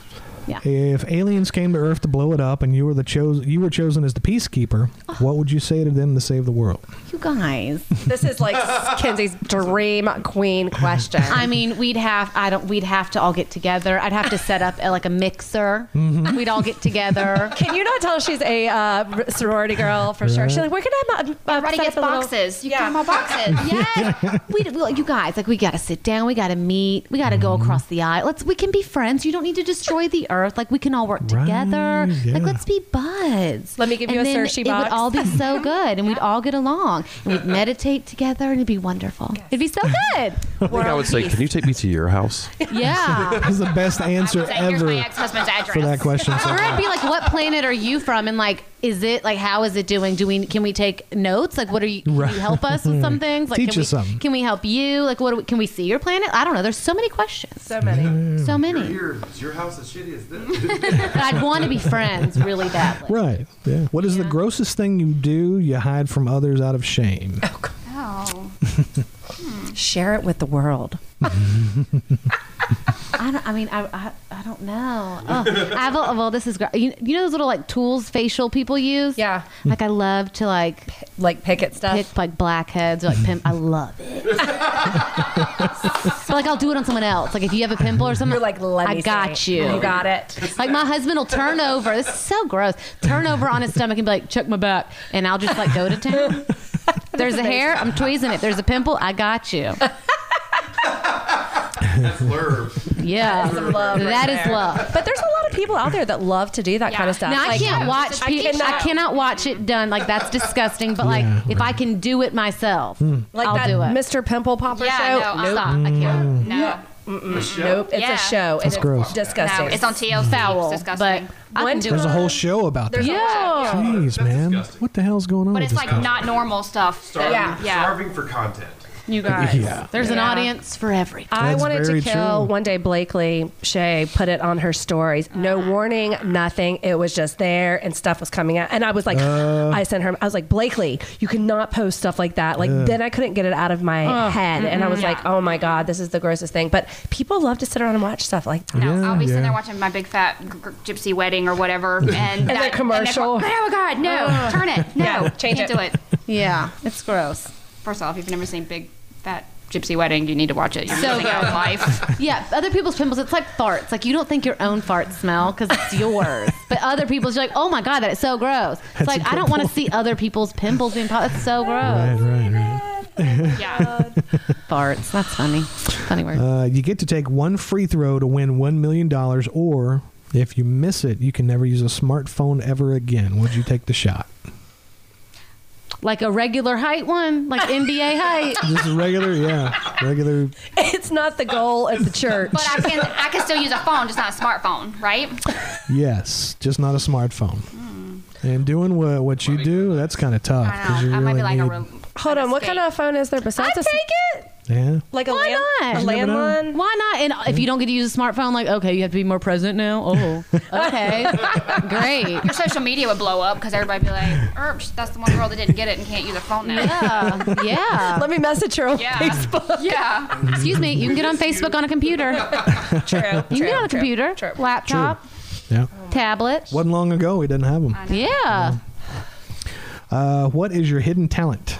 Speaker 1: If aliens came to Earth to blow it up, and you were the chose, you were chosen as the peacekeeper, what would you say to them to save the world?
Speaker 11: You guys.
Speaker 3: This is like Kenzie's dream queen question.
Speaker 11: I mean, we'd have I don't we'd have to all get together. I'd have to set up a, like a mixer.
Speaker 5: Mm-hmm.
Speaker 11: We'd all get together.
Speaker 3: Can you not tell she's a uh, r- sorority girl for sure? She's like, we're gonna have a, a
Speaker 5: Everybody
Speaker 3: set
Speaker 5: gets
Speaker 3: up a little-
Speaker 5: boxes. You yeah. got my boxes.
Speaker 11: Yes, we, we you guys like we gotta sit down. We gotta meet. We gotta go across the aisle. Let's we can be friends. You don't need to destroy the earth. Like we can all work together.
Speaker 1: yeah.
Speaker 11: Like let's be buds.
Speaker 3: Let me give you
Speaker 11: And
Speaker 3: a
Speaker 11: then
Speaker 3: Hershey
Speaker 11: It
Speaker 3: box.
Speaker 11: would all be so good, and we'd all get along, and we'd meditate together, and it'd be wonderful. It'd be so good.
Speaker 2: I think I would say, can you take me to your house?
Speaker 11: Yeah.
Speaker 1: This is the best answer
Speaker 5: Say, Here's my
Speaker 1: ever
Speaker 5: ex-husband's address.
Speaker 1: for that question. so
Speaker 11: Or it'd
Speaker 1: far.
Speaker 11: be like, what planet are you from? And like, is it like, how is it doing? Do we can we take notes? Like, what are you? Can
Speaker 1: Right.
Speaker 11: you help us with some things? Like,
Speaker 1: Teach
Speaker 11: can
Speaker 1: us
Speaker 11: we,
Speaker 1: something.
Speaker 11: Can we help you? Like, what do we, can we see your planet? I don't know. There's so many questions.
Speaker 3: So many.
Speaker 11: So many.
Speaker 16: Your, your house as shitty as this.
Speaker 11: But I'd want to be friends really badly.
Speaker 1: Right. Yeah. What is the grossest thing you do you hide from others out of shame?
Speaker 5: Oh.
Speaker 3: Share it with the world.
Speaker 11: I, don't, I mean, I, I, I don't know. Oh, I have a, well, this is great. You, you know those little like tools facial people use? Yeah. Like I love to like
Speaker 3: like pick at stuff.
Speaker 11: Pick like blackheads or like pimp. I love it. so like I'll do it on someone else. Like if you have a pimple or something, you're like,
Speaker 3: Let
Speaker 11: I
Speaker 3: me
Speaker 11: got
Speaker 3: see
Speaker 11: you.
Speaker 3: You got it.
Speaker 11: Like my husband will turn over. This is so gross. Turn over on his stomach and be like, check my back, and I'll just like go to town. There's a hair, I'm tweezing it. There's a pimple, I got you.
Speaker 2: That's lurb.
Speaker 11: Yeah,
Speaker 3: That's some love right
Speaker 11: that is
Speaker 3: there.
Speaker 11: love.
Speaker 3: But there's a lot of people out there that love to do that kind of stuff.
Speaker 11: Now I
Speaker 3: Like,
Speaker 11: can't watch.
Speaker 3: I
Speaker 11: pe-
Speaker 3: cannot-
Speaker 11: I cannot watch it done. Like that's disgusting. But like if I can do it myself,
Speaker 1: Hmm.
Speaker 3: Like
Speaker 11: I'll
Speaker 3: that
Speaker 11: do it.
Speaker 3: Mr. Pimple Popper
Speaker 11: Yeah,
Speaker 3: show.
Speaker 11: no, uh-uh. Stop. I can't.
Speaker 3: No. Mm. Nope. It's
Speaker 5: Yeah.
Speaker 3: a show. it's
Speaker 1: That's gross.
Speaker 3: Disgusting.
Speaker 5: No, it's on TLC. It's
Speaker 11: Foul,
Speaker 5: disgusting.
Speaker 11: I can do
Speaker 1: There's
Speaker 11: it.
Speaker 1: a whole show about that.
Speaker 5: There's a whole show. Yeah.
Speaker 1: Jeez, man. What the hell's going on?
Speaker 5: But
Speaker 1: with
Speaker 5: it's
Speaker 1: this
Speaker 5: like
Speaker 1: country?
Speaker 5: not normal stuff. so-
Speaker 3: Starving-
Speaker 5: yeah.
Speaker 2: Starving for content.
Speaker 11: You
Speaker 1: guys. Yeah.
Speaker 11: There's an
Speaker 3: Yeah.
Speaker 11: audience for everything.
Speaker 3: I wanted to
Speaker 1: very
Speaker 3: kill
Speaker 1: true.
Speaker 3: one day Blakely Shay put it on her stories. No warning, nothing. It was just there and stuff was coming out. And I was like,
Speaker 1: Uh.
Speaker 3: I sent her, I was like, Blakely, you cannot post stuff like that. Like,
Speaker 1: Yeah.
Speaker 3: then I couldn't get it out of my
Speaker 5: Ugh.
Speaker 3: head. And I was
Speaker 5: Mhm.
Speaker 3: like, oh my God, this is the grossest thing. But people love to sit around and watch stuff like that.
Speaker 5: No, I'll be sitting there watching my big fat g- g- gypsy wedding or whatever, and,
Speaker 3: And the commercial.
Speaker 5: And oh God, no!
Speaker 3: Ugh.
Speaker 5: Turn it, no!
Speaker 3: Yeah, change
Speaker 5: Can't
Speaker 3: it.
Speaker 5: do it.
Speaker 11: Yeah, it's gross.
Speaker 5: First off, if you've never seen big fat gypsy wedding, you need to watch it. You're
Speaker 11: So
Speaker 5: missing out on life.
Speaker 11: Yeah, other people's pimples. It's like farts. Like you don't think your own farts smell because it's yours, but other people's. You're like, oh my god, that is so gross. It's
Speaker 1: That's a
Speaker 11: like I
Speaker 1: good
Speaker 11: don't want to
Speaker 1: point.
Speaker 11: see other people's pimples being popped. That's so gross.
Speaker 1: Right, right, right.
Speaker 5: Yeah.
Speaker 11: Farts. That's funny. Funny word.
Speaker 1: Uh, you get to take one free throw to win $1 million, or if you miss it, you can never use a smartphone ever again. Would you take the shot?
Speaker 11: Like a regular height one, like NBA height.
Speaker 1: Just a regular, yeah. Regular.
Speaker 3: It's not the goal of the church.
Speaker 5: But I can I can still use a phone, just not a smartphone, right?
Speaker 1: Yes, just not a smartphone. And doing what, what you do, that's kind of tough.
Speaker 5: Hmm. I,
Speaker 1: 'cause
Speaker 5: don't
Speaker 1: you
Speaker 5: know. I might be like
Speaker 1: really
Speaker 5: a
Speaker 1: need-
Speaker 5: real
Speaker 3: Hold on, what kind of phone is there besides a take it?
Speaker 1: Yeah.
Speaker 3: Like a,
Speaker 11: Why
Speaker 3: land,
Speaker 11: not?
Speaker 3: a
Speaker 11: You never know.
Speaker 3: landline?
Speaker 11: Why not? And if you don't get to use a smartphone, like okay, you have to be more present now. Oh, okay, great.
Speaker 5: your social media would blow up because everybody would be like, "Erps, that's the one girl that didn't get it and can't use a phone now."
Speaker 11: Yeah, yeah.
Speaker 3: Let me message her on
Speaker 5: Yeah.
Speaker 3: Facebook.
Speaker 5: Yeah.
Speaker 11: Excuse me, you can get on Facebook on a computer.
Speaker 3: True. You
Speaker 11: You can get on a computer, laptop,
Speaker 1: Yeah.
Speaker 11: tablet.
Speaker 1: Wasn't long ago we didn't have them.
Speaker 11: Yeah.
Speaker 1: Uh, what is your hidden talent?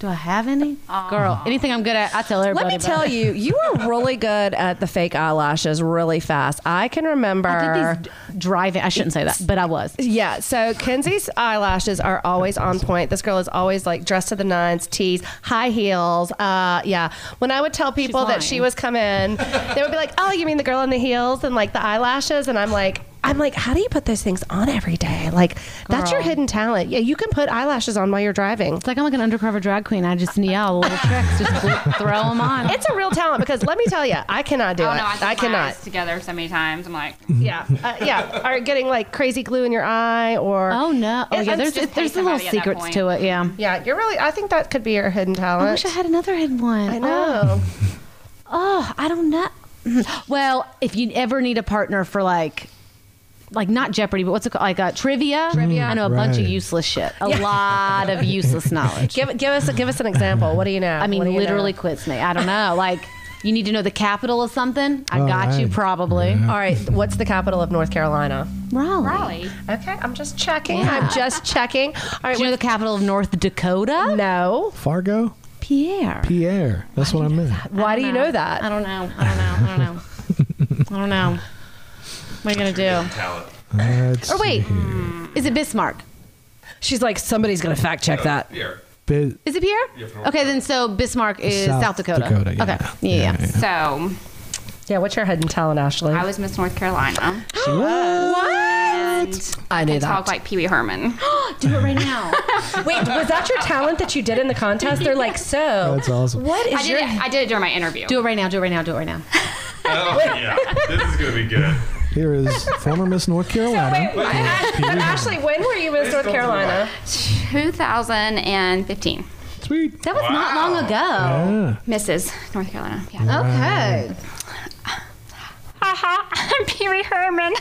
Speaker 11: Do I have any? Girl, anything I'm good at, I tell everybody.
Speaker 3: Let me
Speaker 11: about
Speaker 3: tell
Speaker 11: it.
Speaker 3: you, you were really good at the fake eyelashes really fast. I can remember.
Speaker 11: I did these d- driving. I shouldn't say that, but I was.
Speaker 3: yeah, so Kenzie's eyelashes are always on point. This girl is always like dressed to the nines, tees, high heels. Uh, yeah. When I would tell people that she
Speaker 11: lying.
Speaker 3: was coming, they would be like, "Oh, you mean the girl in the heels and like the eyelashes?" And I'm like, "I'm like, how do you put those things on every day? Like, that's your
Speaker 11: Girl.
Speaker 3: hidden talent. Yeah, you can put eyelashes on while you're driving.
Speaker 11: It's like I'm like an undercover drag queen. I just need all the little tricks, just flip, throw them on. Oh,
Speaker 3: It's a real talent because let me tell you, I cannot do
Speaker 5: I
Speaker 3: it.
Speaker 5: don't know. I,
Speaker 3: I,
Speaker 5: keep my
Speaker 3: cannot.
Speaker 5: eyes together so many times. I'm like,
Speaker 3: Yeah, uh, yeah. Or getting like crazy glue in your eye, or
Speaker 11: Oh no! Oh
Speaker 3: It-
Speaker 11: yeah,
Speaker 3: it's
Speaker 11: there's
Speaker 5: just
Speaker 11: there's
Speaker 5: pay
Speaker 11: the little
Speaker 5: somebody at that
Speaker 11: secrets
Speaker 5: point.
Speaker 11: to it. Yeah.
Speaker 3: yeah. You're really. I think that could be your hidden talent.
Speaker 11: I wish I had another hidden one.
Speaker 3: I know.
Speaker 11: Oh, I don't know. Well, if you ever need a partner for like, like not Jeopardy, but what's it called? Like uh, trivia. Trivia. I know a bunch of
Speaker 1: Right.
Speaker 11: useless shit. A lot of useless knowledge.
Speaker 3: Give give us give us an example. What do you know?
Speaker 11: I mean, literally quits me. I don't know. Like, you need to know the capital of something. I
Speaker 1: Oh,
Speaker 11: got you
Speaker 1: right.
Speaker 11: probably.
Speaker 1: Yeah.
Speaker 3: All right. What's the capital of North Carolina?
Speaker 11: Raleigh.
Speaker 5: Raleigh.
Speaker 3: Okay, I'm just checking. I'm just checking. All right.
Speaker 11: Do you know the capital of North Dakota?
Speaker 3: no.
Speaker 1: Fargo?
Speaker 11: Pierre.
Speaker 1: Pierre. That's what I meant.
Speaker 3: Why do you know
Speaker 11: I
Speaker 3: that?
Speaker 11: don't know. I don't know. I don't know. I don't know. What are you gonna
Speaker 2: Talent.
Speaker 1: Let's
Speaker 11: do? Or wait,
Speaker 1: see here.
Speaker 11: is it Bismarck?
Speaker 3: She's like somebody's gonna fact check that.
Speaker 2: Yeah.
Speaker 1: Bi-
Speaker 11: Is it Pierre?
Speaker 2: Yeah, from-
Speaker 11: okay, then so Bismarck is
Speaker 1: South
Speaker 11: South, Dakota.
Speaker 1: Dakota, yeah.
Speaker 11: Okay.
Speaker 1: Yeah,
Speaker 11: Yeah. yeah.
Speaker 1: yeah.
Speaker 5: so
Speaker 3: Yeah. What's your hidden talent, Ashley?
Speaker 5: I was Miss North Carolina. And
Speaker 3: I knew
Speaker 5: I talk
Speaker 3: that.
Speaker 5: like Pee Wee Herman.
Speaker 11: Do it right now.
Speaker 3: Wait, was that your talent that you did in the contest? They're like, so
Speaker 1: That's awesome.
Speaker 3: what is
Speaker 5: I did
Speaker 3: your
Speaker 5: it. I did it during my interview.
Speaker 11: do it right now. Do it right now. Do it right now.
Speaker 2: Oh, yeah. This is going to be good.
Speaker 1: Here is former Miss North Carolina.
Speaker 3: Wait, Ashley, when were you Miss North Carolina?
Speaker 5: 2015.
Speaker 1: Sweet.
Speaker 11: That was not long ago.
Speaker 1: Yeah.
Speaker 5: Mrs. North Carolina. Yeah.
Speaker 11: Okay.
Speaker 5: Haha, I'm Pee Wee Herman.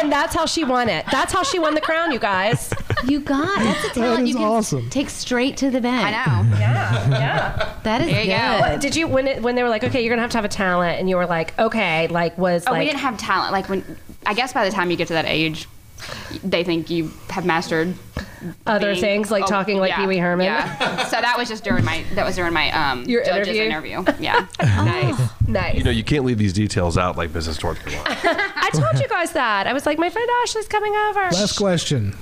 Speaker 3: And that's how she won it. That's how she won the crown, you guys.
Speaker 11: You got that's a talent. you can
Speaker 1: awesome.
Speaker 11: Take straight to the bank.
Speaker 5: I know.
Speaker 3: Yeah, yeah.
Speaker 11: That is
Speaker 5: There you go.
Speaker 11: good.
Speaker 3: What- Did you when it, when they were like, okay, you're gonna have to have a talent, and you were like, okay, like was
Speaker 5: Oh,
Speaker 3: like
Speaker 5: we didn't have talent. Like when, I guess by the time you get to that age, they think you have mastered
Speaker 3: other
Speaker 5: being-
Speaker 3: things like
Speaker 5: oh,
Speaker 3: talking like
Speaker 5: yeah,
Speaker 3: Pee Wee Herman.
Speaker 5: Yeah. so that was just during my that was during my um
Speaker 3: Your
Speaker 5: judge's
Speaker 3: interview?
Speaker 5: interview. Yeah.
Speaker 3: Nice, nice.
Speaker 2: You know, you can't leave these details out like Business North Carolina.
Speaker 3: I told you guys that. I was like, my friend Ashley's coming over.
Speaker 1: Last question.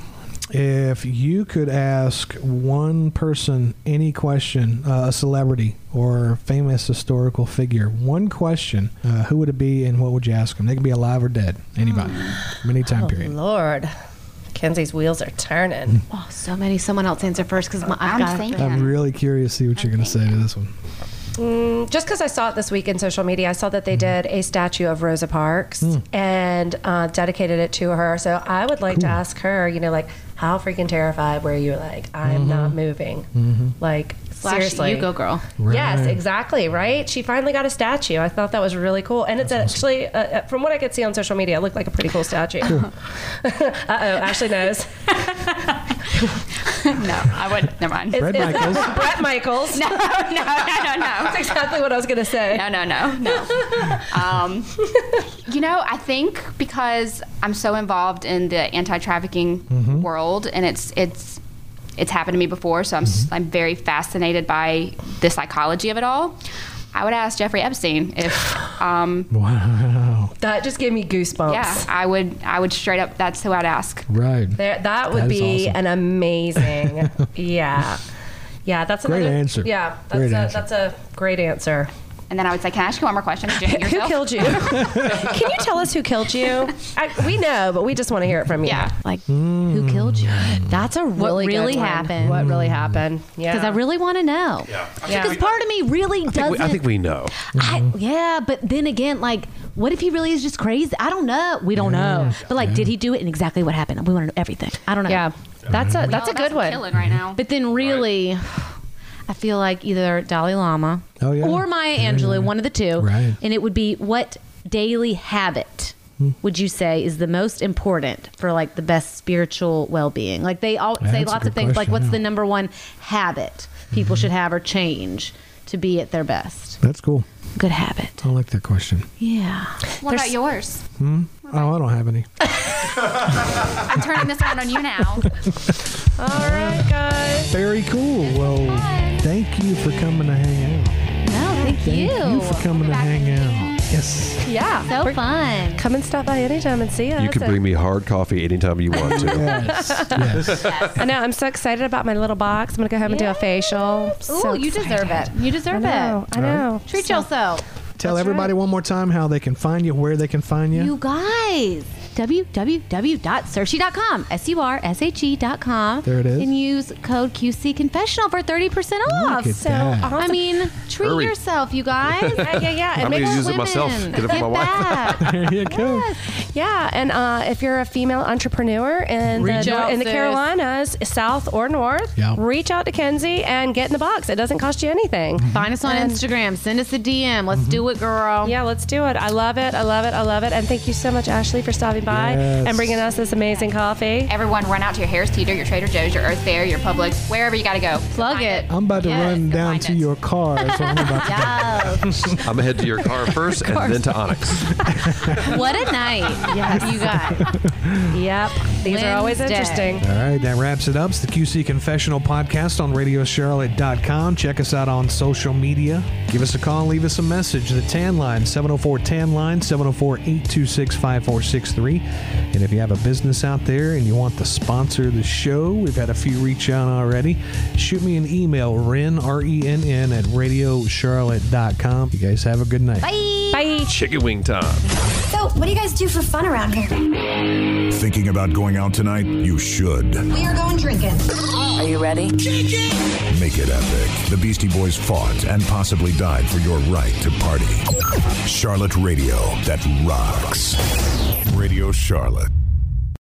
Speaker 1: If you could ask one person any question, uh, a celebrity or famous historical figure, one question, uh, who would it be and what would you ask them? They can be alive or dead, anybody,
Speaker 11: Mm.
Speaker 1: from any time
Speaker 3: Oh,
Speaker 1: period.
Speaker 3: Lord, Kenzie's wheels are turning.
Speaker 11: Oh, so many. Someone else answer first because my
Speaker 5: I'm
Speaker 11: I got
Speaker 5: thinking.
Speaker 1: I'm really curious to see what you're going to say to this one.
Speaker 3: Mm, just because I saw it this week in social media, I saw that they did a statue of Rosa Parks and uh, dedicated it to her. So I would like to ask her, you know, like, how freaking terrified were you? Like, I'm not moving.
Speaker 1: Mm-hmm.
Speaker 3: Like,
Speaker 11: Slash,
Speaker 3: seriously.
Speaker 11: you go, girl.
Speaker 3: Yes,
Speaker 1: Right.
Speaker 3: exactly. Right. She finally got a statue. I thought that was really cool. And it's actually, uh, uh, from what I could see on social media, it looked like a pretty cool statue. uh oh, Ashley knows.
Speaker 5: no, I would. Never mind.
Speaker 1: Brett Michaels.
Speaker 3: Brett Michaels.
Speaker 5: no, no, no, no,
Speaker 3: That's
Speaker 5: no.
Speaker 3: exactly what I was going to say.
Speaker 5: No, no, no, no. Um, you know, I think because I'm so involved in the anti-trafficking
Speaker 1: Mm-hmm.
Speaker 5: world, and it's it's it's happened to me before, so I'm s
Speaker 1: Mm-hmm.
Speaker 5: am very fascinated by the psychology of it all. I would ask Jeffrey Epstein if, um,
Speaker 1: Wow.
Speaker 3: That just gave me goosebumps.
Speaker 5: yeah, I would I would straight up. That's who I'd ask.
Speaker 1: Right.
Speaker 3: There, that would
Speaker 1: That is
Speaker 3: be
Speaker 1: awesome.
Speaker 3: an amazing, yeah, yeah. That's
Speaker 1: Great
Speaker 3: another,
Speaker 1: answer.
Speaker 3: Yeah, that's
Speaker 1: Great
Speaker 3: a
Speaker 1: answer.
Speaker 3: that's a great answer.
Speaker 5: And then I would say, "Can I ask you one more question?" Did you hang
Speaker 3: Who
Speaker 5: yourself?"
Speaker 3: killed you? Can you tell us who killed you? I, we know, but we just want to hear it from you.
Speaker 5: Yeah.
Speaker 11: Like who killed you?
Speaker 3: That's a
Speaker 11: What
Speaker 3: really
Speaker 11: really,
Speaker 3: good one.
Speaker 11: happened?
Speaker 3: Hmm. What really happened? Yeah,
Speaker 11: Because I really want to know.
Speaker 17: Yeah. I
Speaker 3: Yeah.
Speaker 17: think
Speaker 11: Because
Speaker 17: we-
Speaker 11: part of me really
Speaker 2: I think,
Speaker 11: doesn't.
Speaker 2: we, I think we know.
Speaker 11: I- yeah, but then again, like, what if he really is just crazy? I don't know. We don't know. But like, did he do it and exactly what happened? We want to know everything. I don't know. Mm-hmm.
Speaker 3: yeah. That's a that's
Speaker 5: Oh,
Speaker 3: a good
Speaker 5: I'm
Speaker 3: one.
Speaker 5: Killing right now.
Speaker 11: But then really, I feel like either Dalai Lama
Speaker 1: Oh, yeah.
Speaker 11: or Maya Angelou, one of the two.
Speaker 1: Right.
Speaker 11: And it would be what daily habit would you say is the most important for like the best spiritual well-being? Like they all
Speaker 1: Yeah,
Speaker 11: say
Speaker 1: that's a
Speaker 11: lots of
Speaker 1: good
Speaker 11: things like
Speaker 1: question,
Speaker 11: what's
Speaker 1: yeah.
Speaker 11: the number one habit people should have or change to be at their best?
Speaker 1: That's cool.
Speaker 11: Good habit.
Speaker 1: I like that question.
Speaker 11: Yeah.
Speaker 5: what about yours?
Speaker 1: Oh, I don't have any.
Speaker 5: I'm turning this out on you now.
Speaker 3: All right, guys.
Speaker 1: Very cool. Well, thank you for coming to hang out.
Speaker 11: No, thank,
Speaker 1: Thank
Speaker 11: you.
Speaker 1: you for coming to hang out. Yes.
Speaker 3: Yeah,
Speaker 11: So fun.
Speaker 3: come and stop by anytime and see us.
Speaker 2: You can bring me hard coffee anytime you want to.
Speaker 1: Yes. yes.
Speaker 3: I know. I'm so excited about my little box. I'm gonna go home and do a facial.
Speaker 11: Ooh,
Speaker 3: So
Speaker 11: you deserve it. You
Speaker 3: I
Speaker 11: deserve
Speaker 3: know. I know.
Speaker 11: it. Treat yourself.
Speaker 1: Tell everybody one more time how they can find you, where they can find you.
Speaker 11: You guys, www.searchy.com, S U R S H E.com.
Speaker 1: There it is.
Speaker 11: And use code QC Confessional for 30% off.
Speaker 1: Look at
Speaker 11: so,
Speaker 1: that.
Speaker 11: I mean, treat
Speaker 2: Hurry.
Speaker 11: yourself, you guys.
Speaker 3: Yeah, yeah, yeah. And
Speaker 2: I'm
Speaker 3: make
Speaker 2: gonna
Speaker 3: sure-
Speaker 2: use it myself.
Speaker 11: Women,
Speaker 2: Get it
Speaker 11: Get
Speaker 2: from my wife.
Speaker 11: back.
Speaker 1: there you go.
Speaker 3: Yeah, and uh, if you're a female entrepreneur in the,
Speaker 11: Reach out,
Speaker 3: in the
Speaker 11: sis.
Speaker 3: Carolinas, South or North,
Speaker 1: Yeah.
Speaker 3: reach out to Kenzie and get in the box. It doesn't cost you anything.
Speaker 11: Find us on
Speaker 3: And-
Speaker 11: Instagram. Send us a DM. Let's
Speaker 1: Mm-hmm.
Speaker 11: do it, girl.
Speaker 3: Yeah, let's do it. I love it. I love it. I love it. And thank you so much, Ashley, for stopping by
Speaker 1: Yes.
Speaker 3: and bringing us this amazing coffee.
Speaker 5: Everyone, run out to your Harris Teeter, your Trader Joe's, your Earth Fair, your Publix, wherever you got to go.
Speaker 11: Plug
Speaker 5: Find
Speaker 11: it.
Speaker 1: I'm about to
Speaker 5: Yes,
Speaker 1: run
Speaker 5: go
Speaker 1: down
Speaker 5: find
Speaker 1: to
Speaker 5: us.
Speaker 1: your car. That's what I'm about to
Speaker 2: I'm gonna head to your car first and then to Onyx.
Speaker 11: What a night. yes. You guys.
Speaker 3: Yep. These are always
Speaker 11: Wednesday.
Speaker 3: interesting.
Speaker 1: All right, that wraps it up. It's the QC Confessional Podcast on RadioCharlotte.com. Check us out on social media. Give us a call and leave us a message. The TAN line, 704 TAN line, 704 826 5463. And if you have a business out there and you want to sponsor the show, we've had a few reach out already. Shoot me an email, ren, R E N N, at RadioCharlotte.com. You guys have a good night.
Speaker 3: Bye.
Speaker 2: Chicken wing time.
Speaker 12: So, what do you guys do for fun around here?
Speaker 4: Thinking about going out tonight? You should.
Speaker 12: We are going drinking.
Speaker 18: Are you ready?
Speaker 4: Make it epic. The Beastie Boys fought and possibly died for your right to party. Charlotte Radio that rocks. Radio Charlotte.